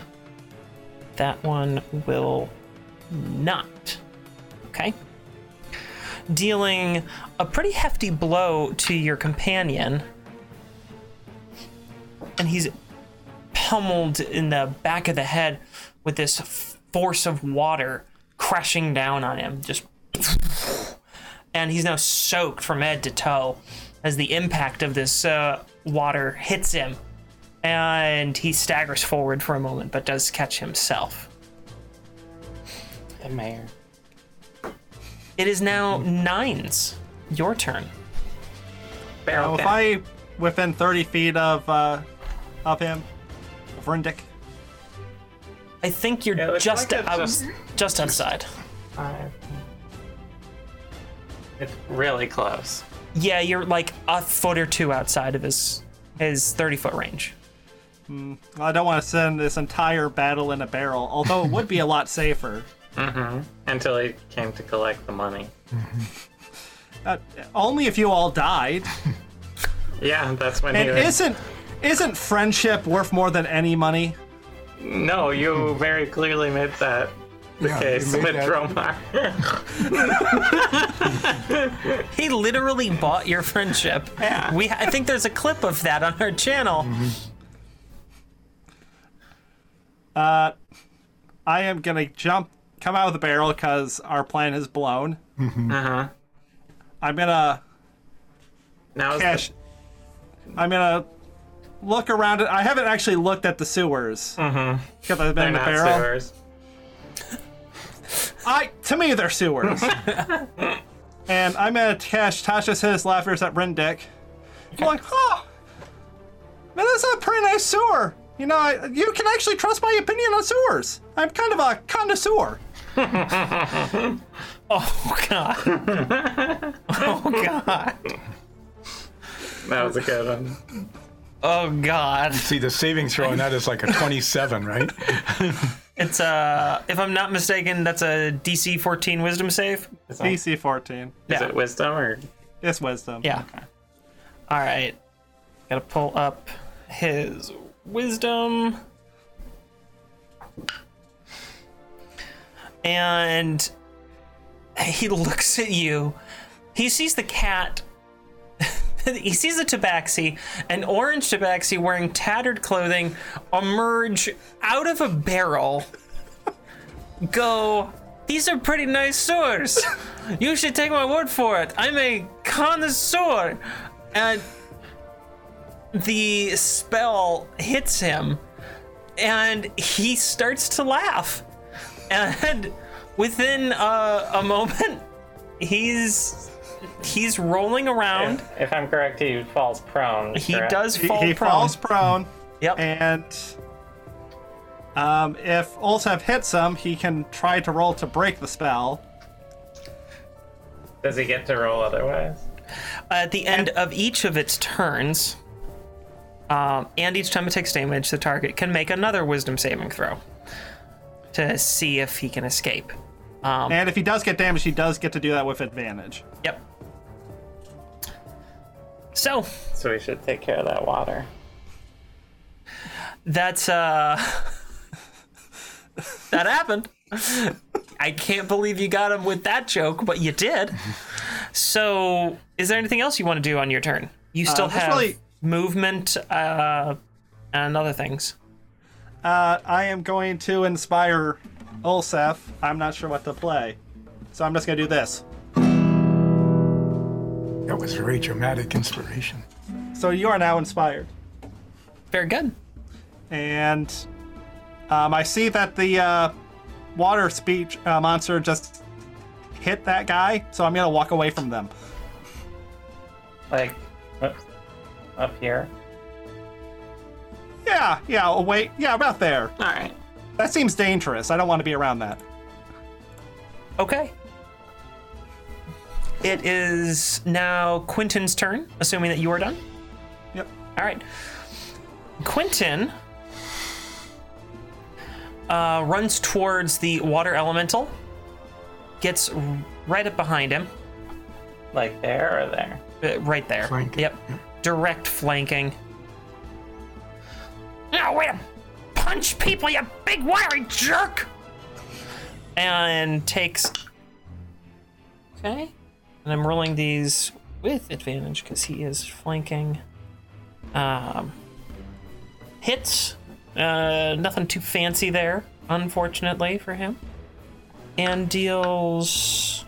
Speaker 1: That one will not. Okay. Dealing a pretty hefty blow to your companion. And he's pummeled in the back of the head with this force of water crashing down on him. Just and he's now soaked from head to toe as the impact of this uh, water hits him. And he staggers forward for a moment, but does catch himself.
Speaker 2: The mayor.
Speaker 1: It is now
Speaker 2: Mm-hmm.
Speaker 1: Nines. Your turn.
Speaker 2: Barrel
Speaker 3: Now, if
Speaker 2: down.
Speaker 3: I within 30 feet of uh, of him, of Rindic,
Speaker 1: I think you're
Speaker 2: Yeah, it's
Speaker 1: just
Speaker 2: like it's
Speaker 1: out,
Speaker 2: just-
Speaker 1: just outside.
Speaker 2: Five. It's really close.
Speaker 1: Yeah, you're like a foot or two outside of his his 30 foot range.
Speaker 3: I don't want to send this entire battle in a barrel, although it would be a lot safer.
Speaker 2: Until he came to collect the money.
Speaker 3: Uh, only if you all died.
Speaker 2: Yeah, that's when
Speaker 3: And
Speaker 2: he was.
Speaker 3: isn't isn't friendship worth more than any money?
Speaker 2: No, you very clearly made that the
Speaker 4: Yeah, you
Speaker 2: case
Speaker 4: made
Speaker 2: with
Speaker 4: that-
Speaker 2: Dromar. (laughs)
Speaker 1: He literally bought your friendship.
Speaker 2: (laughs) Yeah. Mm-hmm.
Speaker 1: We I think there's a clip of that on our channel.
Speaker 3: I am gonna jump, come out of the barrel because our plan is blown. Mm-hmm. Uh-huh. I'm gonna
Speaker 2: now is
Speaker 3: cash. I'm gonna look around. It. I haven't actually looked at the sewers because I've
Speaker 2: the,
Speaker 3: been in the
Speaker 2: Mm-hmm. not
Speaker 3: barrel.
Speaker 2: sewers.
Speaker 3: I to me they're sewers. and I'm gonna cash Tasha's his laughers at Rendick. I'm like, huh? Man, that's a pretty nice sewer. You know, I, you can actually trust my opinion on sewers. I'm kind of a connoisseur.
Speaker 1: Oh god. oh
Speaker 2: (laughs)
Speaker 1: god.
Speaker 2: That was a good one.
Speaker 1: Oh god.
Speaker 4: See, the savings throw on that is like a 27, right?
Speaker 1: It's uh if I'm not mistaken, that's a DC 14 wisdom save.
Speaker 2: Is, that, is
Speaker 3: DC 14.
Speaker 1: Yeah.
Speaker 2: it wisdom or
Speaker 3: It's wisdom.
Speaker 1: Yeah. All right. Got to pull up his wisdom. And he looks at you. He sees the cat. (laughs) he sees a tabaxi, an orange tabaxi wearing tattered clothing, emerge out of a barrel. Go, these are pretty nice swords. You should take my word for it. I'm a connoisseur. And the spell hits him, and he starts to laugh. And within uh, a moment, he's he's rolling around.
Speaker 2: if, if I'm correct, he falls prone.
Speaker 1: He
Speaker 2: correct?
Speaker 1: does
Speaker 3: He,
Speaker 1: fall
Speaker 3: he
Speaker 1: prone.
Speaker 3: falls prone,
Speaker 1: Yep.
Speaker 3: and um, if Olsev hits him, he can try to roll to break the spell.
Speaker 2: Does he get to roll otherwise?
Speaker 1: At the end of each of its turns, um, and each time it takes damage, the target can make another Wisdom saving throw to see if he can escape. Um.
Speaker 3: And if he does get damaged, he does get to do that with advantage.
Speaker 1: Yep. So
Speaker 2: So we should take care of that water.
Speaker 1: that's uh, (laughs) that happened. I can't believe you got him with that joke, but you did. So, is there anything else you want to do on your turn? You still
Speaker 3: that's
Speaker 1: have
Speaker 3: really-
Speaker 1: movement uh, and other things.
Speaker 3: Uh, I am going to inspire Olsef. I'm not sure what to play. So I'm just going to do this.
Speaker 4: That was very dramatic inspiration.
Speaker 3: So you are now inspired.
Speaker 1: Very good.
Speaker 3: And um, I see that the uh, water speech uh, monster just hit that guy. So I'm going to walk away from them.
Speaker 2: Like, whoops, up here.
Speaker 3: Yeah, yeah, I'll wait. Yeah, about there.
Speaker 2: All right.
Speaker 3: That seems dangerous. I don't want to be around that.
Speaker 1: Okay. It is now Quentin's turn, assuming that you are done.
Speaker 3: Yep.
Speaker 1: All right. Quentin uh, runs towards the water elemental, gets r- right up behind him,
Speaker 2: Like there or there?
Speaker 1: uh, right there.
Speaker 4: Flank.
Speaker 1: Yep. Direct flanking. Now, way to punch people, you big wiry jerk! And takes. Okay. And I'm rolling these with advantage because he is flanking. Um, hits. Uh, nothing too fancy there, unfortunately for him. And deals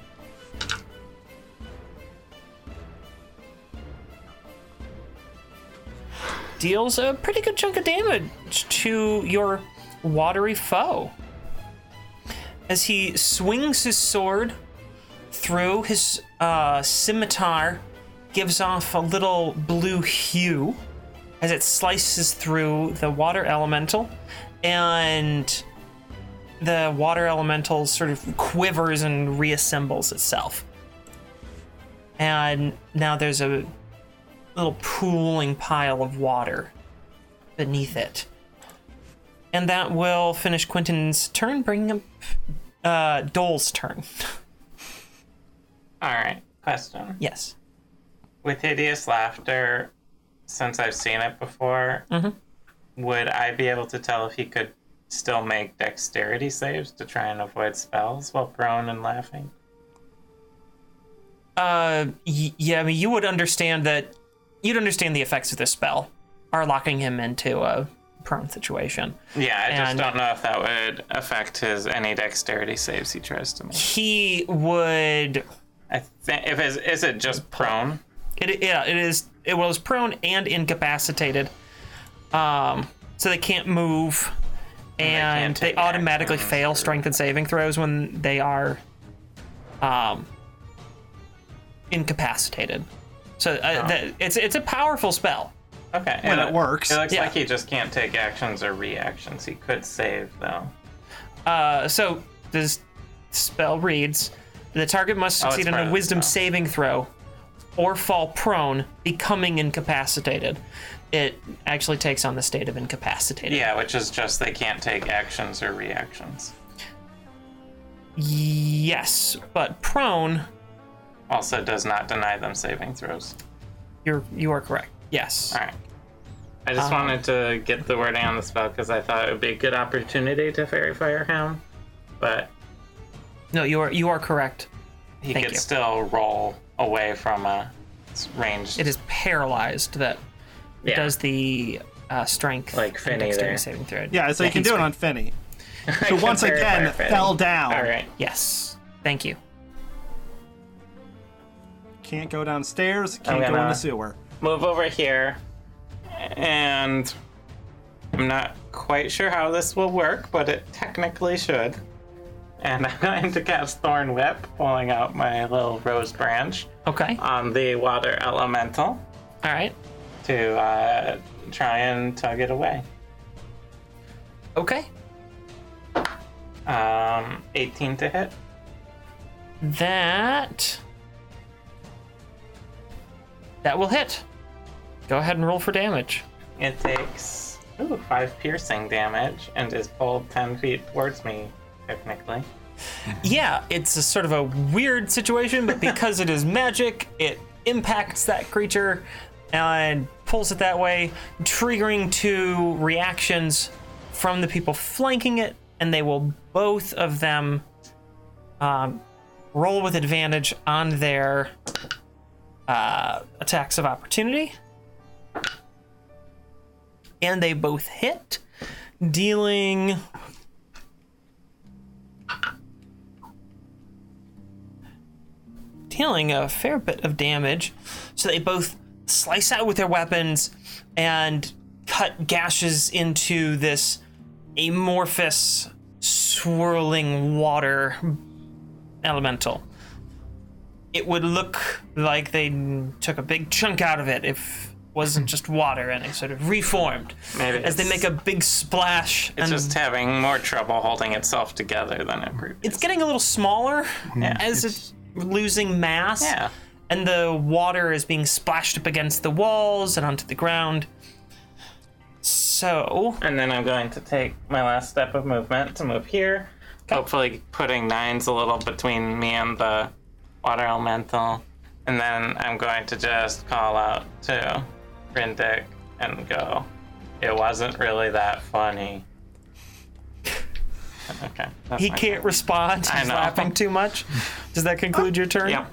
Speaker 1: deals a pretty good chunk of damage to your watery foe. As he swings his sword through, his uh, scimitar gives off a little blue hue as it slices through the water elemental, and the water elemental sort of quivers and reassembles itself. And now there's a little pooling pile of water beneath it. And that will finish Quentin's turn, bringing up uh, Dole's turn. (laughs)
Speaker 2: All right. Question.
Speaker 1: yes.
Speaker 2: With hideous laughter, since I've seen it before,
Speaker 1: Mm-hmm.
Speaker 2: would I be able to tell if he could still make dexterity saves to try and avoid spells while prone and laughing?
Speaker 1: Uh, y- yeah, I mean, you would understand that. You'd understand the effects of this spell are locking him into a prone situation.
Speaker 2: Yeah, I just
Speaker 1: And-
Speaker 2: don't know if that would affect his any dexterity saves he tries to make.
Speaker 1: He would.
Speaker 2: I think if is is it just prone?
Speaker 1: It, yeah, it is. It was prone and incapacitated. Um, so they can't move,
Speaker 2: can't
Speaker 1: and they
Speaker 2: take Mm-hmm.
Speaker 1: automatically
Speaker 2: actions
Speaker 1: fail
Speaker 2: or-
Speaker 1: strength and saving throws when they are, um, incapacitated. So
Speaker 2: Oh.
Speaker 1: uh, the, it's it's a powerful spell.
Speaker 2: Okay,
Speaker 3: When it works.
Speaker 2: It looks
Speaker 1: Yeah.
Speaker 2: like he just can't take actions or reactions. He could save though.
Speaker 1: Uh, so this spell reads: the target must
Speaker 2: Oh, it's
Speaker 1: succeed on
Speaker 2: part of
Speaker 1: a
Speaker 2: the
Speaker 1: Wisdom
Speaker 2: spell.
Speaker 1: saving throw, or fall prone, becoming incapacitated. It actually takes on the state of incapacitated.
Speaker 2: Yeah, which is just they can't take actions or reactions.
Speaker 1: Yes, but prone,
Speaker 2: Also, does not deny them saving throws.
Speaker 1: you're you are correct. Yes.
Speaker 2: All right. I
Speaker 1: Uh,
Speaker 2: just wanted to get the wording on the spell because I thought it would be a good opportunity to fairy fire him, but
Speaker 1: No, you are you are correct.
Speaker 2: he
Speaker 1: Thank
Speaker 2: could
Speaker 1: you.
Speaker 2: still roll away from a range.
Speaker 1: It is paralyzed that
Speaker 2: yeah.
Speaker 1: does
Speaker 3: (laughs)
Speaker 1: the uh, strength
Speaker 2: Like
Speaker 1: and
Speaker 2: Finny
Speaker 1: dexterity
Speaker 2: there.
Speaker 1: saving throw.
Speaker 3: Yeah, so you can
Speaker 1: he's
Speaker 3: do it
Speaker 1: fine.
Speaker 3: on Finny,
Speaker 1: (laughs)
Speaker 2: I
Speaker 3: who once
Speaker 2: compared
Speaker 3: again
Speaker 2: by fairy.
Speaker 3: fell down.
Speaker 2: All right.
Speaker 1: Yes. Thank you.
Speaker 3: Can't go downstairs. Can't go in
Speaker 2: gonna-
Speaker 3: the sewer.
Speaker 2: move over here and I'm not quite sure how this will work, but it technically should. And (laughs) I'm going to cast Thorn Whip, pulling out my little rose branch
Speaker 1: Okay.
Speaker 3: Uh,
Speaker 2: on the water elemental
Speaker 1: All right.
Speaker 2: to uh, try and tug it away.
Speaker 1: Okay.
Speaker 2: Um, 18 to hit.
Speaker 1: That that will hit. Go ahead and roll for damage.
Speaker 2: It takes ooh, five piercing damage and is pulled 10 feet towards me, technically.
Speaker 1: Yeah, it's a sort of a weird situation, but because it is magic, it impacts that creature and pulls it that way, triggering two reactions from the people flanking it, and they will both of them um, roll with advantage on their uh, attacks of opportunity. And they both hit, dealing. dealing a fair bit of damage. So they both slice out with their weapons and cut gashes into this amorphous, swirling water elemental. It would look like they took a big chunk out of it if it wasn't just water and it sort of reformed
Speaker 2: Maybe
Speaker 1: as they
Speaker 2: it's-
Speaker 1: make a big splash
Speaker 2: It's
Speaker 1: and
Speaker 2: just having more trouble holding itself together than it previously.
Speaker 1: it's getting a little smaller
Speaker 3: Hmm.
Speaker 2: Yeah.
Speaker 1: as it's losing mass
Speaker 2: Yeah.
Speaker 1: and the water is being splashed up against the walls and onto the ground. So,
Speaker 2: And then I'm going to take my last step of movement to move here. Hopefully, putting nines a little between me and the water elemental. And then I'm going to just call out to Rindick and go, It wasn't really that funny. (laughs) Okay. that's
Speaker 1: he
Speaker 2: my
Speaker 1: can't respond. He's
Speaker 2: know.
Speaker 1: laughing too much. Does that conclude your turn?
Speaker 2: turn. Yep.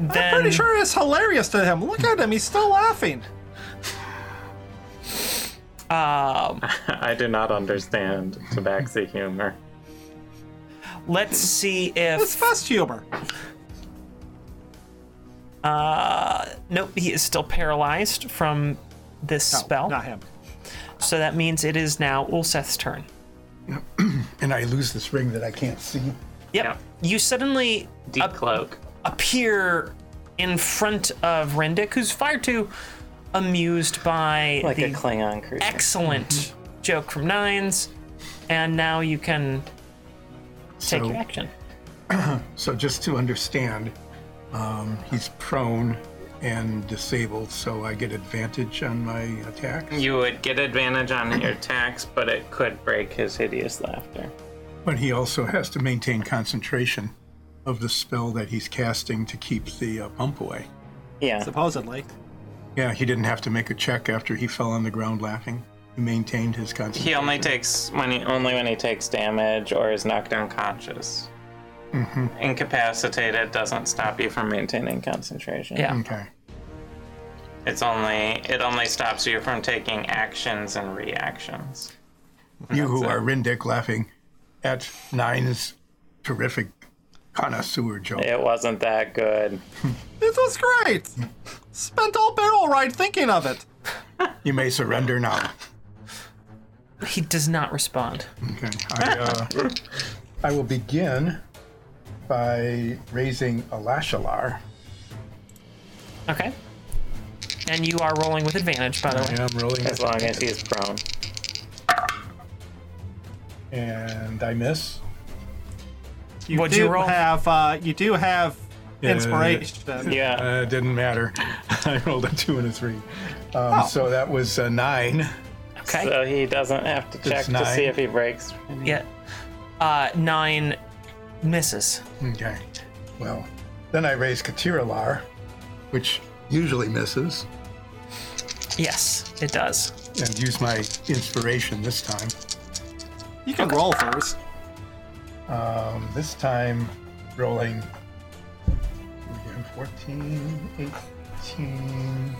Speaker 1: Then,
Speaker 3: I'm pretty sure it's hilarious to him. Look at him. He's still laughing.
Speaker 1: um,
Speaker 2: (laughs) I do not understand tabaxi humor.
Speaker 1: let's see
Speaker 3: It's
Speaker 1: if.
Speaker 3: fest humor.
Speaker 1: Nope, he is still paralyzed from this
Speaker 3: No,
Speaker 1: spell.
Speaker 3: Not him.
Speaker 1: So that means it is now Ulseth's turn.
Speaker 4: and I lose this ring that I can't see.
Speaker 1: Yep.
Speaker 2: Yeah.
Speaker 1: You suddenly
Speaker 2: Decloak.
Speaker 1: appear in front of Rendick, who's far too amused by
Speaker 5: Like
Speaker 1: the
Speaker 5: a Mm-hmm. Klingon creature.
Speaker 1: excellent joke from Nines, and now you can take
Speaker 4: So-
Speaker 1: your action.
Speaker 4: So just to understand, um, he's prone and disabled, so I get advantage on my attacks.
Speaker 2: You would get advantage on your attacks, but it could break his hideous laughter.
Speaker 4: But he also has to maintain concentration of the spell that he's casting to keep the uh, bump away.
Speaker 5: Yeah.
Speaker 3: Supposedly.
Speaker 4: Yeah, he didn't have to make a check after he fell on the ground laughing. He maintained his concentration.
Speaker 2: He only takes when he only when he takes damage or is knocked unconscious. Incapacitated doesn't stop you from maintaining concentration.
Speaker 1: Yeah.
Speaker 4: Okay.
Speaker 2: It's only it only stops you from taking actions and reactions.
Speaker 4: You who
Speaker 2: That's it.
Speaker 4: are Rindick laughing at Nine's terrific connoisseur joke.
Speaker 2: It wasn't that good.
Speaker 3: This was great. Spent all barrel ride thinking of it.
Speaker 4: You may surrender now.
Speaker 1: He does not respond.
Speaker 4: Okay. I, uh, (laughs) I will begin by raising a Lashalar.
Speaker 1: Okay. And you are rolling with advantage, by the way.
Speaker 4: I am rolling
Speaker 5: As long as he's prone.
Speaker 4: and I miss.
Speaker 3: You
Speaker 1: What'd
Speaker 3: do
Speaker 1: you roll?
Speaker 3: have uh, you do have
Speaker 4: Yeah.
Speaker 3: inspiration.
Speaker 5: Yeah.
Speaker 4: Uh, it didn't matter. (laughs) I rolled a two and a three. Um,
Speaker 3: Oh.
Speaker 4: So that was a nine.
Speaker 1: Okay.
Speaker 5: So he doesn't have to check to
Speaker 4: nine.
Speaker 5: see if he breaks.
Speaker 1: yeah. Uh, nine misses.
Speaker 4: Okay. Well, then I raised Katiralar, which usually misses,
Speaker 1: Yes, it does.
Speaker 4: and use my inspiration this time.
Speaker 3: You can roll first.
Speaker 4: Um, this time, rolling again, 14, 18,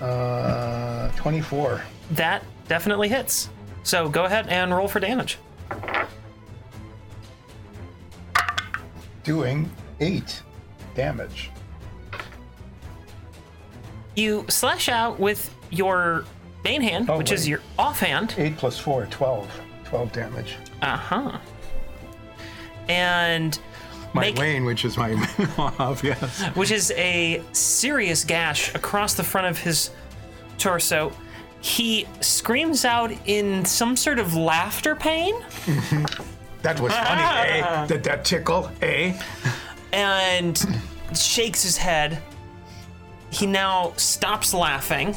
Speaker 4: uh, 24.
Speaker 1: That definitely hits. So go ahead and roll for damage.
Speaker 4: doing eight damage.
Speaker 1: You slash out with your main hand,
Speaker 4: Oh,
Speaker 1: which is
Speaker 4: wait.
Speaker 1: your offhand.
Speaker 4: Eight plus four, 12. 12 damage.
Speaker 1: Uh huh. And
Speaker 4: My
Speaker 1: Make-
Speaker 4: lane, which is my (laughs) off, yes.
Speaker 1: which is a serious gash across the front of his torso. He screams out in some sort of laughter pain,
Speaker 4: That was funny, eh? Did that tickle, eh?
Speaker 1: and shakes his head. He now stops laughing.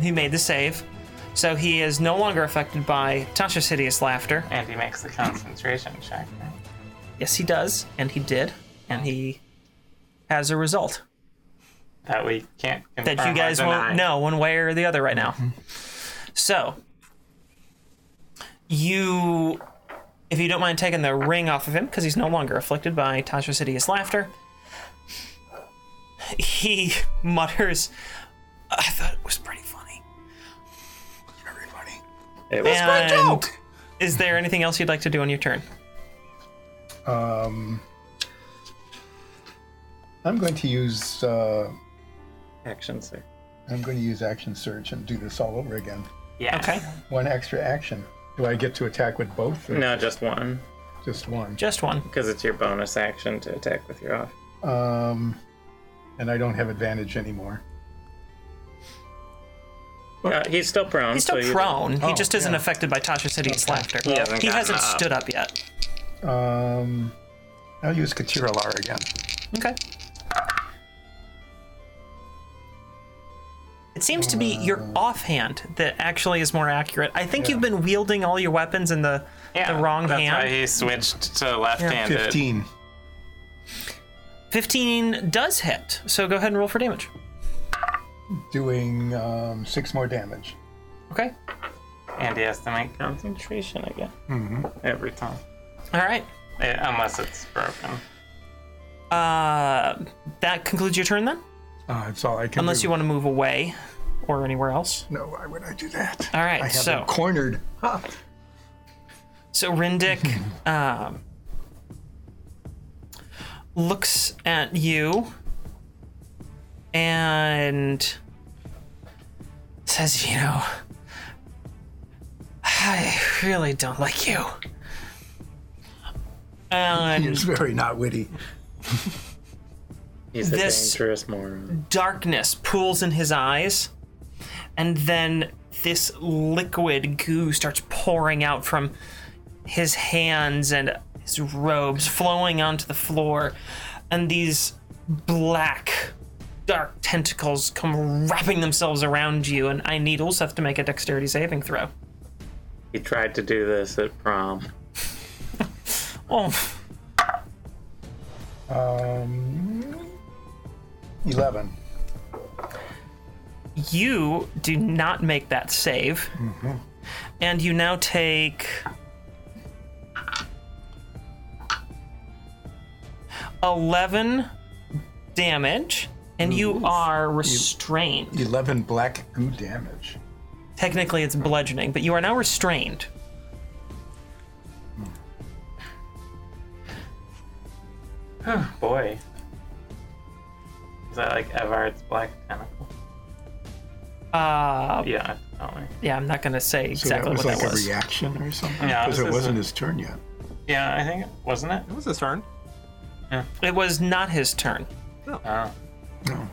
Speaker 1: He made the save. So he is no longer affected by Tasha's hideous laughter.
Speaker 2: And he makes the concentration check.
Speaker 1: Yes, he does, and he did, and he has a result
Speaker 2: That we can't confirm
Speaker 1: that you guys
Speaker 2: or
Speaker 1: won't
Speaker 2: deny.
Speaker 1: know one way or the other right now.
Speaker 4: Mm-hmm.
Speaker 1: So, you, if you don't mind taking the ring off of him, because he's no longer afflicted by Tasha's hideous laughter, he (laughs) mutters, I thought it was pretty funny.
Speaker 4: Very funny.
Speaker 5: It was
Speaker 1: And Is there anything else you'd like to do on your turn?
Speaker 4: Um, I'm going to use uh,
Speaker 5: action, sir.
Speaker 4: I'm going to use action search and do this all over again.
Speaker 2: Yeah.
Speaker 1: Okay,
Speaker 4: One extra action. Do I get to attack with both or
Speaker 5: No, just one,
Speaker 4: just one?
Speaker 1: just one.
Speaker 5: because it's your bonus action to attack with your off.
Speaker 4: Um, and I don't have advantage anymore.
Speaker 5: Uh, he's still prone.
Speaker 1: He's still
Speaker 5: so you-
Speaker 1: prone. he
Speaker 4: Oh,
Speaker 1: just isn't
Speaker 4: yeah.
Speaker 1: affected by Tasha's hideous laughter. He
Speaker 5: hasn't gotten
Speaker 1: hasn't
Speaker 5: up.
Speaker 1: stood up yet.
Speaker 4: Um, I'll use Katiralar again.
Speaker 1: Okay. It seems to be your offhand that actually is more accurate. I think you've been wielding all your weapons in the
Speaker 2: Yeah,
Speaker 1: the wrong
Speaker 2: that's
Speaker 1: hand.
Speaker 2: why he switched to left-handed.
Speaker 4: 15.
Speaker 1: 15 does hit. So go ahead and roll for damage.
Speaker 4: Doing um, six more damage.
Speaker 1: Okay.
Speaker 2: And he has to make
Speaker 5: Concentration again.
Speaker 2: every time.
Speaker 1: All right.
Speaker 2: Eh, unless it's broken.
Speaker 1: Uh, that concludes your turn then?
Speaker 4: Uh, that's all I can
Speaker 1: Unless
Speaker 4: do.
Speaker 1: you want to move away or anywhere else.
Speaker 4: No, why would I do that?
Speaker 1: All right.
Speaker 4: I have
Speaker 1: so
Speaker 4: them cornered. Ha!
Speaker 1: So Rindick um, looks at you and says, you know, I really don't like you. And
Speaker 4: It's very not witty.
Speaker 5: He's a
Speaker 1: This-
Speaker 5: dangerous moron.
Speaker 1: darkness pools in his eyes, and then this liquid goo starts pouring out from his hands and his robes, flowing onto the floor, and these black, dark tentacles come wrapping themselves around you. And I need also have to make a dexterity saving throw.
Speaker 5: He tried to do this at prom.
Speaker 1: Oh,
Speaker 4: Um, 11.
Speaker 1: you do not make that save,
Speaker 4: Mm-hmm.
Speaker 1: and you now take. Eleven damage, and you are restrained.
Speaker 4: 11 black goo damage.
Speaker 1: Technically, it's bludgeoning, but you are now restrained.
Speaker 2: Boy. Is that like Everard's black tentacle?
Speaker 1: Uh,
Speaker 2: Yeah, definitely.
Speaker 1: yeah, I'm not gonna say
Speaker 4: So
Speaker 1: exactly
Speaker 4: that was
Speaker 1: what
Speaker 4: like
Speaker 1: that was.
Speaker 4: a reaction or something?
Speaker 2: Yeah,
Speaker 4: Because
Speaker 2: this
Speaker 4: it
Speaker 2: is
Speaker 4: wasn't
Speaker 2: a-
Speaker 4: his turn yet.
Speaker 2: Yeah, I think wasn't it?
Speaker 3: It was his turn.
Speaker 1: It was not his turn.
Speaker 2: Oh.
Speaker 4: No.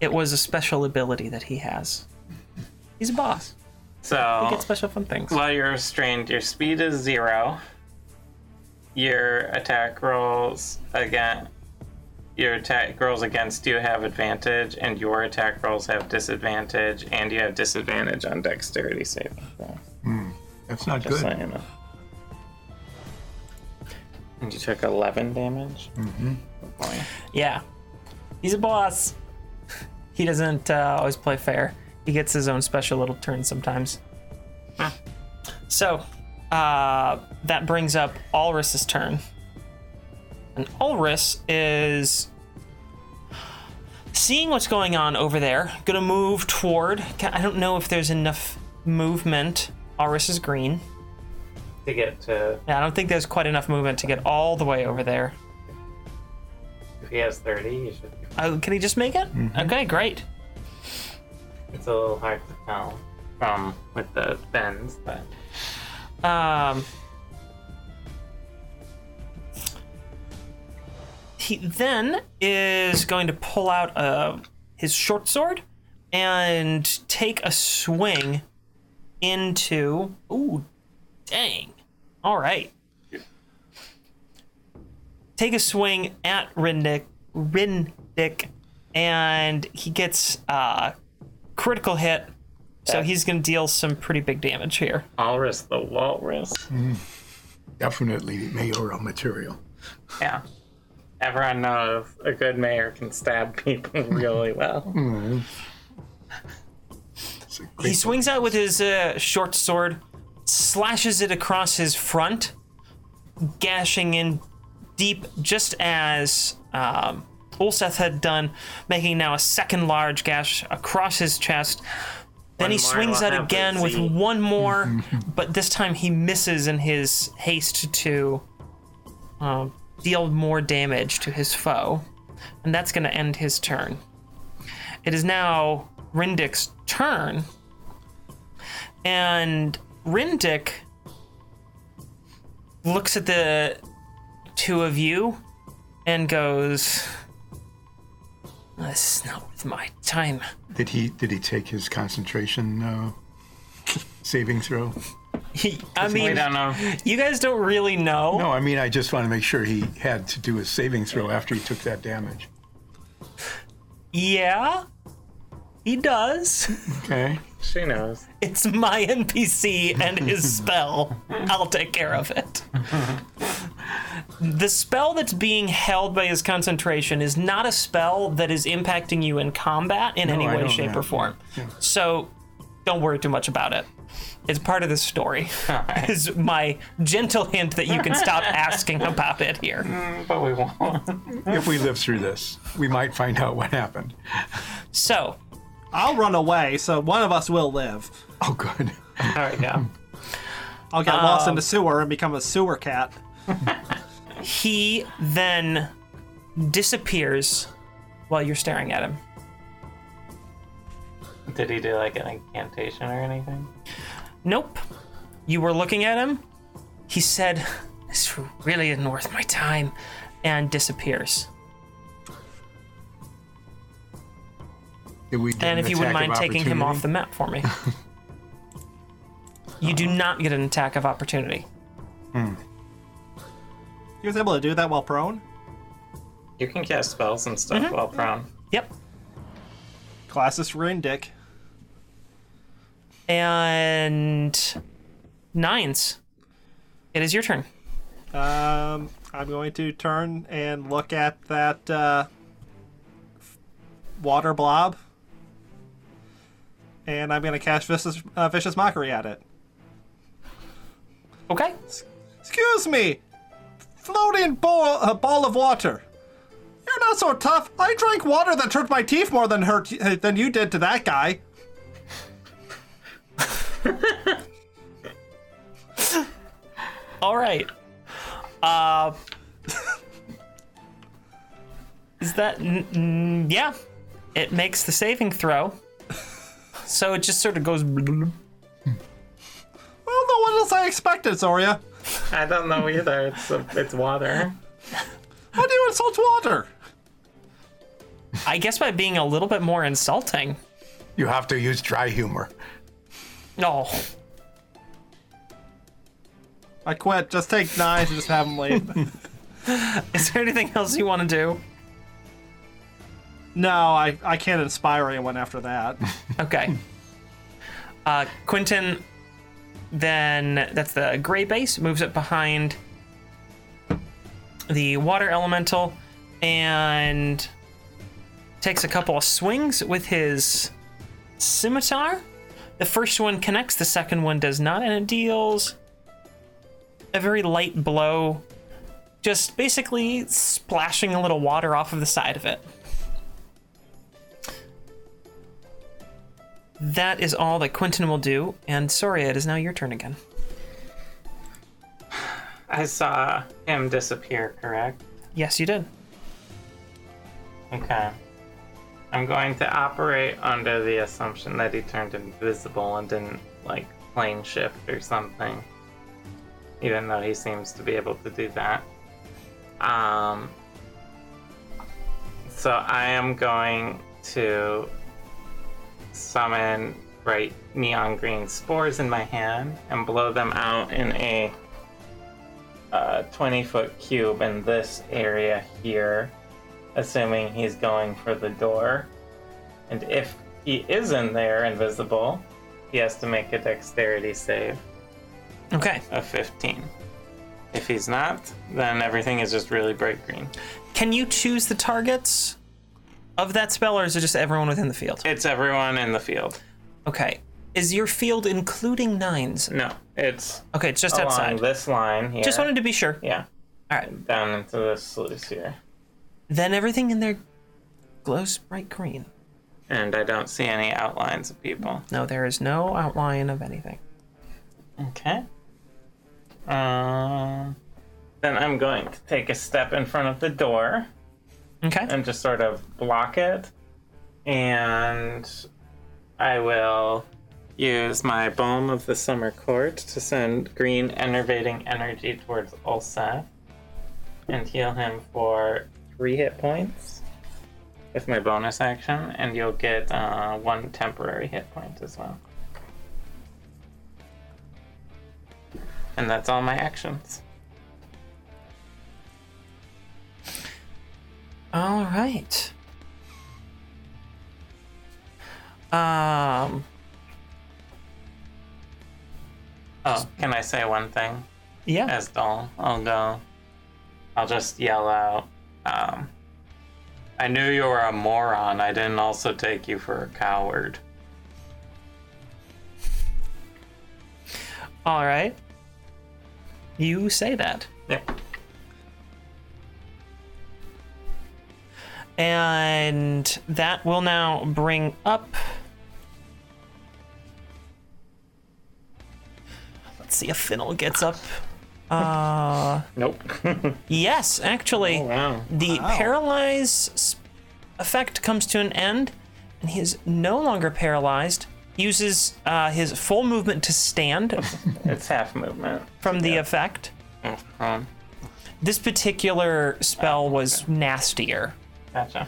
Speaker 1: It was a special ability that he has. He's a boss. He
Speaker 2: So
Speaker 4: Oh.
Speaker 1: gets special fun things.
Speaker 2: while you're restrained, your speed is zero. Your attack rolls again. Your attack rolls against you have advantage, and your attack rolls have disadvantage, and you have disadvantage on dexterity saving. throws.
Speaker 4: That's not
Speaker 5: Just
Speaker 4: good.
Speaker 5: saying. And you took 11 damage? Mm-hmm.
Speaker 2: Oh,
Speaker 5: boy.
Speaker 1: Yeah. He's a boss. He doesn't uh, always play fair. He gets his own special little turn sometimes. So, uh, that brings up Ulrus's turn. And Ulrus is seeing what's going on over there, gonna move toward. I don't know if there's enough movement. Ulrus is green.
Speaker 2: To get to,
Speaker 1: Yeah, I don't think there's quite enough movement to get all the way over there.
Speaker 2: if he has 30, you should. be-
Speaker 1: Oh, can he just make it? Okay, great.
Speaker 2: It's a little hard to tell from with the bends, but
Speaker 1: Um, he then is going to pull out uh, his short sword and take a swing into. Ooh, dang. All right. Take a swing at Rindick, Rindick and he gets uh, critical hit. So he's going to deal some pretty big damage here.
Speaker 5: Walrus the walrus.
Speaker 4: Definitely mayoral material.
Speaker 2: yeah.
Speaker 5: Everyone knows a good mayor can stab (laughs) people really well.
Speaker 4: It's a
Speaker 1: He
Speaker 4: great-
Speaker 1: swings out with his uh, short sword, slashes it across his front, gashing in deep, just as um, Ulseth had done, making now a second large gash across his chest. Then
Speaker 5: One
Speaker 1: he
Speaker 5: more
Speaker 1: swings
Speaker 5: will
Speaker 1: out
Speaker 5: have
Speaker 1: again
Speaker 5: the
Speaker 1: with
Speaker 5: Z.
Speaker 1: one more, but this time he misses in his haste to um, deal more damage to his foe. And that's going to end his turn. It is now Rindick's turn. And Rindick looks at the two of you and goes, This is not worth my time. (laughs)
Speaker 4: Did he did he take his concentration uh, saving throw?
Speaker 1: He, I
Speaker 2: We
Speaker 1: mean,
Speaker 2: don't know.
Speaker 1: you guys don't really know.
Speaker 4: No, I mean I just want to make sure he had to do his saving throw after he took that damage.
Speaker 1: Yeah, he does.
Speaker 4: Okay.
Speaker 5: She knows.
Speaker 1: It's my NPC and his
Speaker 4: (laughs)
Speaker 1: spell. I'll take care of it. The spell that's being held by his concentration is not a spell that is impacting you in combat in any
Speaker 4: I
Speaker 1: way,
Speaker 4: know
Speaker 1: shape,
Speaker 4: that.
Speaker 1: or form. So don't worry too much about it. It's part of the story. Is my gentle hint that you can
Speaker 4: (laughs)
Speaker 1: stop asking about it here.
Speaker 2: But we won't. (laughs)
Speaker 4: If we live through this, we might find out what happened.
Speaker 1: So
Speaker 3: I'll run away, so one of us will live.
Speaker 4: Oh, good.
Speaker 2: All right, yeah.
Speaker 3: I'll get lost
Speaker 1: Um,
Speaker 3: in the sewer and become a sewer cat.
Speaker 1: he then disappears while you're staring at him.
Speaker 2: Did he do like an incantation or anything?
Speaker 1: Nope. You were looking at him. He said, This really isn't worth my time, and disappears.
Speaker 4: Did we get
Speaker 1: And
Speaker 4: an
Speaker 1: if you wouldn't
Speaker 4: attack
Speaker 1: mind taking him off the
Speaker 4: opportunity?
Speaker 1: map
Speaker 4: (laughs)
Speaker 1: for me. you do not get an attack of opportunity.
Speaker 3: He was able to do that while prone.
Speaker 5: You can cast spells and stuff while prone.
Speaker 1: Yep.
Speaker 3: Classes rune dick.
Speaker 1: And nines. It is your turn.
Speaker 3: Um, I'm going to turn and look at that uh, f- water blob, and I'm going to cast vicious, uh, vicious mockery at it.
Speaker 1: Okay.
Speaker 3: Excuse me, floating ball, uh, ball of water. You're not so tough. I drank water that hurt my teeth more than hurt uh, than you did to that guy.
Speaker 1: All right. Uh, is that? N- n- yeah. It makes the saving throw. So it just sort of goes.
Speaker 3: Well, no one else I expected, Zoria.
Speaker 5: I don't know either. It's a, it's water.
Speaker 3: Why do you insult water?
Speaker 1: I guess by being a little bit more insulting.
Speaker 4: You have to use dry humor.
Speaker 1: No.
Speaker 3: I quit. Just take knives and just have them leave.
Speaker 1: Is there anything else you want to do?
Speaker 3: No, I, I can't inspire anyone after that.
Speaker 1: Okay. Uh, Quentin then, that's the gray base, moves it behind the water elemental and takes a couple of swings with his scimitar. The first one connects, the second one does not, and it deals a very light blow, just basically splashing a little water off of the side of it. That is all that Quentin will do, and Soria, it is now your turn again.
Speaker 2: I saw him disappear, correct?
Speaker 1: Yes, you did.
Speaker 2: Okay. I'm going to operate under the assumption that he turned invisible and didn't, like, plane shift or something. Even though he seems to be able to do that. Um. So I am going to summon bright neon green spores in my hand and blow them out in a uh, 20 foot cube in this area here assuming he's going for the door. And if he is in there invisible, he has to make a dexterity save
Speaker 1: Okay.
Speaker 2: of 15. If he's not, then everything is just really bright green.
Speaker 1: Can you choose the targets of that spell, or is it just everyone within the field?
Speaker 2: It's everyone in the field.
Speaker 1: Okay. Is your field including nines?
Speaker 2: No, it's
Speaker 1: Okay, it's just
Speaker 2: along
Speaker 1: outside.
Speaker 2: this line here.
Speaker 1: Just wanted to be sure.
Speaker 2: Yeah,
Speaker 1: All right.
Speaker 2: down into this sluice here.
Speaker 1: Then everything in there glows bright green.
Speaker 2: And I don't see any outlines of people.
Speaker 1: No, there is no outline of anything.
Speaker 2: Okay. Um, then I'm going to take a step in front of the door.
Speaker 1: Okay.
Speaker 2: and just sort of block it. And I will use my Balm of the Summer Court to send green enervating energy towards Ulsa and heal him for three hit points with my bonus action, and you'll get uh, one temporary hit point as well. And that's all my actions.
Speaker 1: All right. Um.
Speaker 2: Oh, can I say one thing?
Speaker 1: Yeah.
Speaker 2: as Dawn. I'll go. I'll just yell out. Um, I knew you were a moron. I didn't also take you for a coward.
Speaker 1: All right. You say that.
Speaker 2: Yeah.
Speaker 1: And that will now bring up. Let's see if Fennel gets up. Uh,
Speaker 5: Nope. (laughs) Oh,
Speaker 1: Yes, actually,
Speaker 5: wow.
Speaker 1: the paralyze s- effect comes to an end, and he is no longer paralyzed. Uses uh, his full movement to stand
Speaker 5: (laughs) It's half movement.
Speaker 1: from the effect.
Speaker 5: Um, Oh,
Speaker 1: This particular spell was nastier.
Speaker 2: Gotcha.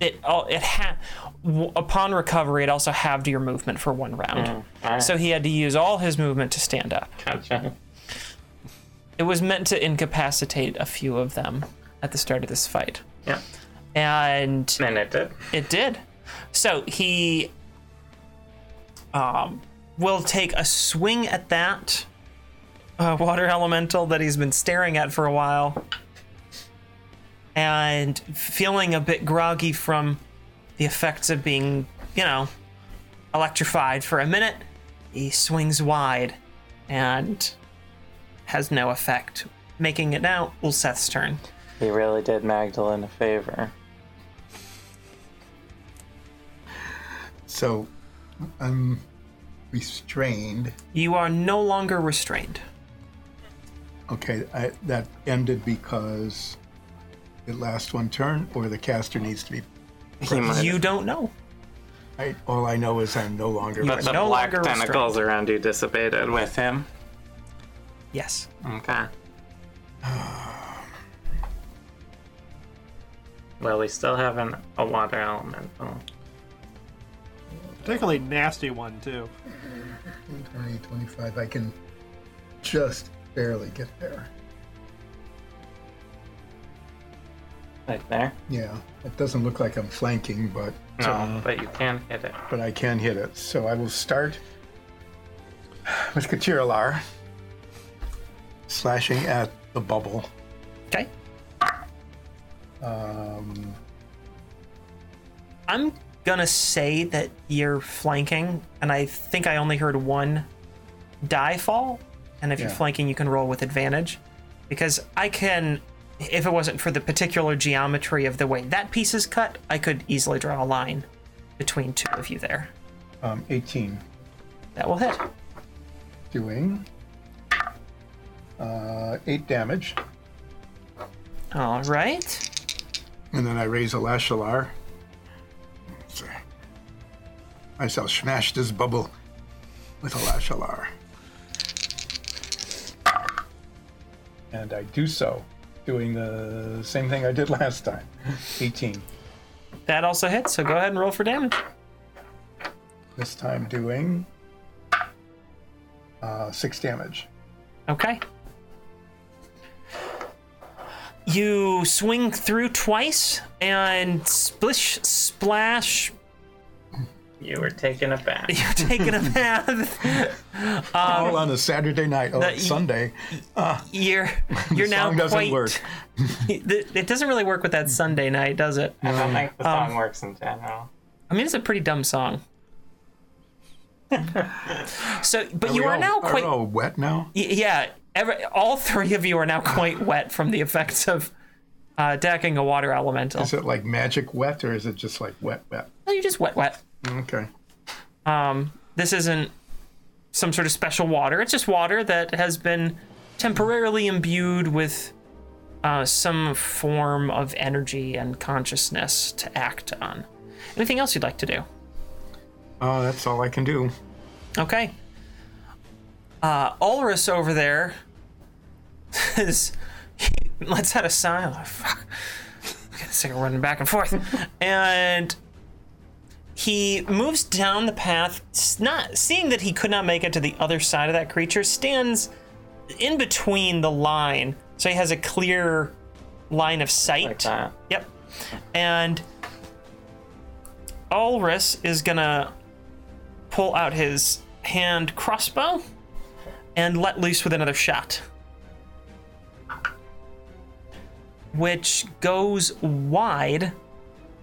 Speaker 1: It oh, it ha- w- upon recovery, it also halved your movement for one round.
Speaker 5: alright.
Speaker 1: So he had to use all his movement to stand up.
Speaker 5: gotcha.
Speaker 1: It was meant to incapacitate a few of them at the start of this fight,
Speaker 5: Yeah.
Speaker 1: and
Speaker 5: And it did.
Speaker 1: It did. So he um, will take a swing at that uh, water elemental that he's been staring at for a while. And feeling a bit groggy from the effects of being, you know, electrified for a minute, he swings wide and has no effect. Making it now Ulseth's turn.
Speaker 5: He really did Magdalene a favor.
Speaker 4: So I'm restrained.
Speaker 1: You are no longer restrained.
Speaker 4: Okay, I, that ended because it lasts one turn, or the caster needs to be.
Speaker 5: (laughs) He might.
Speaker 1: You don't know.
Speaker 4: I, all I know is I'm no longer.
Speaker 5: but the
Speaker 1: no
Speaker 5: black
Speaker 1: longer
Speaker 5: tentacles around you dissipated with him.
Speaker 1: Yes.
Speaker 5: Okay. (sighs) Well, we still have an, a water elemental.
Speaker 3: Particularly nasty one too.
Speaker 4: 20, 25. I can just barely get there.
Speaker 5: Right there.
Speaker 4: Yeah, it doesn't look like I'm flanking, but uh,
Speaker 5: No,
Speaker 4: Um,
Speaker 5: but you can hit it.
Speaker 4: but I can hit it. So I will start with Katiralar, slashing at the bubble.
Speaker 1: Okay.
Speaker 4: Um,
Speaker 1: I'm gonna say that you're flanking, and I think I only heard one die fall. And if you're
Speaker 4: Yeah.
Speaker 1: flanking, you can roll with advantage, because I can. If it wasn't for the particular geometry of the way that piece is cut, I could easily draw a line between two of you there.
Speaker 4: um, 18
Speaker 1: That will hit.
Speaker 4: doing uh, 8 damage.
Speaker 1: All right.
Speaker 4: And then I raise a Lashalar. I shall smash this bubble with a Lashalar. And I do so, doing the same thing I did last time 18.
Speaker 1: That also hits. So go ahead and roll for damage.
Speaker 4: This time doing uh, 6 damage.
Speaker 1: Okay. You swing through twice and splish, splash, (laughs)
Speaker 5: You were taken aback.
Speaker 1: you're taking
Speaker 4: (laughs)
Speaker 1: a bath.
Speaker 4: All on a Saturday night, oh,
Speaker 1: the-
Speaker 4: it's Sunday.
Speaker 1: You're you're now
Speaker 4: Song doesn't
Speaker 1: quite. (laughs)
Speaker 4: work.
Speaker 1: It it doesn't really work with that Sunday night, does it?
Speaker 2: I don't think the song works in general.
Speaker 1: I mean, it's a pretty dumb
Speaker 4: (laughs)
Speaker 1: song. so, but you
Speaker 4: we
Speaker 1: are
Speaker 4: all-
Speaker 1: now quite.
Speaker 4: Are we all wet now?
Speaker 1: y- Yeah, every, all three of you are now quite wet from the effects of uh, decking a water elemental.
Speaker 4: Is it like magic wet or is it just like wet, wet?
Speaker 1: No, you're just wet, wet.
Speaker 4: Okay.
Speaker 1: This isn't some sort of special water. It's just water that has been temporarily imbued with uh, some form of energy and consciousness to act on. Anything else you'd like to do?
Speaker 4: Oh, that's all I can do.
Speaker 1: Okay. Uh, Ulrus over there (laughs) is. Let's out a sign. Oh, fuck. Gotta Sick of running back and
Speaker 5: (laughs)
Speaker 1: forth. and he moves down the path, s- not seeing that he could not make it to the other side of that creature, stands in between the line. So he has a clear line of sight.
Speaker 5: Like that.
Speaker 1: Yep. And Ulrus is gonna pull out his hand crossbow and let loose with another shot. Which goes wide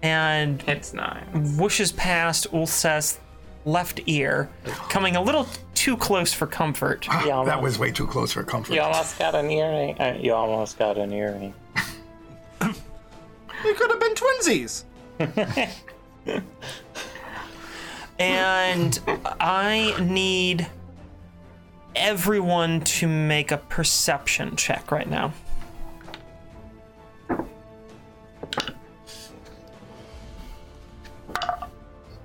Speaker 1: and
Speaker 5: It's nine.
Speaker 1: whooshes past Ulseth's left ear, coming a little too close for comfort.
Speaker 5: You almost,
Speaker 4: That was way too close for comfort.
Speaker 5: you almost got an earring. Uh, you almost got an earring.
Speaker 3: It could have been twinsies.
Speaker 1: And I need everyone to make a perception check right now.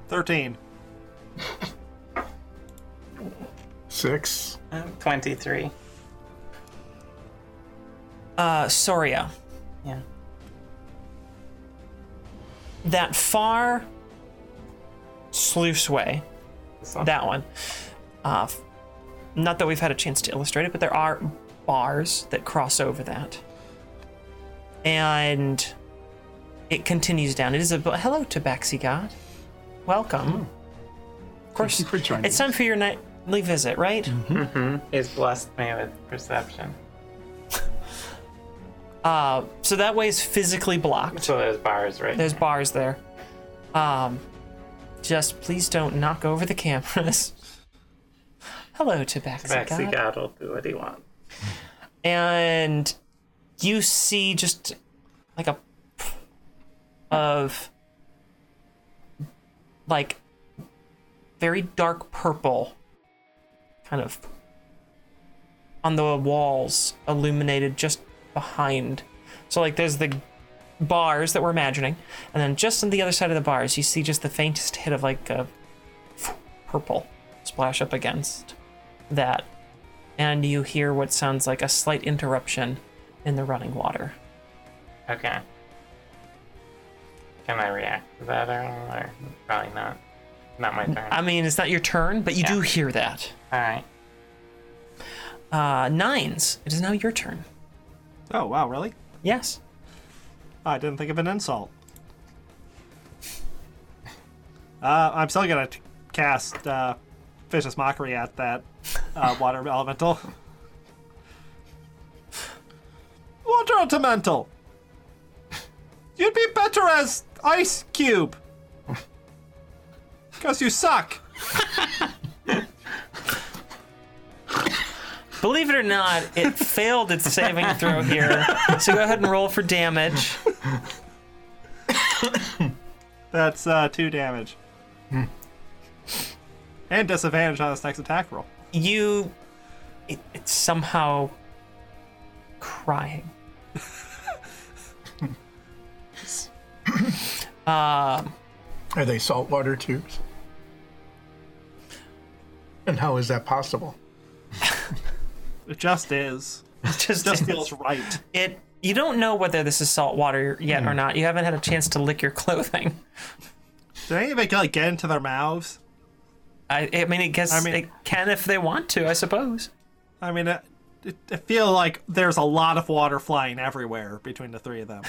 Speaker 3: 13.
Speaker 4: Six.
Speaker 2: I'm 23.
Speaker 1: Uh, Soria,
Speaker 2: Yeah.
Speaker 1: that far sluice way,
Speaker 2: This one.
Speaker 1: that one. Uh, f- not that we've had a chance to illustrate it, but there are bars that cross over that, and it continues down. It is a bu- hello, Tabaxi God. Welcome. Of course,
Speaker 4: Hmm. for joining Hmm.
Speaker 1: it's time for your nightly visit, right?
Speaker 2: He's blessed me with perception.
Speaker 1: Uh, so that way is physically blocked.
Speaker 2: So there's bars, right?
Speaker 1: There's bars there. Um, just please don't knock over the cameras. (laughs) Hello, Tabaxi
Speaker 5: Maxi
Speaker 1: God.
Speaker 5: God will do what he wants.
Speaker 1: And you see just like a of like very dark purple kind of on the walls illuminated just behind. So like there's the bars that we're imagining, and then just on the other side of the bars, you see just the faintest hit of like a purple splash up against that, and you hear what sounds like a slight interruption in the running water.
Speaker 2: Okay. Can I react to that at all, or probably not? Not my turn.
Speaker 1: I mean, it's not your turn, but you do hear that.
Speaker 2: all right.
Speaker 1: Uh, nines. It is now your turn.
Speaker 3: Oh, wow, really?
Speaker 1: Yes.
Speaker 3: I didn't think of an insult. Uh, I'm still gonna t- cast uh, vicious mockery at that uh, water elemental. Water elemental, you'd be better as ice cube, because you suck.
Speaker 1: Believe it or not,
Speaker 3: (laughs)
Speaker 1: it failed its saving throw here. So go ahead and roll for damage.
Speaker 3: That's uh, two damage,
Speaker 1: Hmm.
Speaker 3: (laughs) and disadvantage on this next attack roll.
Speaker 1: You. It, it's somehow crying.
Speaker 4: Are they saltwater tubes? And how is that possible?
Speaker 3: It just is.
Speaker 1: It just,
Speaker 3: (laughs) Just feels right.
Speaker 1: (laughs) it. You don't know whether this is salt water yet
Speaker 3: Hmm.
Speaker 1: or not. You haven't had a chance to lick your (laughs) clothing.
Speaker 3: Do any of it like get into their mouths?
Speaker 1: I, I mean, it guess
Speaker 3: I mean-
Speaker 1: it can if they want to, I suppose.
Speaker 3: I mean, it, it, I feel like there's a lot of water flying everywhere between the three
Speaker 1: (laughs)
Speaker 3: of them.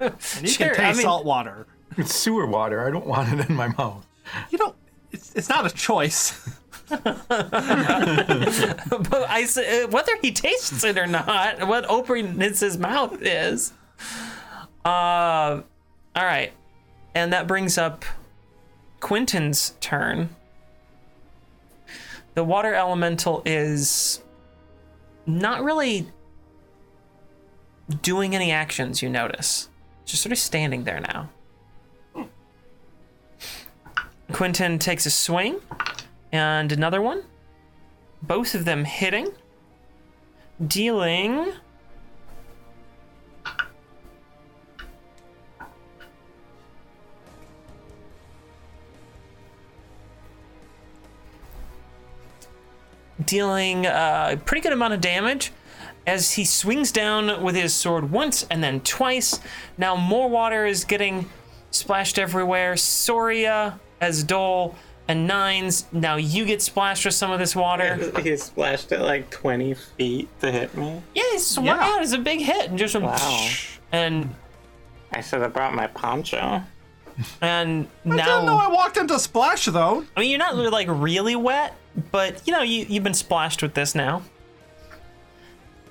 Speaker 3: And you
Speaker 1: Sure,
Speaker 3: can taste
Speaker 1: I mean-
Speaker 3: salt water.
Speaker 4: It's sewer water. I don't want it in my mouth.
Speaker 3: You don't. It's, it's not a choice. (laughs)
Speaker 1: But I s- uh, whether he tastes it or not, what opening is his mouth is. Uh, all right, and that brings up Quentin's turn. The water elemental is not really doing any actions. You notice, just sort of standing there now. Quentin takes a swing and another one both of them hitting, dealing. Dealing uh, a pretty good amount of damage as he swings down with his sword once and then twice. Now, more water is getting splashed everywhere. Soria as Dole and Nines. Now, you get splashed with some of this water.
Speaker 2: He splashed it like 20 feet to hit me.
Speaker 1: Yeah, he swung out as a big hit and just went
Speaker 2: Wow.
Speaker 1: and
Speaker 2: I should have brought my poncho.
Speaker 1: and
Speaker 3: I didn't know
Speaker 1: now I,
Speaker 3: I walked into splash though.
Speaker 1: mean you're not like really wet, but you know you you've been splashed with this now.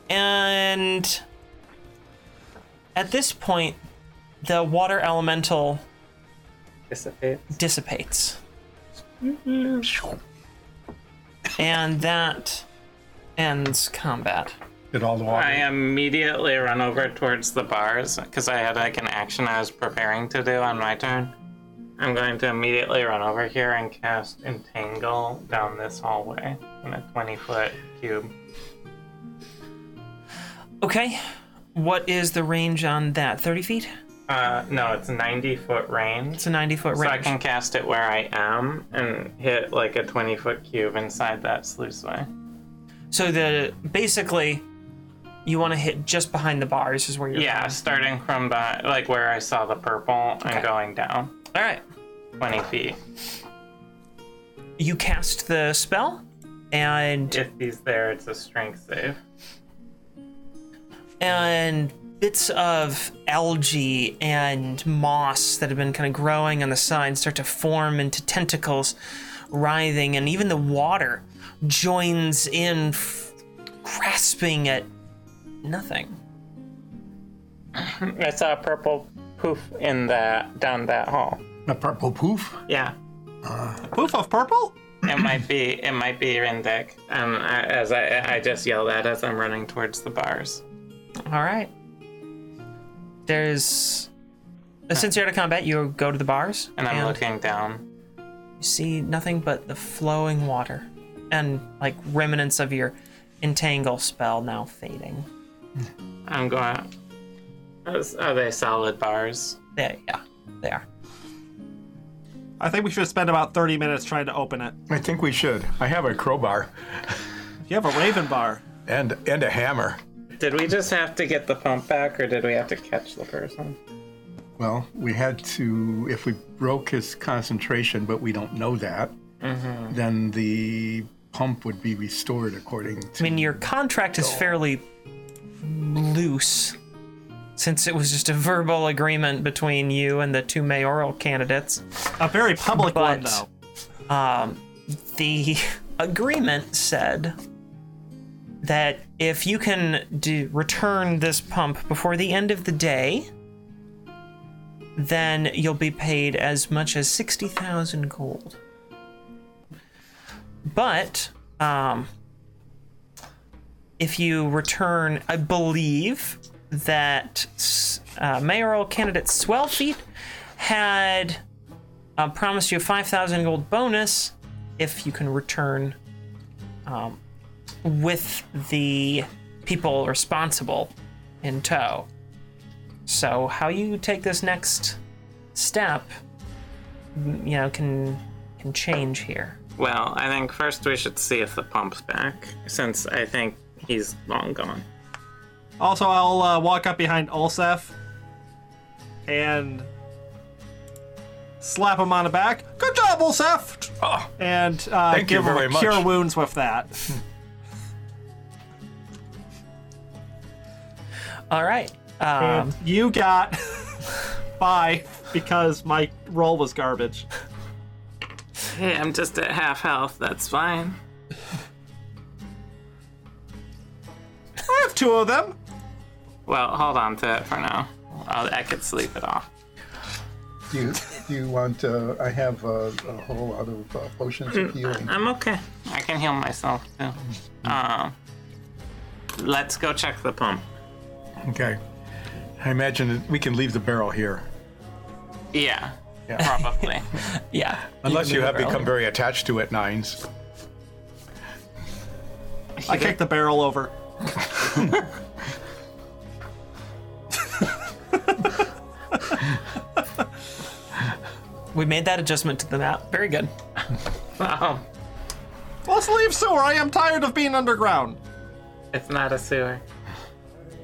Speaker 1: And at this point, the water elemental
Speaker 2: Dissipates.
Speaker 1: dissipates.
Speaker 3: Mm-hmm.
Speaker 1: And that ends combat.
Speaker 4: Did all the water?
Speaker 2: I immediately run over towards the bars because I had like an action I was preparing to do on my turn. I'm going to immediately run over here and cast Entangle down this hallway in a 20 foot cube.
Speaker 1: Okay. What is the range on that? 30 feet?
Speaker 2: Uh, no, it's 90 foot range.
Speaker 1: It's a 90 foot
Speaker 2: So I
Speaker 1: range.
Speaker 2: can cast it where I am and hit like a 20 foot cube inside that sluiceway.
Speaker 1: So the basically, you want to hit just behind the bars is where you're.
Speaker 2: Yeah, starting from behind, like where I saw the purple
Speaker 1: Okay.
Speaker 2: and going down
Speaker 1: All right.
Speaker 2: 20 feet.
Speaker 1: You cast the spell, and
Speaker 2: If he's there, it's a strength save.
Speaker 1: and bits of algae and moss that have been kind of growing on the side start to form into tentacles, writhing, and even the water joins in, f- grasping at nothing.
Speaker 2: I saw a purple poof in that down that hall.
Speaker 4: A purple poof.
Speaker 2: Yeah,
Speaker 3: Poof of purple?
Speaker 2: it might be it might be Rindic. Um, I, as I I just yell that as I'm running towards the bars.
Speaker 1: All right. There's. uh, Since you're out of combat, you go to the bars.
Speaker 2: And I'm looking down.
Speaker 1: You see nothing but the flowing water and, like, remnants of your entangle spell now fading.
Speaker 2: I'm going. Those- Are they solid bars?
Speaker 1: There, yeah, they are.
Speaker 3: I think we should spend about 30 minutes trying to open it.
Speaker 4: I think we should. I have a crowbar
Speaker 3: You have a raven bar.
Speaker 4: and and a hammer.
Speaker 2: Did we just have to get the pump back, or did we have to catch the person?
Speaker 4: Well, we had to. If we broke his concentration, but we don't know that, then the pump would be restored according
Speaker 1: I
Speaker 4: to.
Speaker 1: mean, your contract is fairly loose since it was just a verbal agreement between you and the two mayoral candidates.
Speaker 3: A very public one,
Speaker 1: But-
Speaker 3: though.
Speaker 1: the agreement said that if you can do, return this pump before the end of the day, then you'll be paid as much as 60,000 gold. But um, if you return, I believe that s- uh, mayoral candidate Swellfeet had uh, promised you a 5,000 gold bonus if you can return um, with the people responsible in tow. So, how you take this next step, m- you know, can can change here.
Speaker 2: Well, I think first we should see if the pump's back, since I think he's long gone.
Speaker 3: Also, I'll uh, walk up behind Olsef and slap him on the back. Good job, Olsef!
Speaker 4: Oh,
Speaker 3: And uh,
Speaker 4: Thank you
Speaker 3: give him
Speaker 4: very
Speaker 3: a cure
Speaker 4: much.
Speaker 3: wounds with (laughs) that.
Speaker 1: All right. Um,
Speaker 3: And you got (laughs) five because my roll was garbage.
Speaker 2: Hey, I'm just at half health. That's fine.
Speaker 3: I have two of them.
Speaker 2: Well, hold on to it for now. I'll, I could sleep it off.
Speaker 4: do you, do you want? Uh, I have uh, a whole lot of uh, potions of healing.
Speaker 2: I'm okay. I can heal myself too.
Speaker 3: Mm-hmm.
Speaker 2: Um, let's go check the pump.
Speaker 4: Okay. I imagine that we can leave the barrel here.
Speaker 2: Yeah,
Speaker 4: Yeah.
Speaker 3: (laughs)
Speaker 2: probably.
Speaker 1: yeah.
Speaker 4: Unless you have
Speaker 1: very.
Speaker 4: become very attached to it, Nines.
Speaker 3: I kicked the barrel over.
Speaker 1: We made that adjustment to the map. Very good.
Speaker 2: oh,
Speaker 3: Let's leave sewer. I am tired of being underground.
Speaker 2: it's not a sewer.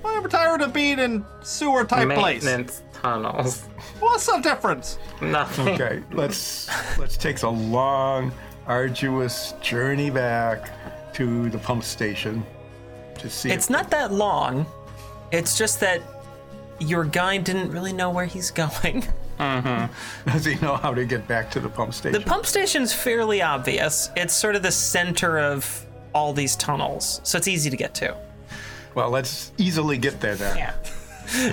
Speaker 3: I am tired of being in sewer type place.
Speaker 2: Maintenance tunnels. (laughs)
Speaker 3: What's the difference?
Speaker 2: Nothing.
Speaker 4: Okay, let's let's take a long, arduous journey back to the pump station to see.
Speaker 1: It's
Speaker 4: if-
Speaker 1: not that long. It's just that your guy didn't really know where he's (laughs) going.
Speaker 4: does he know how to get back to the pump station?
Speaker 1: The pump station's fairly obvious. It's sort of the center of all these tunnels, so it's easy to get to.
Speaker 4: well, let's easily get there then
Speaker 2: Yeah.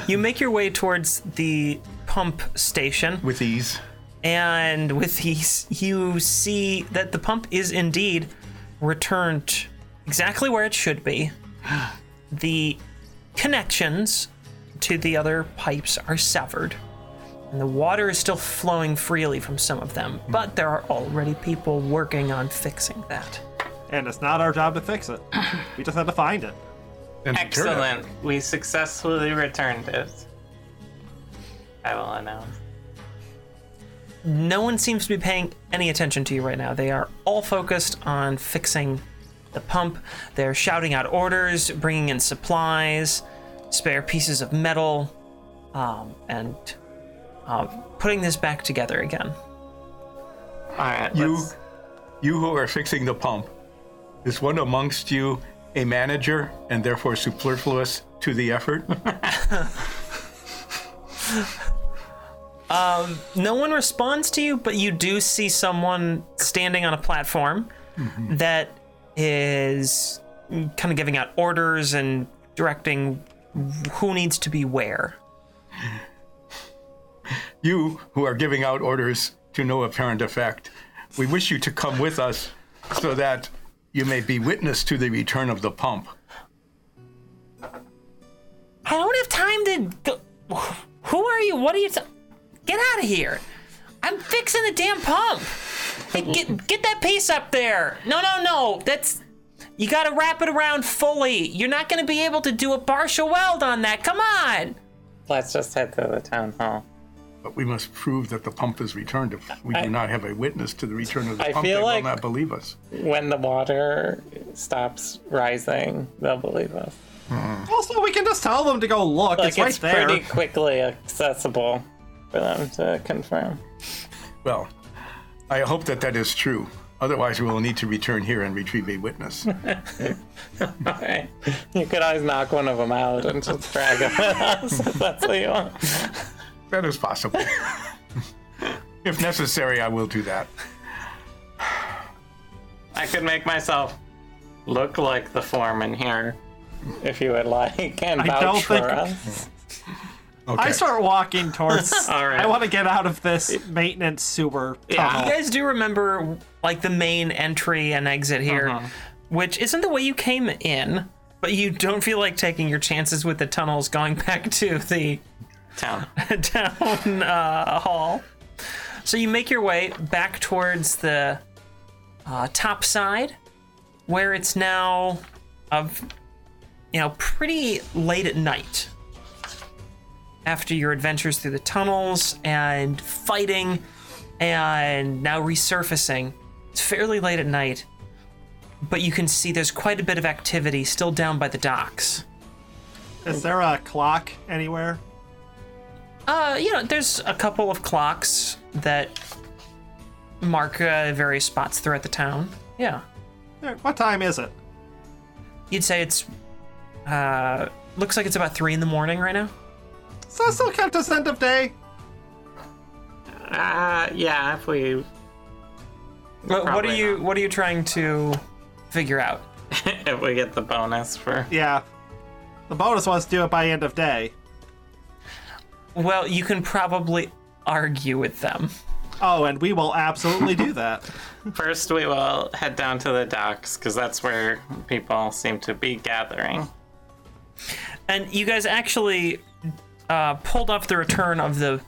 Speaker 1: You make your way towards the pump station,
Speaker 4: with ease.
Speaker 1: and with (laughs) these, you see that the pump is indeed returned exactly where it should be. (gasps) The connections to the other pipes are severed, and the water is still flowing freely from some of them, but there are already people working on fixing that.
Speaker 3: And it's not our job to fix it. We just have to find it.
Speaker 4: And return it.
Speaker 2: Excellent. We successfully returned it. I will announce.
Speaker 1: No one seems to be paying any attention to you right now. They are all focused on fixing the pump. They're shouting out orders, bringing in supplies, spare pieces of metal, um, and uh, putting this back together again.
Speaker 5: All right.
Speaker 4: You,
Speaker 5: let's-
Speaker 4: you who are fixing the pump, is one amongst you a manager and therefore superfluous to the effort?
Speaker 1: No one responds to you, but you do see someone standing on a platform that is kind of giving out orders and directing who needs to be where.
Speaker 4: you who are giving out orders to no apparent effect, we wish you to come with us so that you may be witness to the return of the pump.
Speaker 1: I don't have time to. Go. Who are you? What are you? T- get out of here! I'm fixing the damn pump. Hey, get get that piece up there. No, no, no. That's you got to wrap it around fully. You're not going to be able to do a partial weld on that. Come on.
Speaker 2: Let's just head to the town hall.
Speaker 4: But we must prove that the pump is returned. If we do not have a witness to the return of the
Speaker 2: I
Speaker 4: pump,
Speaker 2: feel
Speaker 4: they
Speaker 2: like-
Speaker 4: will not believe us.
Speaker 2: When the water stops rising, they'll believe us.
Speaker 3: Also, we can just tell them to go look.
Speaker 2: Like
Speaker 3: it's right
Speaker 2: it's
Speaker 3: there.
Speaker 2: pretty quickly accessible for them to confirm.
Speaker 4: Well, I hope that that is true. Otherwise, we will need to return here and retrieve
Speaker 2: (laughs)
Speaker 4: a witness.
Speaker 2: Alright. (laughs) You could always knock one of them out and just drag (laughs) them with us if that's what you want.
Speaker 4: that
Speaker 2: (laughs)
Speaker 4: is possible. if necessary, I will do that.
Speaker 2: I could make myself look like the foreman here, if you would like, and
Speaker 3: I
Speaker 2: vouch
Speaker 3: don't
Speaker 2: for
Speaker 3: think-
Speaker 2: us.
Speaker 4: Okay.
Speaker 3: I start walking towards.
Speaker 2: All right.
Speaker 3: I want to get out of this maintenance sewer
Speaker 2: Yeah.
Speaker 3: tunnel.
Speaker 1: You guys do remember like the main entry and exit here, which isn't the way you came in, but you don't feel like taking your chances with the tunnels going (laughs) back to the
Speaker 2: Town.
Speaker 1: (laughs) down uh, hall. So you make your way back towards the uh, top side, where it's now, of, you know, pretty late at night. After your adventures through the tunnels and fighting, and now resurfacing, it's fairly late at night. But you can see there's quite a bit of activity still down by the docks.
Speaker 3: Is there a clock anywhere?
Speaker 1: Uh, you know, there's a couple of clocks that mark uh, various spots throughout the town. Yeah,
Speaker 3: There- What time is it?
Speaker 1: you'd say it's. Uh, looks like it's about three in the morning right now.
Speaker 3: So still count as end of day.
Speaker 5: Uh, yeah, if we
Speaker 1: What, what are
Speaker 5: Probably
Speaker 1: you? What are you trying to figure out?
Speaker 2: (laughs) if we get the bonus for
Speaker 3: Yeah. The bonus was do it by end of day.
Speaker 1: Well, you can probably argue with them.
Speaker 3: Oh, and we will absolutely do that.
Speaker 2: First, we will head down to the docks because that's where people seem to be gathering.
Speaker 1: and you guys actually uh, pulled off the return of the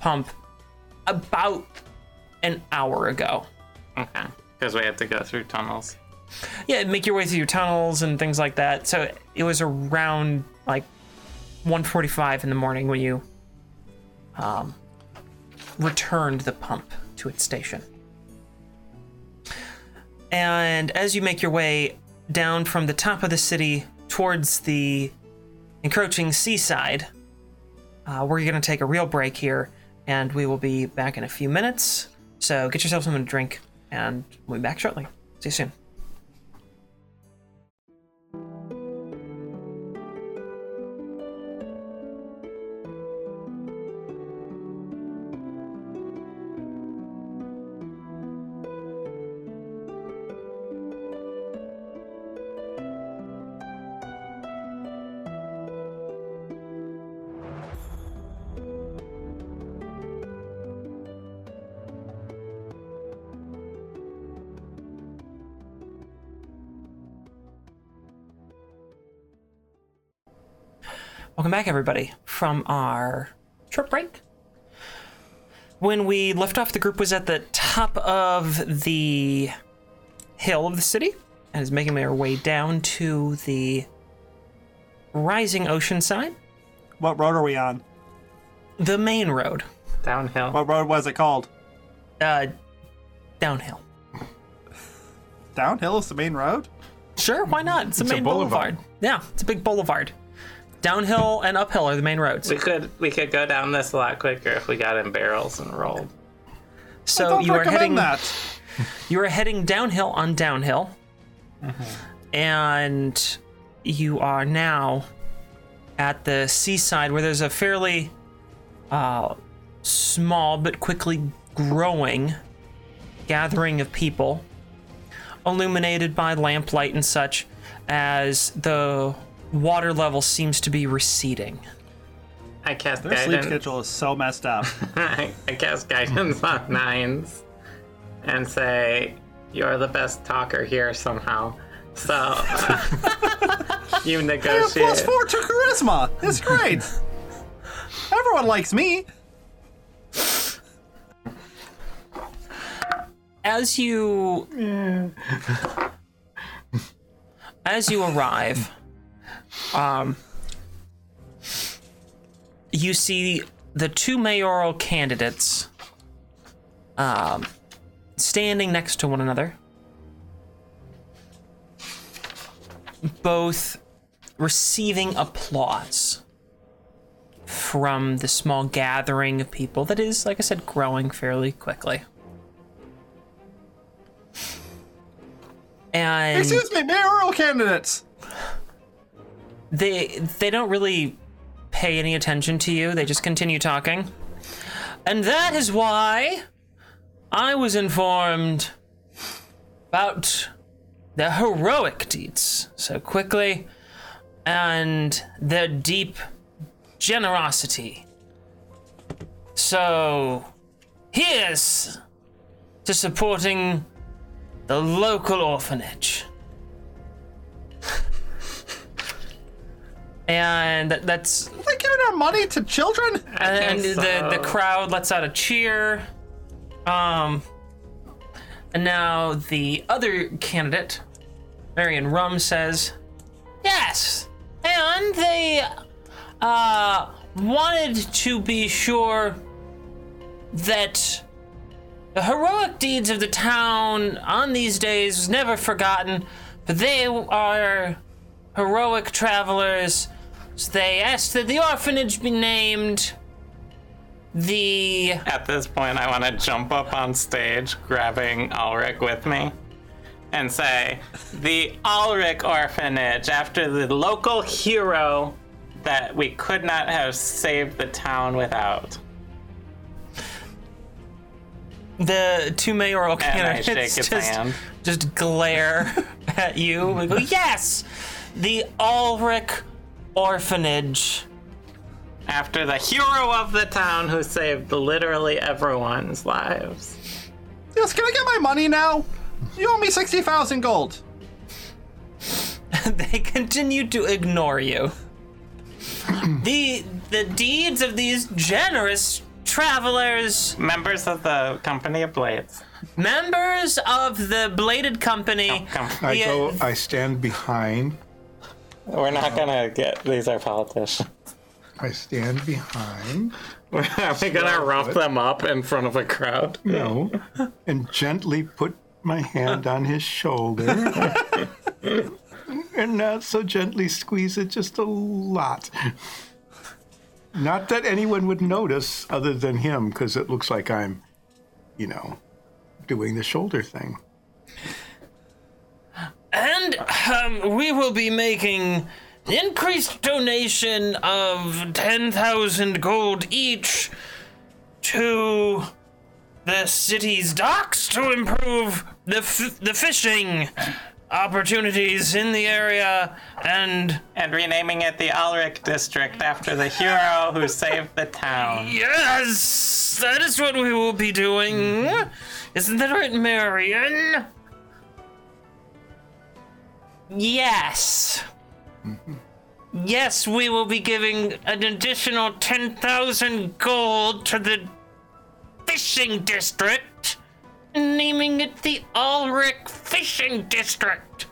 Speaker 1: pump about an hour ago.
Speaker 2: Okay. Because we had to go through tunnels.
Speaker 1: yeah, make your way through tunnels and things like that. So it was around like 1:45 in the morning when you um, returned the pump to its station. And as you make your way down from the top of the city towards the encroaching seaside, uh, we're going to take a real break here, and we will be back in a few minutes. So get yourself something to drink, and we'll be back shortly. See you soon. Welcome back, everybody, from our short break. When we left off, the group was at the top of the hill of the city and is making their way down to the rising ocean side.
Speaker 3: what road are we on?
Speaker 1: the main road,
Speaker 5: Downhill.
Speaker 3: What road was it called?
Speaker 1: uh, downhill.
Speaker 3: Downhill is the main road?
Speaker 1: Sure, why not? It's a
Speaker 6: It's a
Speaker 1: main
Speaker 6: boulevard.
Speaker 1: boulevard. Yeah, it's a big boulevard. Downhill and uphill are the main roads.
Speaker 2: We could we could go down this a lot quicker if we got in barrels and rolled.
Speaker 1: So
Speaker 3: Don't
Speaker 1: Oh, you are
Speaker 3: recommend
Speaker 1: heading
Speaker 3: that.
Speaker 1: you are heading downhill on downhill, and you are now at the seaside where there's a fairly uh, small but quickly growing gathering of people, illuminated by lamplight and such, as the water level seems to be receding.
Speaker 5: I cast
Speaker 3: Their sleep
Speaker 5: guidance.
Speaker 3: schedule is so messed up.
Speaker 5: I cast guidance (laughs) on nines, and say you're the best talker here somehow. So (laughs) uh, you
Speaker 3: I have plus
Speaker 5: negotiate.
Speaker 3: four to charisma. It's great. Everyone likes me.
Speaker 1: as you as you arrive um you see the two mayoral candidates um standing next to one another both receiving applause from the small gathering of people that is like i said growing fairly quickly and
Speaker 3: Excuse me, mayoral candidates.
Speaker 1: they they don't really pay any attention to you. They just continue talking. And that is why I was informed about their heroic deeds so quickly and their deep generosity. So, here's to supporting the local orphanage. And that- that's
Speaker 3: They're giving our money to children.
Speaker 1: and
Speaker 5: guess
Speaker 1: the, the
Speaker 5: so.
Speaker 1: crowd lets out a cheer. Um, and now the other candidate, Marion Rum, says, Yes, and they uh, wanted to be sure that the heroic deeds of the town on these days was never forgotten, but they are heroic travelers. So they asked that the orphanage be named the
Speaker 2: At this point, I want to jump up on stage, grabbing Ulrich with me, and say, The Ulrich Orphanage, after the local hero that we could not have saved the town without.
Speaker 1: the two mayoral
Speaker 2: And I shake
Speaker 1: candidates
Speaker 2: his
Speaker 1: just,
Speaker 2: hand.
Speaker 1: just glare (laughs) at you and go, yes the ulrich orphanage (laughs)
Speaker 2: After the hero of the town who saved literally everyone's lives.
Speaker 3: Yes, can I get my money now? You owe me sixty thousand gold.
Speaker 1: they continue to ignore you (clears throat) the the deeds of these generous travelers
Speaker 2: Members of the Company of Blades.
Speaker 1: members of the bladed company
Speaker 2: Come.
Speaker 4: I
Speaker 1: the-
Speaker 4: go. I stand behind.
Speaker 2: We're not gonna get these are
Speaker 5: (laughs)
Speaker 2: politicians.
Speaker 4: I stand behind.
Speaker 5: Are we gonna rough them up in front of a crowd?
Speaker 4: No, and gently put my hand on his shoulder. (laughs) and not so gently squeeze it just a lot. Not that anyone would notice other than him, because it looks like I'm, you know, doing the shoulder thing.
Speaker 1: And um, we will be making an increased donation of 10,000 gold each to the city's docks to improve the, f- the fishing opportunities in the area and
Speaker 2: And renaming it the Ulrich District after the hero who saved the town.
Speaker 1: yes that is what we will be doing isn't that right marion Yes. Yes, we will be giving an additional 10,000 gold to the fishing district, naming it the Ulrich Fishing District.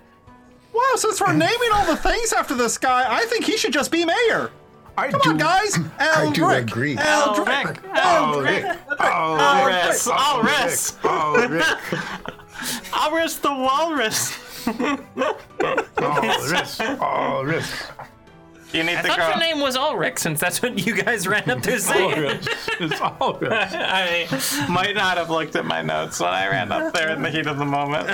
Speaker 3: Wow, since we're naming all the things after this guy, I think he should just be mayor.
Speaker 4: I
Speaker 3: Come
Speaker 4: do,
Speaker 3: on, guys. Al
Speaker 4: I do
Speaker 3: Rick.
Speaker 4: agree.
Speaker 3: Al
Speaker 1: Al
Speaker 3: Rick.
Speaker 1: Rick.
Speaker 4: Oh, Rick. Oh, Rick.
Speaker 2: Walrus,
Speaker 4: Oh,
Speaker 2: walrus,
Speaker 4: Rick. Oh, Rick.
Speaker 2: walrus the walrus.
Speaker 4: Oh, Rick. Oh,
Speaker 3: (laughs)
Speaker 4: Rick.
Speaker 2: You need to
Speaker 1: I thought your (laughs)
Speaker 2: grow.
Speaker 1: name was Ulrich, since that's what you guys ran up to
Speaker 4: Oh,
Speaker 1: say.
Speaker 4: Rick. It's all Rick.
Speaker 2: I might not have looked at my notes when I ran up there in the heat of the moment,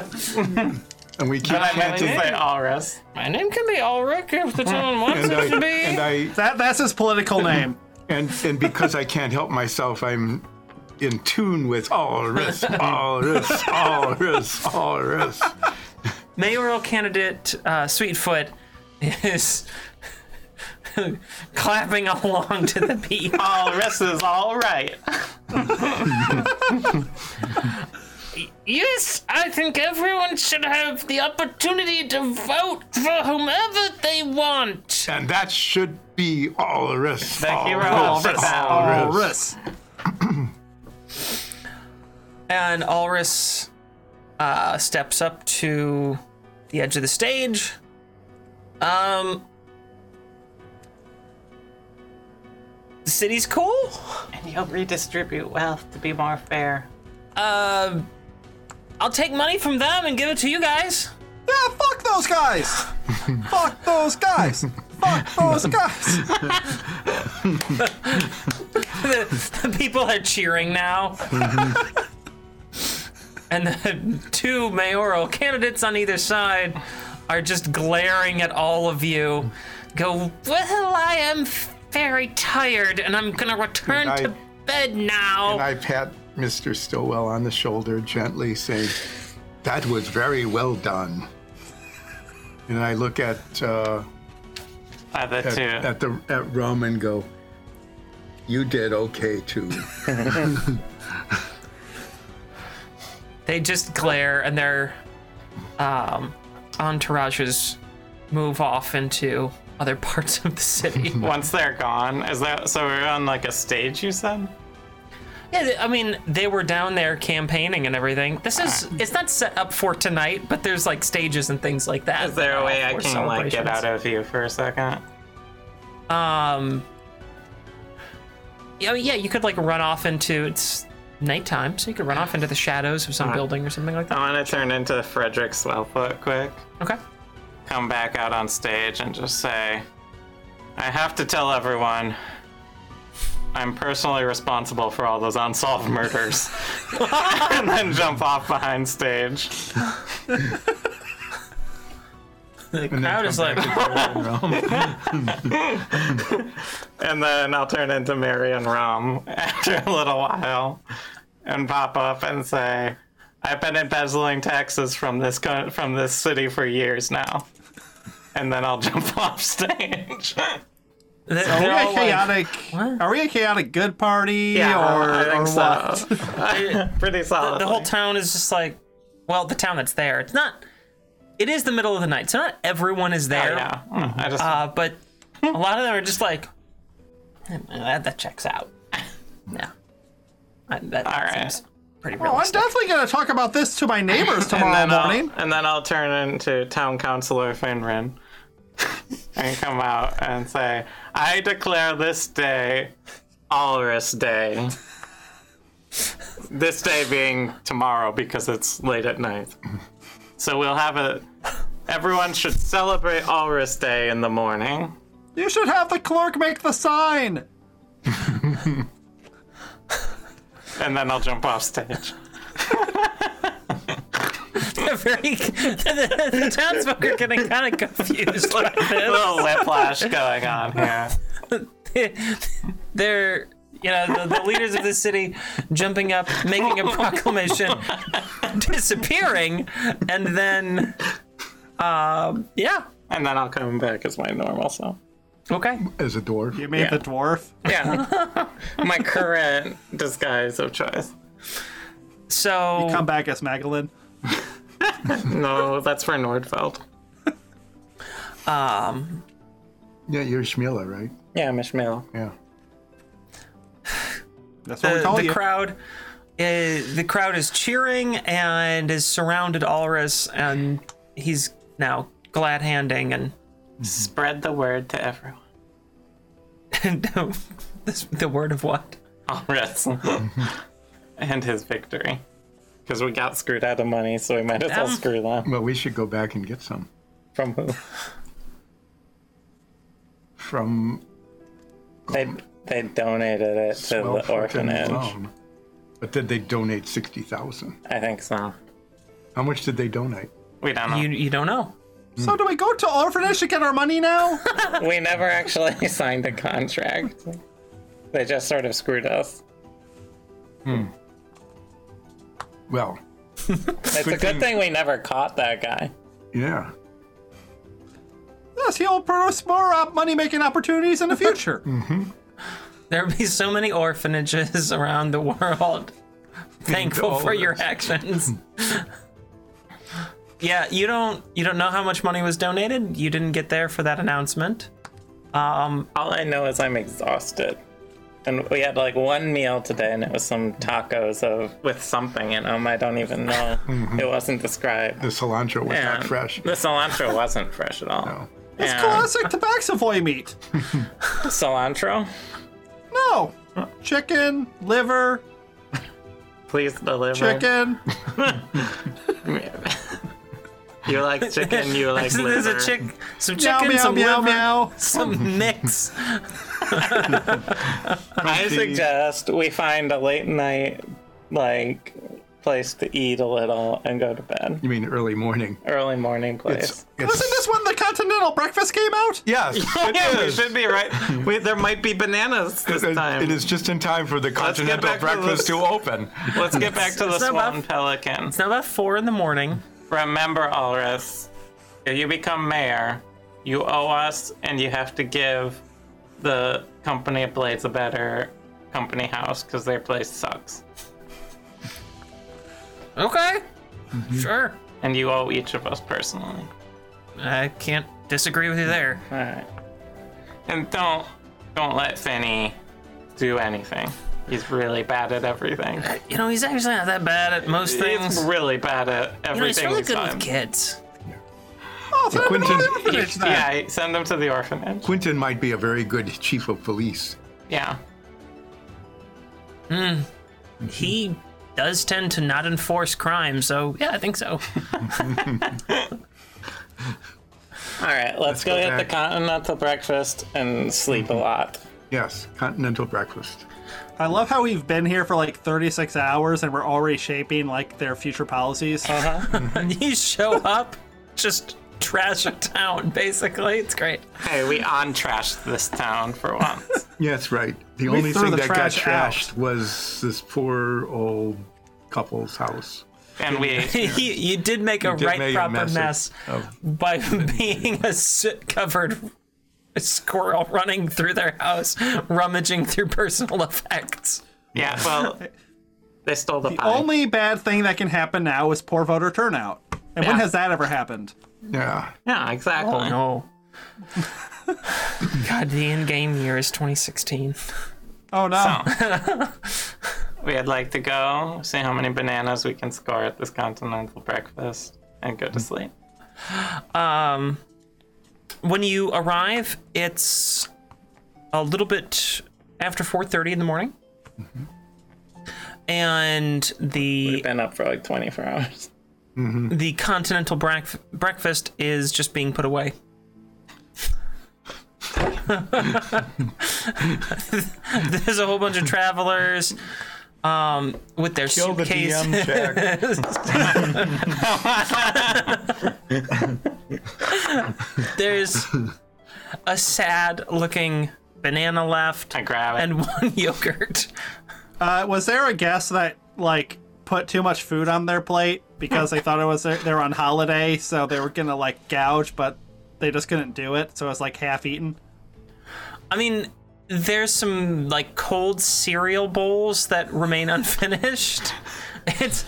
Speaker 4: And we keep
Speaker 2: but I meant to
Speaker 4: chanting.
Speaker 2: say walrus.
Speaker 1: My name can be Ulrich if the someone wants
Speaker 4: And
Speaker 1: it
Speaker 4: I,
Speaker 1: to be.
Speaker 4: and I
Speaker 3: That, that's his
Speaker 2: (laughs)
Speaker 3: political name.
Speaker 4: And and because I can't help myself, I'm in tune with all risk, all risk, all risk, all risk.
Speaker 1: mayoral candidate uh, Sweetfoot is (laughs) clapping along to the (laughs) beat.
Speaker 2: Walrus is all right.
Speaker 1: Yes, I think everyone should have the opportunity to vote for whomever they want.
Speaker 4: And that should be all risk.
Speaker 2: The
Speaker 4: all
Speaker 2: hero
Speaker 4: risk,
Speaker 2: of the town.
Speaker 4: all
Speaker 3: Al
Speaker 4: risk.
Speaker 3: Riss.
Speaker 1: And Ulrich uh, steps up to the edge of the stage. Um, the city's cool.
Speaker 2: And you'll redistribute wealth to be more fair.
Speaker 1: Uh, I'll take money from them and give it to you guys.
Speaker 3: Yeah, fuck those guys. fuck those guys.
Speaker 4: (laughs)
Speaker 3: Fuck those guys.
Speaker 1: the, (laughs) the people are cheering now.
Speaker 4: Mm-hmm.
Speaker 1: and the two mayoral candidates on either side are just glaring at all of you. Go, well, I am very tired and I'm going to return
Speaker 4: And I-
Speaker 1: to bed now.
Speaker 4: And I pat Mr. Stillwell on the shoulder gently, saying, "That was very well done." And I look at uh,
Speaker 2: By the
Speaker 4: at,
Speaker 2: two.
Speaker 4: at the at Rum and go, "You did okay too."
Speaker 1: they just glare and their um, entourages move off into other parts of the city.
Speaker 2: Once they're gone, is that so? We're on like a stage, you said.
Speaker 1: Yeah, th- I mean, they were down there campaigning and everything. This is,
Speaker 2: Ah.
Speaker 1: it's not set up for tonight, but there's like stages and things like that.
Speaker 2: Is there a way I
Speaker 1: for
Speaker 2: can like get
Speaker 1: celebrations.
Speaker 2: out of here for a second?
Speaker 1: Um, yeah, yeah, you could like run off into, it's nighttime, so you could run off into the shadows
Speaker 2: Ah.
Speaker 1: of some building or something like
Speaker 2: I
Speaker 1: that.
Speaker 2: want to turn into Frederick Swellfoot quick.
Speaker 1: Okay.
Speaker 2: Come back out on stage and just say, I have to tell everyone. I'm personally responsible for all those unsolved murders. (laughs) and then jump off behind stage.
Speaker 1: The
Speaker 4: And then
Speaker 1: crowd
Speaker 4: come
Speaker 1: is like, (laughs)
Speaker 4: back to Jerry and Rum.
Speaker 2: And then I'll turn into Marion Rum (laughs) after a little while and pop up and say, I've been embezzling taxes from this co- from this city for years now. And then I'll (laughs) jump off stage.
Speaker 1: (laughs) they're,
Speaker 3: Are we
Speaker 1: they're all
Speaker 3: a
Speaker 1: like,
Speaker 3: chaotic? Are we a chaotic good party or,
Speaker 2: I
Speaker 3: or
Speaker 2: think
Speaker 3: what?
Speaker 2: so. (laughs) Pretty solid.
Speaker 1: the whole town is just like, well, the town that's there, it's not, it is the middle of the night, so not everyone is there.
Speaker 2: Yeah. Mm, I just
Speaker 1: Uh, but a lot of them are just like, "Eh, that, that checks out. (laughs) Yeah. I, that
Speaker 2: All right.
Speaker 1: seems pretty
Speaker 3: Oh, I'm
Speaker 1: realistic.
Speaker 3: definitely gonna talk about this to my neighbors tomorrow
Speaker 2: (laughs) and then
Speaker 3: morning.
Speaker 2: I'll, and then I'll turn into town councilor Finrin (laughs) and come out and say, I declare this day Alrus Day. this day being tomorrow because it's late at night. So we'll have a everyone should celebrate Alrus Day in the morning.
Speaker 3: You should have the clerk make the sign.
Speaker 2: And then I'll jump off stage. (laughs)
Speaker 1: They're (laughs) very, the, the, townsfolk are getting kind of confused (laughs) like
Speaker 2: A
Speaker 1: this.
Speaker 2: little whiplash going on here.
Speaker 1: They're, you know, the, the leaders of this city jumping up, making a proclamation, (laughs) disappearing, and then, um, yeah.
Speaker 2: And then I'll come back as my normal self.
Speaker 1: Okay.
Speaker 4: as a dwarf.
Speaker 3: You made the dwarf.
Speaker 2: Yeah. My current disguise of choice.
Speaker 1: So
Speaker 3: Come back as Magdalene.
Speaker 2: No, that's for Nordfeld.
Speaker 4: Yeah, you're Shmila, right?
Speaker 2: Yeah, Mishmael.
Speaker 4: Yeah.
Speaker 3: That's what we
Speaker 1: the,
Speaker 3: call
Speaker 1: the
Speaker 3: you.
Speaker 1: crowd is, the crowd is cheering and has surrounded Alrus and he's now glad handing and (laughs)
Speaker 2: (laughs) Spread the word to everyone.
Speaker 1: no, this, the word of what?
Speaker 5: Alritz.
Speaker 2: Oh, (laughs) and his victory. Because we got screwed out of money, so we might as well
Speaker 1: Damn.
Speaker 2: screw them
Speaker 4: Well, we should go back and get some
Speaker 2: from who
Speaker 4: from
Speaker 2: they they donated it to
Speaker 4: Swell
Speaker 2: the
Speaker 4: fucking
Speaker 2: orphanage.
Speaker 4: loan. But did they donate sixty thousand?
Speaker 2: I think so.
Speaker 4: How much did they donate?
Speaker 2: We don't know.
Speaker 1: You you don't know.
Speaker 3: So do we go to orphanage to get our money (laughs) now?
Speaker 2: We never actually (laughs) signed a contract. They just sort of screwed us.
Speaker 4: Well,
Speaker 2: It's a good thing we never caught that guy.
Speaker 4: yeah.
Speaker 3: yes, he'll produce more uh, money-making opportunities in the (laughs) future.
Speaker 1: There would be so many orphanages (laughs) around the (laughs) world. Thankful
Speaker 4: all
Speaker 1: for
Speaker 4: of
Speaker 1: your (laughs)
Speaker 4: us.
Speaker 1: actions. yeah, you don't you don't know how much money was donated. You didn't get there for that announcement. Um,
Speaker 2: All I know is I'm exhausted. And we had like one meal today, and it was some tacos of with something in them. I don't even
Speaker 4: (laughs)
Speaker 2: know. It wasn't described.
Speaker 4: The cilantro was Mm-hmm. not
Speaker 2: And
Speaker 4: fresh.
Speaker 2: The cilantro wasn't fresh at all.
Speaker 4: No.
Speaker 3: It's
Speaker 2: And
Speaker 3: classic Tabaxavoy meat.
Speaker 2: cilantro.
Speaker 3: No, chicken, liver,
Speaker 5: Please
Speaker 2: (laughs)
Speaker 5: deliver.
Speaker 3: chicken.
Speaker 5: You like chicken, you
Speaker 1: (laughs)
Speaker 5: like
Speaker 1: there's
Speaker 5: liver.
Speaker 1: a chick, some
Speaker 3: Meow,
Speaker 1: chicken,
Speaker 3: meow,
Speaker 1: some
Speaker 3: meow,
Speaker 1: liver, (laughs)
Speaker 3: meow.
Speaker 1: some (laughs) mix.
Speaker 2: I suggest we find a late night like place to eat a little and go to bed.
Speaker 4: You mean early morning?
Speaker 2: Early morning place.
Speaker 4: It's, it's
Speaker 3: Wasn't this when the continental breakfast came out?
Speaker 4: yes. it
Speaker 5: Yeah, we
Speaker 4: is.
Speaker 5: should be right. Wait, there might be bananas this
Speaker 4: It-
Speaker 5: time.
Speaker 4: It is just in time for the
Speaker 5: get
Speaker 4: continental
Speaker 5: back to
Speaker 4: breakfast
Speaker 5: the-
Speaker 4: to open.
Speaker 2: Let's get back to the
Speaker 1: It's not
Speaker 2: swan
Speaker 1: about-
Speaker 2: pelican.
Speaker 1: It's now about four in the morning.
Speaker 2: Remember, Ulrus, if you become mayor, you owe us and you have to give the company of Blades a better company house because their place sucks.
Speaker 1: Okay, sure.
Speaker 2: And you owe each of us personally.
Speaker 1: I can't disagree with you there.
Speaker 2: Alright. And don't don't let Finny do anything. He's really bad at everything.
Speaker 1: You know, he's actually not that bad at most things.
Speaker 2: He's really bad at everything.
Speaker 1: you know, he's really
Speaker 2: he's
Speaker 1: good
Speaker 2: done.
Speaker 1: with kids.
Speaker 3: Oh, so
Speaker 4: Quentin-
Speaker 3: Quentin, orphanage then.
Speaker 2: Yeah, send him to the orphanage.
Speaker 4: Quentin might be a very good chief of police.
Speaker 2: Yeah.
Speaker 1: He does tend to not enforce crime, so yeah, I think (laughs) so.
Speaker 2: All right, let's, go,
Speaker 4: go
Speaker 2: hit
Speaker 4: back.
Speaker 2: the continental breakfast and sleep a lot.
Speaker 4: Yes, continental breakfast.
Speaker 3: I love how we've been here for like 36 hours and we're already shaping like their future policies.
Speaker 1: and you show up, just trash a town, basically. It's great.
Speaker 2: Hey, we untrashed this town for once.
Speaker 4: Yes, right. The only
Speaker 3: threw
Speaker 4: thing
Speaker 3: the
Speaker 4: that got
Speaker 3: trash out.
Speaker 4: trashed was this poor old couple's house.
Speaker 2: and we
Speaker 1: you, you did make a
Speaker 4: did
Speaker 1: right
Speaker 4: make a
Speaker 1: proper
Speaker 4: mess of-
Speaker 1: mess
Speaker 4: Oh. of-
Speaker 1: by (laughs) being a soot covered squirrel running through their house, rummaging through personal effects.
Speaker 2: yeah,
Speaker 5: (laughs)
Speaker 2: well, they stole the, pie.
Speaker 3: Only bad thing that can happen now is poor voter turnout. And when
Speaker 2: Yeah.
Speaker 3: has that ever happened?
Speaker 4: Yeah.
Speaker 2: yeah, exactly.
Speaker 1: No. God, the end game year is 2016.
Speaker 3: Oh no.
Speaker 2: We would like to go see how many bananas we can score at this continental breakfast and go to sleep.
Speaker 1: um, when you arrive, it's a little bit after 4:30 in the morning,
Speaker 4: Mm-hmm.
Speaker 1: and the
Speaker 2: We've been up for like 24 hours.
Speaker 1: the continental brac- breakfast is just being put away. (laughs) There's a whole bunch of travelers um, with their
Speaker 4: Kill the
Speaker 1: suitcase.
Speaker 4: DM check.
Speaker 1: There's a sad looking banana left
Speaker 2: I grab it.
Speaker 1: and (laughs) one yogurt.
Speaker 3: Uh, was there a guest that like put too much food on their plate because they thought it was they were on holiday, so they were gonna like gouge, but they just couldn't do it, so it was like half eaten.
Speaker 1: I mean, there's some like cold cereal bowls that remain unfinished. It's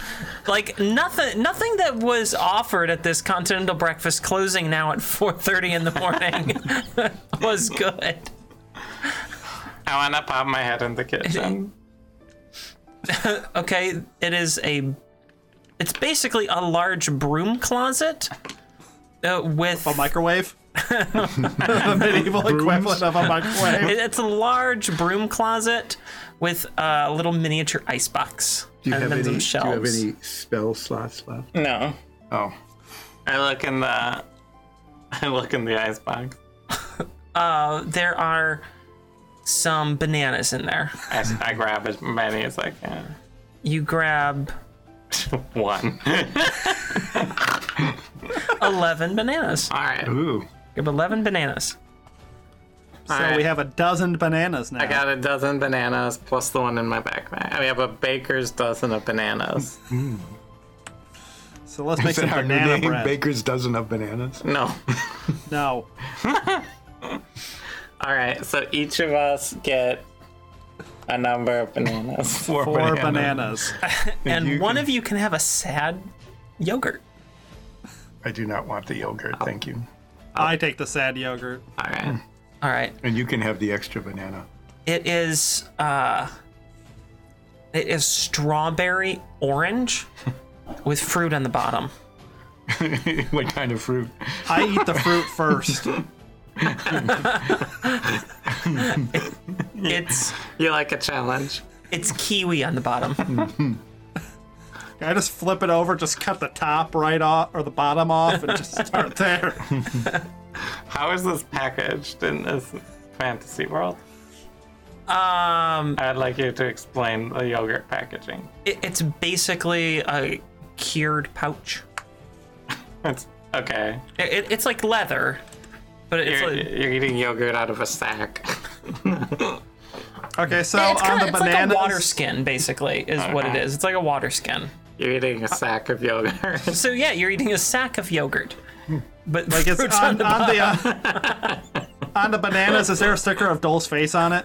Speaker 1: like nothing nothing that was offered at this continental breakfast closing now at 4:30 in the morning (laughs) was good.
Speaker 2: I want to pop my head in the kitchen.
Speaker 1: Okay, it is a it's basically a large broom closet uh, with
Speaker 3: Oh A microwave. (laughs) the
Speaker 4: (laughs)
Speaker 3: medieval equivalent of a microwave.
Speaker 1: It- It's a large broom closet with a little miniature icebox
Speaker 4: Do you
Speaker 1: and
Speaker 4: have
Speaker 1: then
Speaker 4: any?
Speaker 1: some
Speaker 4: Do you have
Speaker 1: shelves.
Speaker 4: any spell slots
Speaker 2: (laughs)
Speaker 4: left?
Speaker 2: No.
Speaker 4: Oh,
Speaker 2: I look in the. (laughs) I look in the icebox.
Speaker 1: Uh, there are some bananas in there.
Speaker 2: I, I grab as many as I can. (laughs)
Speaker 1: You grab
Speaker 2: One.
Speaker 1: 11 bananas.
Speaker 2: All right.
Speaker 4: ooh.
Speaker 1: Grab 11 bananas.
Speaker 2: All
Speaker 3: So
Speaker 2: right.
Speaker 3: we have a dozen bananas now.
Speaker 2: I got a dozen bananas plus the one in my backpack. I have a baker's dozen of bananas.
Speaker 3: so let's make
Speaker 4: (laughs) Is
Speaker 3: some
Speaker 4: that our new
Speaker 3: banana
Speaker 4: name?
Speaker 3: bread.
Speaker 4: Baker's dozen of bananas.
Speaker 2: (laughs) No.
Speaker 3: no.
Speaker 2: All right. So each of us get a number of bananas.
Speaker 4: Four,
Speaker 3: Four bananas.
Speaker 1: And
Speaker 4: you
Speaker 1: one
Speaker 4: can-
Speaker 1: of you can have a sad yogurt.
Speaker 4: I do not want the yogurt, thank you.
Speaker 3: I take the sad yogurt.
Speaker 2: All right.
Speaker 1: All right.
Speaker 4: And you can have the extra banana. (laughs)
Speaker 1: It is uh it is strawberry
Speaker 4: (laughs)
Speaker 1: orange with fruit on the bottom.
Speaker 4: what kind of fruit?
Speaker 3: I eat the
Speaker 4: (laughs)
Speaker 3: fruit first.
Speaker 1: It's
Speaker 2: You like a challenge?
Speaker 1: it's kiwi on the bottom.
Speaker 3: I just flip it over, just cut the top right off or the bottom off, and just
Speaker 1: (laughs)
Speaker 3: start there.
Speaker 2: How is this packaged in this fantasy world?
Speaker 1: Um
Speaker 2: I'd like you to explain the yogurt packaging.
Speaker 1: it, it's basically a cured pouch.
Speaker 2: It's okay.
Speaker 1: It, it- it's like leather, but it's
Speaker 2: You're,
Speaker 1: like
Speaker 2: you're eating yogurt out of a sack. (laughs)
Speaker 3: Okay, so
Speaker 1: it's,
Speaker 3: on
Speaker 1: kinda,
Speaker 3: the
Speaker 1: it's like
Speaker 3: bananas,
Speaker 1: a water skin basically is what it
Speaker 2: Okay.
Speaker 1: is. It's like a water skin.
Speaker 2: You're eating a sack of (laughs) yogurt.
Speaker 1: So yeah, you're eating a sack of yogurt. But
Speaker 3: like it's
Speaker 1: fruit's
Speaker 3: on,
Speaker 1: on the
Speaker 3: on the uh, (laughs) on the bananas. Is there a sticker of Dole's face on it?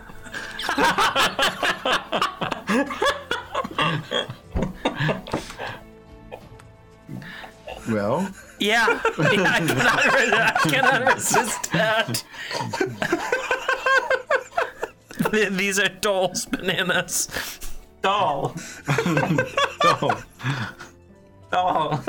Speaker 4: Well,
Speaker 1: Yeah, (laughs) yeah I, cannot (laughs) re- I cannot resist that. (laughs) Th- These are Dole's bananas.
Speaker 5: Doll.
Speaker 4: oh,
Speaker 5: Doll.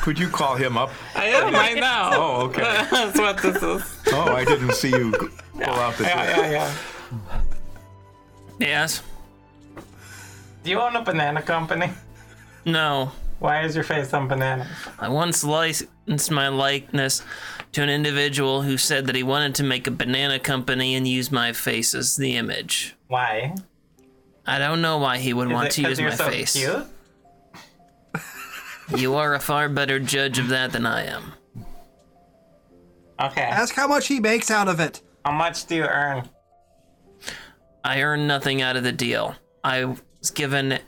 Speaker 4: could you call him up?
Speaker 2: I am (laughs) right now.
Speaker 4: Oh, okay.
Speaker 2: That's what this is.
Speaker 4: Oh, I didn't see you g- pull out the.
Speaker 2: Yeah, yeah, yeah.
Speaker 1: Yes.
Speaker 5: (laughs) Do you own a banana company?
Speaker 1: No.
Speaker 5: Why is your face on bananas?
Speaker 1: I once licensed my likeness to an individual who said that he wanted to make a banana company and use my face as the image.
Speaker 5: Why?
Speaker 1: I don't know why he would want
Speaker 5: Is it
Speaker 1: to
Speaker 5: 'cause
Speaker 1: use
Speaker 5: you're
Speaker 1: my
Speaker 5: so
Speaker 1: face.
Speaker 5: Cute?
Speaker 1: You are a far better judge of that than I am.
Speaker 5: Okay.
Speaker 3: Ask how much he makes out of it.
Speaker 5: How much do you earn?
Speaker 1: I earned nothing out of the deal. I was given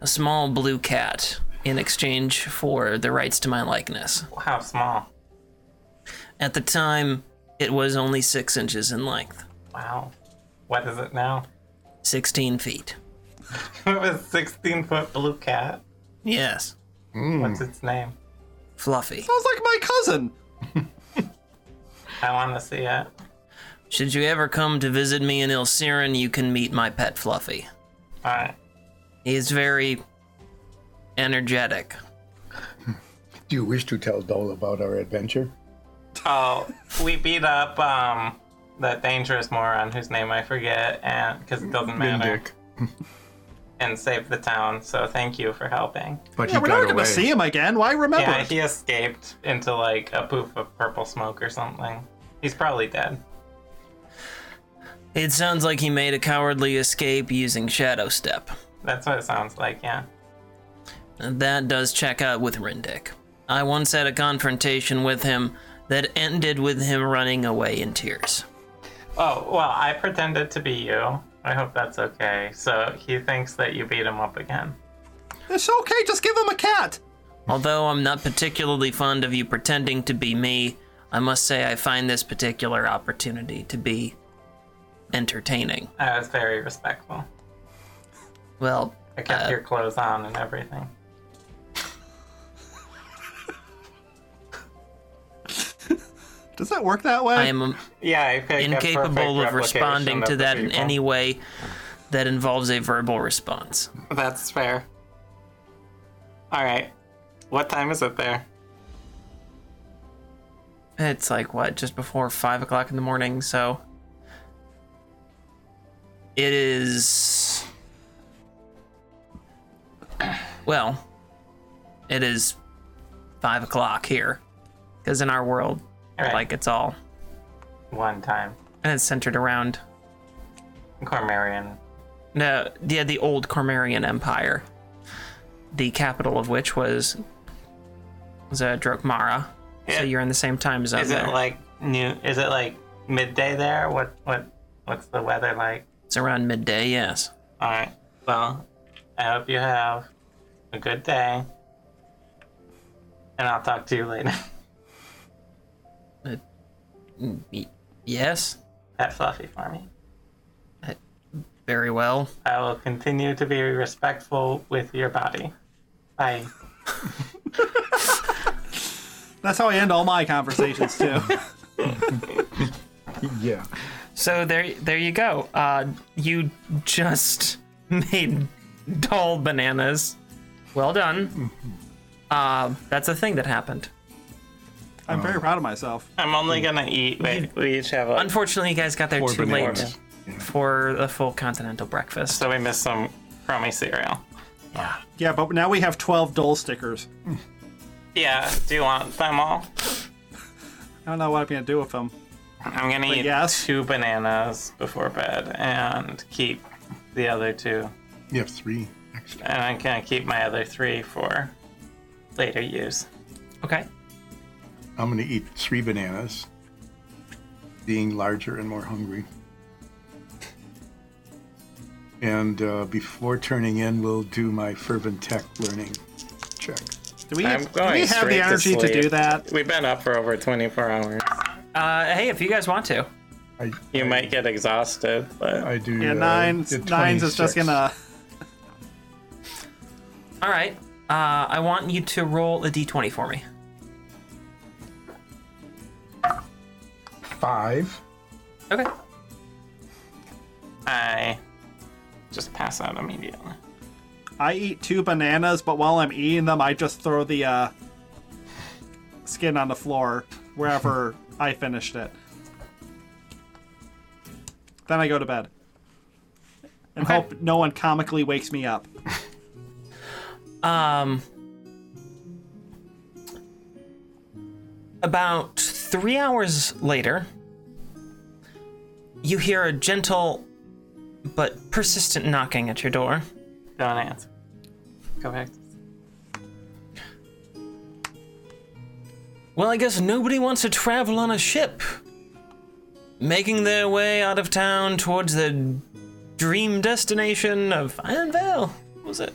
Speaker 1: a small blue cat in exchange for the rights to my likeness.
Speaker 5: How small?
Speaker 1: At the time, it was only six inches in length,
Speaker 5: Wow. What is it now? (laughs)
Speaker 1: 16 feet.
Speaker 5: It was 16 foot blue cat.
Speaker 1: Yes,
Speaker 5: What's
Speaker 1: Hmm.
Speaker 5: its name?
Speaker 1: fluffy.
Speaker 3: Sounds like my cousin.
Speaker 5: I want to see it.
Speaker 1: Should you ever come to visit me in Ilsirin, you can meet my pet Fluffy.
Speaker 5: Alright.
Speaker 1: He is very energetic.
Speaker 4: Do you wish to tell Dole about our adventure?
Speaker 5: Oh, we beat up um that dangerous moron whose name I forget, and because it doesn't matter,
Speaker 4: Dick.
Speaker 5: (laughs) and saved the town. So thank you for helping.
Speaker 4: But
Speaker 3: Yeah,
Speaker 4: he
Speaker 3: we're
Speaker 4: got
Speaker 3: never gonna
Speaker 4: away.
Speaker 3: see him again. Why remember?
Speaker 5: Yeah,
Speaker 3: it?
Speaker 5: he escaped into like a poof of purple smoke or something. He's probably dead.
Speaker 1: It sounds like he made a cowardly escape using Shadow Step.
Speaker 5: That's what it sounds like. Yeah.
Speaker 1: That does check out with Rindick. I once had a confrontation with him that ended with him running away in tears.
Speaker 5: Oh well, I pretended to be you. I hope that's okay. So he thinks that you beat him up again.
Speaker 3: It's okay. Just give him a cat.
Speaker 1: Although I'm not particularly fond of you pretending to be me, I must say I find this particular opportunity to be entertaining.
Speaker 5: I was very respectful.
Speaker 1: Well,
Speaker 5: I kept
Speaker 1: Uh,
Speaker 5: your clothes on and everything.
Speaker 3: Does that work that way?
Speaker 1: I am
Speaker 5: Yeah, I feel like a perfect
Speaker 1: incapable of
Speaker 5: replication
Speaker 1: responding to
Speaker 5: of the
Speaker 1: that in
Speaker 5: people.
Speaker 1: any way that involves a verbal response.
Speaker 2: That's fair. All right. What time is it there?
Speaker 1: It's like what, just before five o'clock in the morning, so it is well, it is five o'clock here. Because in our world,
Speaker 5: All right.
Speaker 1: like it's all
Speaker 5: one time.
Speaker 1: and it's centered around
Speaker 5: Cormarian.
Speaker 1: No, yeah, the old Cormarian Empire, the capital of which was was uh, Drogmara.
Speaker 5: Yeah.
Speaker 1: So you're in the same time zone.
Speaker 5: Is
Speaker 1: there.
Speaker 5: it like new? Is it like midday there? What what what's the weather like?
Speaker 1: it's around midday, yes.
Speaker 5: All right. Well, I hope you have a good day, and I'll talk to you later. (laughs)
Speaker 1: Y- yes,
Speaker 5: Pet Fluffy for me.
Speaker 1: very well.
Speaker 5: I will continue to be respectful with your body. Bye.
Speaker 3: That's how I end all my conversations too.
Speaker 4: Yeah.
Speaker 1: So there, there you go. Uh, you just (laughs) made doll bananas. Well done. Uh, that's a thing that happened.
Speaker 3: I'm very proud of myself.
Speaker 5: I'm only gonna eat. Wait, we each have a.
Speaker 1: Unfortunately, you guys got there
Speaker 4: Four
Speaker 1: too
Speaker 4: bananas.
Speaker 1: late for the full continental breakfast.
Speaker 5: So we missed some crummy cereal.
Speaker 3: Yeah, but now we have 12 dole stickers.
Speaker 5: Yeah. Do you want them all?
Speaker 3: I don't know what I'm gonna do with them.
Speaker 5: I'm gonna eat
Speaker 3: yes.
Speaker 5: two bananas before bed and keep the other two.
Speaker 4: You have three extra.
Speaker 5: And I'm gonna keep my other three for later use.
Speaker 1: Okay.
Speaker 4: I'm going to eat three bananas, being larger and more hungry. And uh, before turning in, we'll do my fervent tech learning check.
Speaker 3: Do we,
Speaker 2: I'm
Speaker 3: do
Speaker 2: going
Speaker 3: we have
Speaker 2: straight
Speaker 3: the
Speaker 2: to
Speaker 3: energy to,
Speaker 2: sleep.
Speaker 3: do that?
Speaker 2: We've been up for over 24 hours.
Speaker 1: Uh, hey, if you guys want to.
Speaker 4: I,
Speaker 2: You might get exhausted, but
Speaker 4: I do.
Speaker 3: Yeah,
Speaker 4: uh,
Speaker 3: nines,
Speaker 4: did
Speaker 3: nines is just
Speaker 4: 26.
Speaker 3: gonna.
Speaker 1: All right. Uh, I want you to roll a d20 for me.
Speaker 4: five.
Speaker 1: Okay.
Speaker 5: I just pass out immediately.
Speaker 3: I eat two bananas, but while I'm eating them, I just throw the uh, skin on the floor (laughs) wherever I finished it. Then I go to bed and
Speaker 1: Okay.
Speaker 3: hope no one comically wakes me up.
Speaker 1: Um, about three hours later, you hear a gentle but persistent knocking at your door.
Speaker 5: Don't answer. Go back. to-
Speaker 1: Well, I guess nobody wants to travel on a ship. Making their way out of town towards their dream destination of Iron Vale. What was it?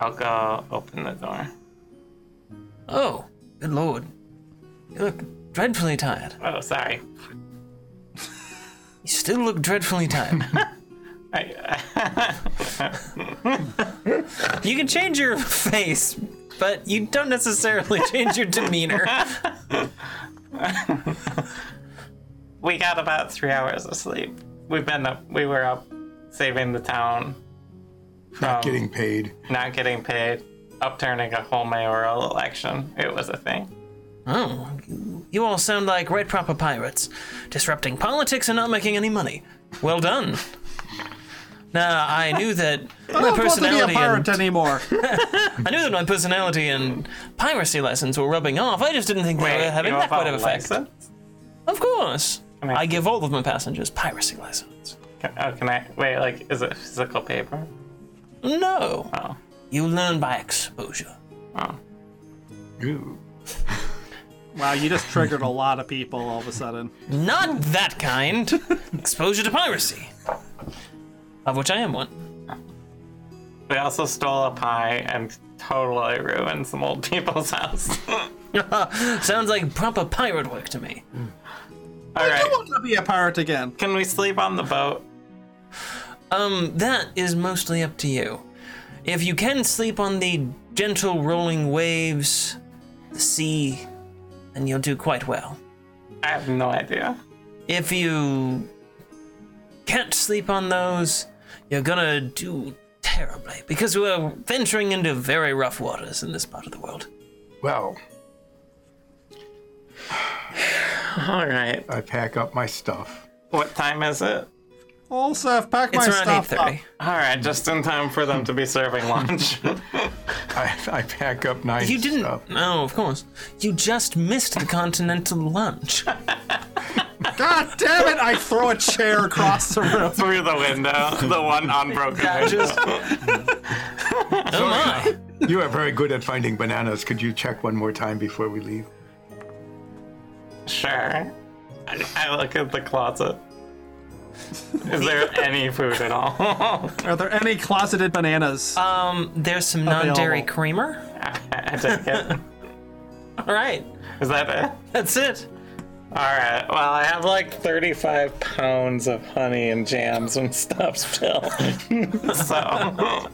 Speaker 5: I'll go open the door.
Speaker 1: Oh, good lord. You look dreadfully tired.
Speaker 5: Oh, sorry.
Speaker 1: You still look dreadfully
Speaker 3: (laughs)
Speaker 1: tired.
Speaker 5: I, (laughs)
Speaker 1: you can change your face, but you don't necessarily (laughs) change your demeanor.
Speaker 5: we got about three hours of sleep. We've been up. We were up saving the town
Speaker 4: Not
Speaker 1: Oh.
Speaker 5: from
Speaker 4: getting paid.
Speaker 5: not getting paid, upturning a whole mayoral election. It was a thing.
Speaker 1: Oh, you- you all sound like red proper pirates, disrupting politics and not making any money. Well done. Now I knew that
Speaker 3: I
Speaker 1: my
Speaker 3: don't want to be a
Speaker 1: personality and,
Speaker 3: pirate (laughs) anymore.
Speaker 1: I knew that my personality and piracy lessons were rubbing off. I just didn't think they were having
Speaker 5: you
Speaker 1: that
Speaker 5: have
Speaker 1: kind
Speaker 5: a
Speaker 1: of effect.
Speaker 5: license?
Speaker 1: Of course,
Speaker 5: mean-
Speaker 1: I give all of my passengers piracy lessons.
Speaker 5: Can, oh, can I wait? Like, is it physical paper?
Speaker 1: No,
Speaker 5: Oh,
Speaker 1: you learn by exposure.
Speaker 5: oh.
Speaker 4: Ooh.
Speaker 3: Wow, you just triggered a lot of people all of a (laughs) sudden.
Speaker 1: Not that kind. Exposure to piracy. Of which I am one. (laughs)
Speaker 5: We also stole a pie and totally ruined some old (laughs) people's house. All
Speaker 1: Sounds like proper pirate work to me.
Speaker 3: I
Speaker 5: right,
Speaker 3: want to be a pirate again.
Speaker 5: can we sleep on the boat?
Speaker 1: Um, that is mostly up to you. If you can sleep on the gentle rolling waves, the sea, then you'll do quite well.
Speaker 5: I have no idea.
Speaker 1: If you can't sleep on those, you're gonna do terribly because we're venturing into very rough waters in this part of the world.
Speaker 4: Well,
Speaker 7: All right.
Speaker 4: I pack up my stuff. (laughs)
Speaker 5: What time is it?
Speaker 3: Also, I've packed
Speaker 1: It's
Speaker 3: my
Speaker 1: around eight
Speaker 3: stuff up.
Speaker 1: thirty.
Speaker 5: All right, just in time for them to be serving lunch.
Speaker 4: I, I pack up nice
Speaker 1: You didn't.
Speaker 4: stuff.
Speaker 1: No, of course. You just missed the continental (laughs) lunch.
Speaker 3: God damn it! I throw a (laughs) chair across the room.
Speaker 5: Through the window, the one unbroken window.
Speaker 1: Oh my!
Speaker 4: You are very good at finding bananas. Could you check one more time before we leave?
Speaker 5: Sure. I, I look at the closet. Is there any food at all? (laughs)
Speaker 3: Are there any closeted bananas?
Speaker 1: Um, there's some non-dairy creamer.
Speaker 5: I take it.
Speaker 1: All right,
Speaker 5: Is that it?
Speaker 1: that's it.
Speaker 5: All right. Well, I have like 35 pounds of honey and jams and stuff still. (laughs) so.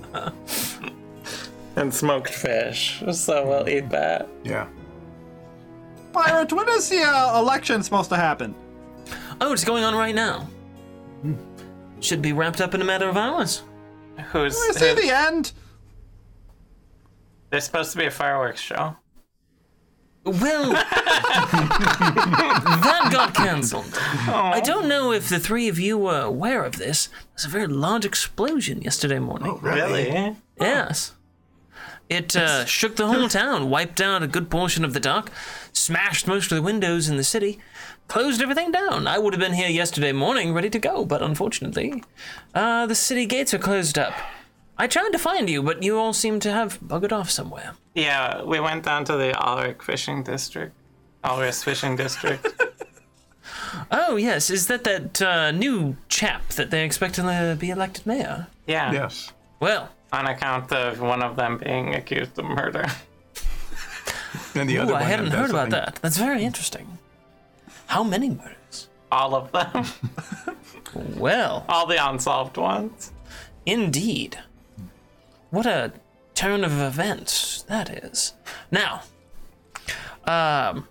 Speaker 5: and smoked fish. So we'll eat that.
Speaker 4: Yeah.
Speaker 3: Pirate, when is the uh, election supposed to happen?
Speaker 1: Oh, it's going on right now. Hmm. Should be wrapped up in a matter of hours.
Speaker 5: Who's
Speaker 3: I see the
Speaker 4: Uh,
Speaker 3: end.
Speaker 5: there's supposed to be a fireworks show?
Speaker 1: Well, (laughs) that got cancelled. I don't know if the three of you were aware of this. There's a very large explosion yesterday morning.
Speaker 4: Oh, really?
Speaker 1: Yes. It uh, shook the whole town, wiped out a good portion of the dock, smashed most of the windows in the city, closed everything down. I would have been here yesterday morning ready to go, but unfortunately, uh, the city gates are closed up. I tried to find you, but you all seem to have buggered off somewhere.
Speaker 5: Yeah, we went down to the Alric fishing district. Alric fishing district.
Speaker 1: Oh, yes, is that that uh, new chap that they expect to uh, be elected mayor?
Speaker 5: Yeah.
Speaker 4: Yes.
Speaker 1: Well,
Speaker 5: On account of one of them being accused of murder. (laughs)
Speaker 4: Then the
Speaker 1: ooh,
Speaker 4: other
Speaker 1: I
Speaker 4: one
Speaker 1: hadn't heard about
Speaker 4: embezzling.
Speaker 1: that. That's very interesting. How many murders?
Speaker 5: All of them. (laughs)
Speaker 1: Well,
Speaker 5: All the unsolved ones.
Speaker 1: Indeed. What a turn of events that is. Now, um,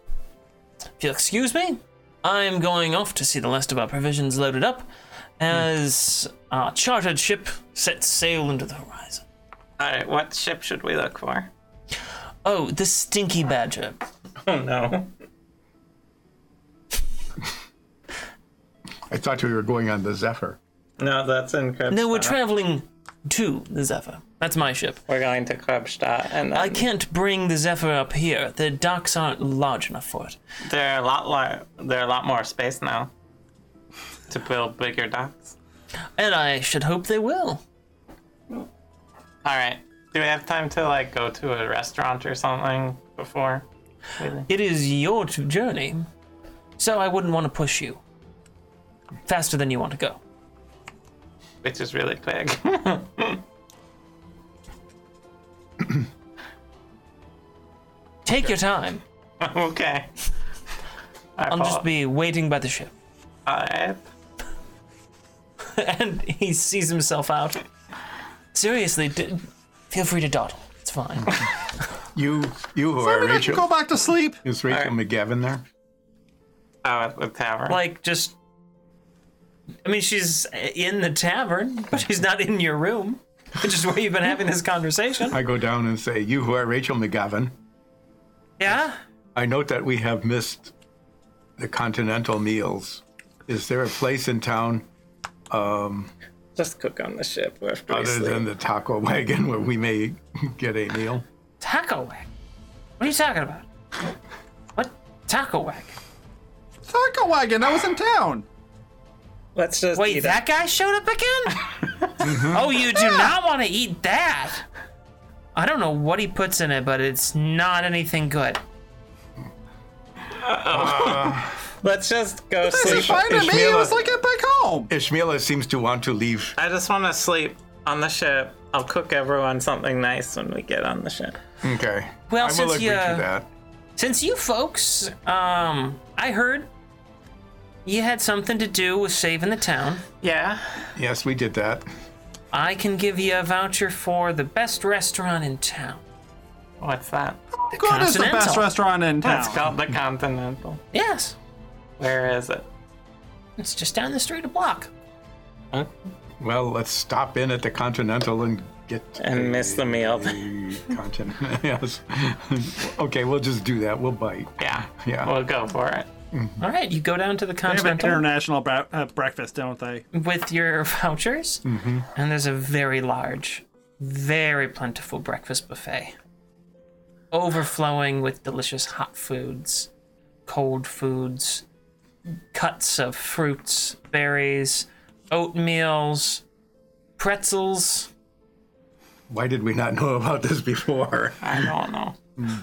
Speaker 1: if you'll excuse me, I'm going off to see the last of our provisions loaded up as our chartered ship sets sail into the horizon.
Speaker 5: Alright, what ship should we look for?
Speaker 1: Oh, the stinky badger.
Speaker 5: Oh no.
Speaker 4: I thought we were going on the Zephyr.
Speaker 5: No, that's in Krebstadt.
Speaker 1: No, we're traveling to the Zephyr. That's my ship.
Speaker 5: We're going to Krebstadt, and then
Speaker 1: I can't bring the Zephyr up here. The docks aren't large enough for it.
Speaker 5: there are a lot more. There are a lot more space now to build bigger docks.
Speaker 1: And I should hope they will.
Speaker 5: All right. Do we have time to like go to a restaurant or something before?
Speaker 1: It is your t- journey, so I wouldn't want to push you faster than you want to go.
Speaker 5: Which is really quick. (laughs)
Speaker 1: Take your time.
Speaker 5: okay. I
Speaker 1: I'll just
Speaker 5: be.
Speaker 1: be waiting by the ship. (laughs)
Speaker 5: All right.
Speaker 1: and he sees himself out. Seriously, d- feel free to dawdle. It's fine.
Speaker 4: You, you who
Speaker 3: I
Speaker 4: are
Speaker 3: mean, I can
Speaker 4: Rachel.
Speaker 3: go back to sleep.
Speaker 4: Is Rachel
Speaker 5: All
Speaker 4: McGavin there?
Speaker 5: Oh, at the
Speaker 1: (laughs)
Speaker 5: tavern.
Speaker 1: like, just. I mean, she's in the tavern, but she's not in your room, which is where you've been having this conversation.
Speaker 4: I go down and say, You who are Rachel McGavin,
Speaker 1: Yeah?
Speaker 4: I note that we have missed the continental meals. Is there a place in town
Speaker 5: just cook on the ship after we
Speaker 4: other
Speaker 5: sleep.
Speaker 4: than the taco (laughs) wagon where we may get a meal?
Speaker 1: Taco wagon. What are you talking about? What? Taco wagon?
Speaker 3: Taco wagon. I was in town.
Speaker 5: Let's just
Speaker 1: Wait,
Speaker 5: eat
Speaker 1: that guy showed up again?
Speaker 3: Mm-hmm.
Speaker 1: oh, you do not want to eat that. I don't know what he puts in it, but it's not anything good.
Speaker 5: it. Let's just go
Speaker 3: This is
Speaker 5: sleep.
Speaker 3: fine to me. It
Speaker 4: Ishmael-
Speaker 3: was like it back home.
Speaker 4: Ishmaela seems to want to leave.
Speaker 5: I just want to sleep on the ship. I'll cook everyone something nice when we get on the ship.
Speaker 4: Okay.
Speaker 1: Well,
Speaker 4: I will
Speaker 1: since
Speaker 4: agree
Speaker 1: you-
Speaker 4: to that.
Speaker 1: Since you folks, um, I heard you had something to do with saving the town.
Speaker 5: Yeah.
Speaker 4: Yes, we did that.
Speaker 1: I can give you a voucher for the best restaurant in town.
Speaker 5: What's that?
Speaker 1: The
Speaker 3: Good is the best
Speaker 1: Continental.
Speaker 3: restaurant in
Speaker 5: It's
Speaker 3: town.
Speaker 5: called the Continental.
Speaker 1: Yes,
Speaker 5: Where is it?
Speaker 1: it's just down the street a block.
Speaker 5: Huh?
Speaker 4: Well, let's stop in at the Continental and get
Speaker 2: And miss the meal.
Speaker 4: the Continent. (laughs) yes. okay, we'll just do that. We'll bite.
Speaker 2: Yeah.
Speaker 4: Yeah.
Speaker 2: We'll go for it.
Speaker 1: All right, you go down to the
Speaker 3: They have an
Speaker 1: Continental
Speaker 3: international bra- uh, breakfast, don't they?
Speaker 1: with your (laughs) vouchers, and there's a very large, very plentiful breakfast buffet, overflowing with delicious hot foods, cold foods, cuts of fruits, berries, oatmeals, pretzels.
Speaker 4: Why did we not know (laughs) about this before?
Speaker 2: I don't know.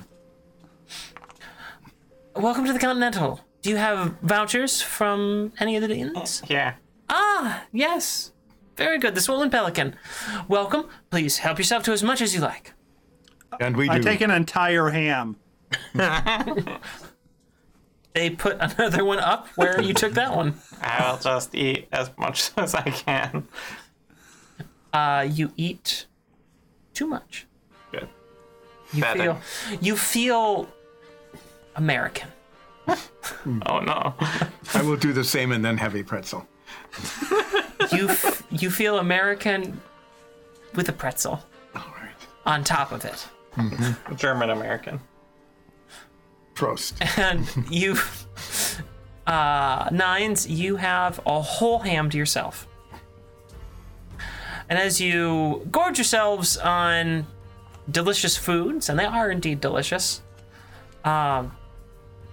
Speaker 1: Welcome to the Continental. Do you have vouchers from any of the inns?
Speaker 5: Oh.
Speaker 2: Yeah.
Speaker 1: Ah, yes. Very good. The swollen pelican. Welcome. Please help yourself to as much as you like.
Speaker 4: And we do.
Speaker 3: I take an entire ham.
Speaker 1: They put (laughs) another one up where you took that one.
Speaker 2: I will just eat as much (laughs) as I can.
Speaker 1: Uh, you eat too much.
Speaker 2: Good.
Speaker 1: You
Speaker 2: Feather.
Speaker 1: feel. You feel American.
Speaker 2: Oh no.
Speaker 4: I will do the same and then have a pretzel.
Speaker 1: You f- you feel American with a pretzel
Speaker 4: All right.
Speaker 1: on top of it,
Speaker 2: German American.
Speaker 3: (laughs)
Speaker 4: Prost.
Speaker 1: and you. Uh, nines, you have a whole ham to yourself. And as you gorge yourselves on delicious foods, and they are indeed delicious, um,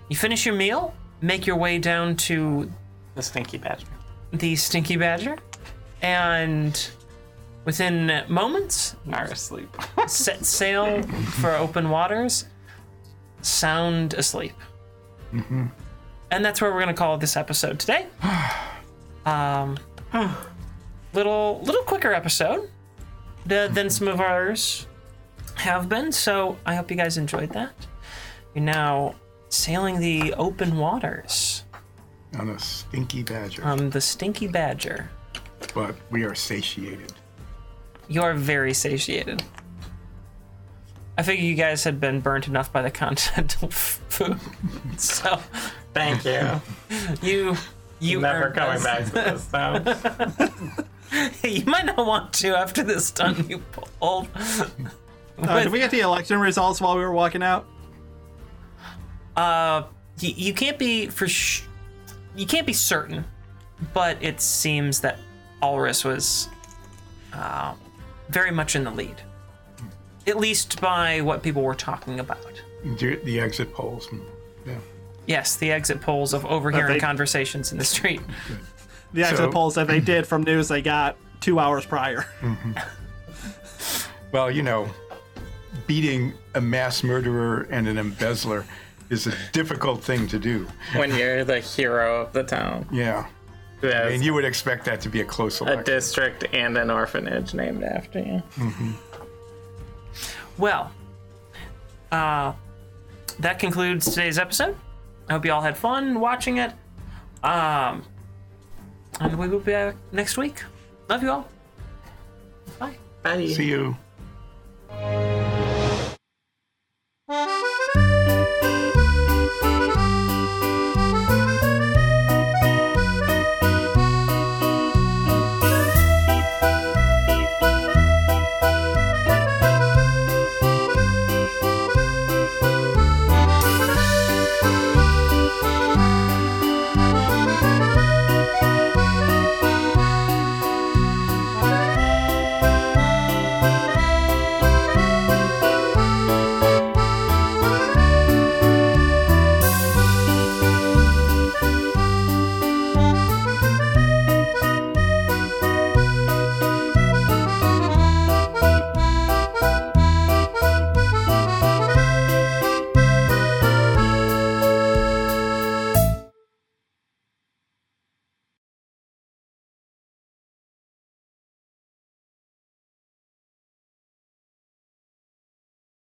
Speaker 1: you finish your meal, make your way down to
Speaker 2: The stinky badger.
Speaker 1: the Stinky Badger, and within moments,
Speaker 2: Are asleep.
Speaker 1: set sail for open waters, sound asleep. And that's where we're gonna call this episode today. Um, little little quicker episode th- than some of ours have been. So I hope you guys enjoyed that. You're now sailing the open waters
Speaker 4: On a stinky badger.
Speaker 3: Uh.
Speaker 1: on the Stinky Badger.
Speaker 4: but we are satiated.
Speaker 1: You are very satiated. I figure you guys had been burnt enough by the continental f- food, so
Speaker 2: Thank (laughs) you.
Speaker 1: you you
Speaker 2: Never
Speaker 1: earned
Speaker 2: coming
Speaker 1: this.
Speaker 2: back to this town.
Speaker 1: (laughs) you might not want to after this stun you pulled.
Speaker 3: Uh, did we get the election results while we were walking out?
Speaker 1: Uh, you, you can't be for sh- you can't be certain, but it seems that Alrus was uh, very much in the lead, at least by what people were talking about.
Speaker 4: The the exit polls. and- Yeah.
Speaker 1: Yes, the exit polls of overhearing
Speaker 3: they-
Speaker 1: conversations in the street.
Speaker 3: The exit
Speaker 4: So-
Speaker 3: polls that they did from news they got two hours prior. (laughs)
Speaker 4: Well, you know, beating a mass murderer and an embezzler is a difficult thing to do.
Speaker 5: (laughs) when you're the hero of the town.
Speaker 4: Yeah.
Speaker 5: who has
Speaker 4: And you would expect that to be a close
Speaker 5: a
Speaker 4: election.
Speaker 5: district and an orphanage named after you.
Speaker 1: Well, uh, that concludes today's episode. I hope you all had fun watching it. Um, and we will be back next week. Love you all. Bye.
Speaker 5: Bye.
Speaker 4: See you.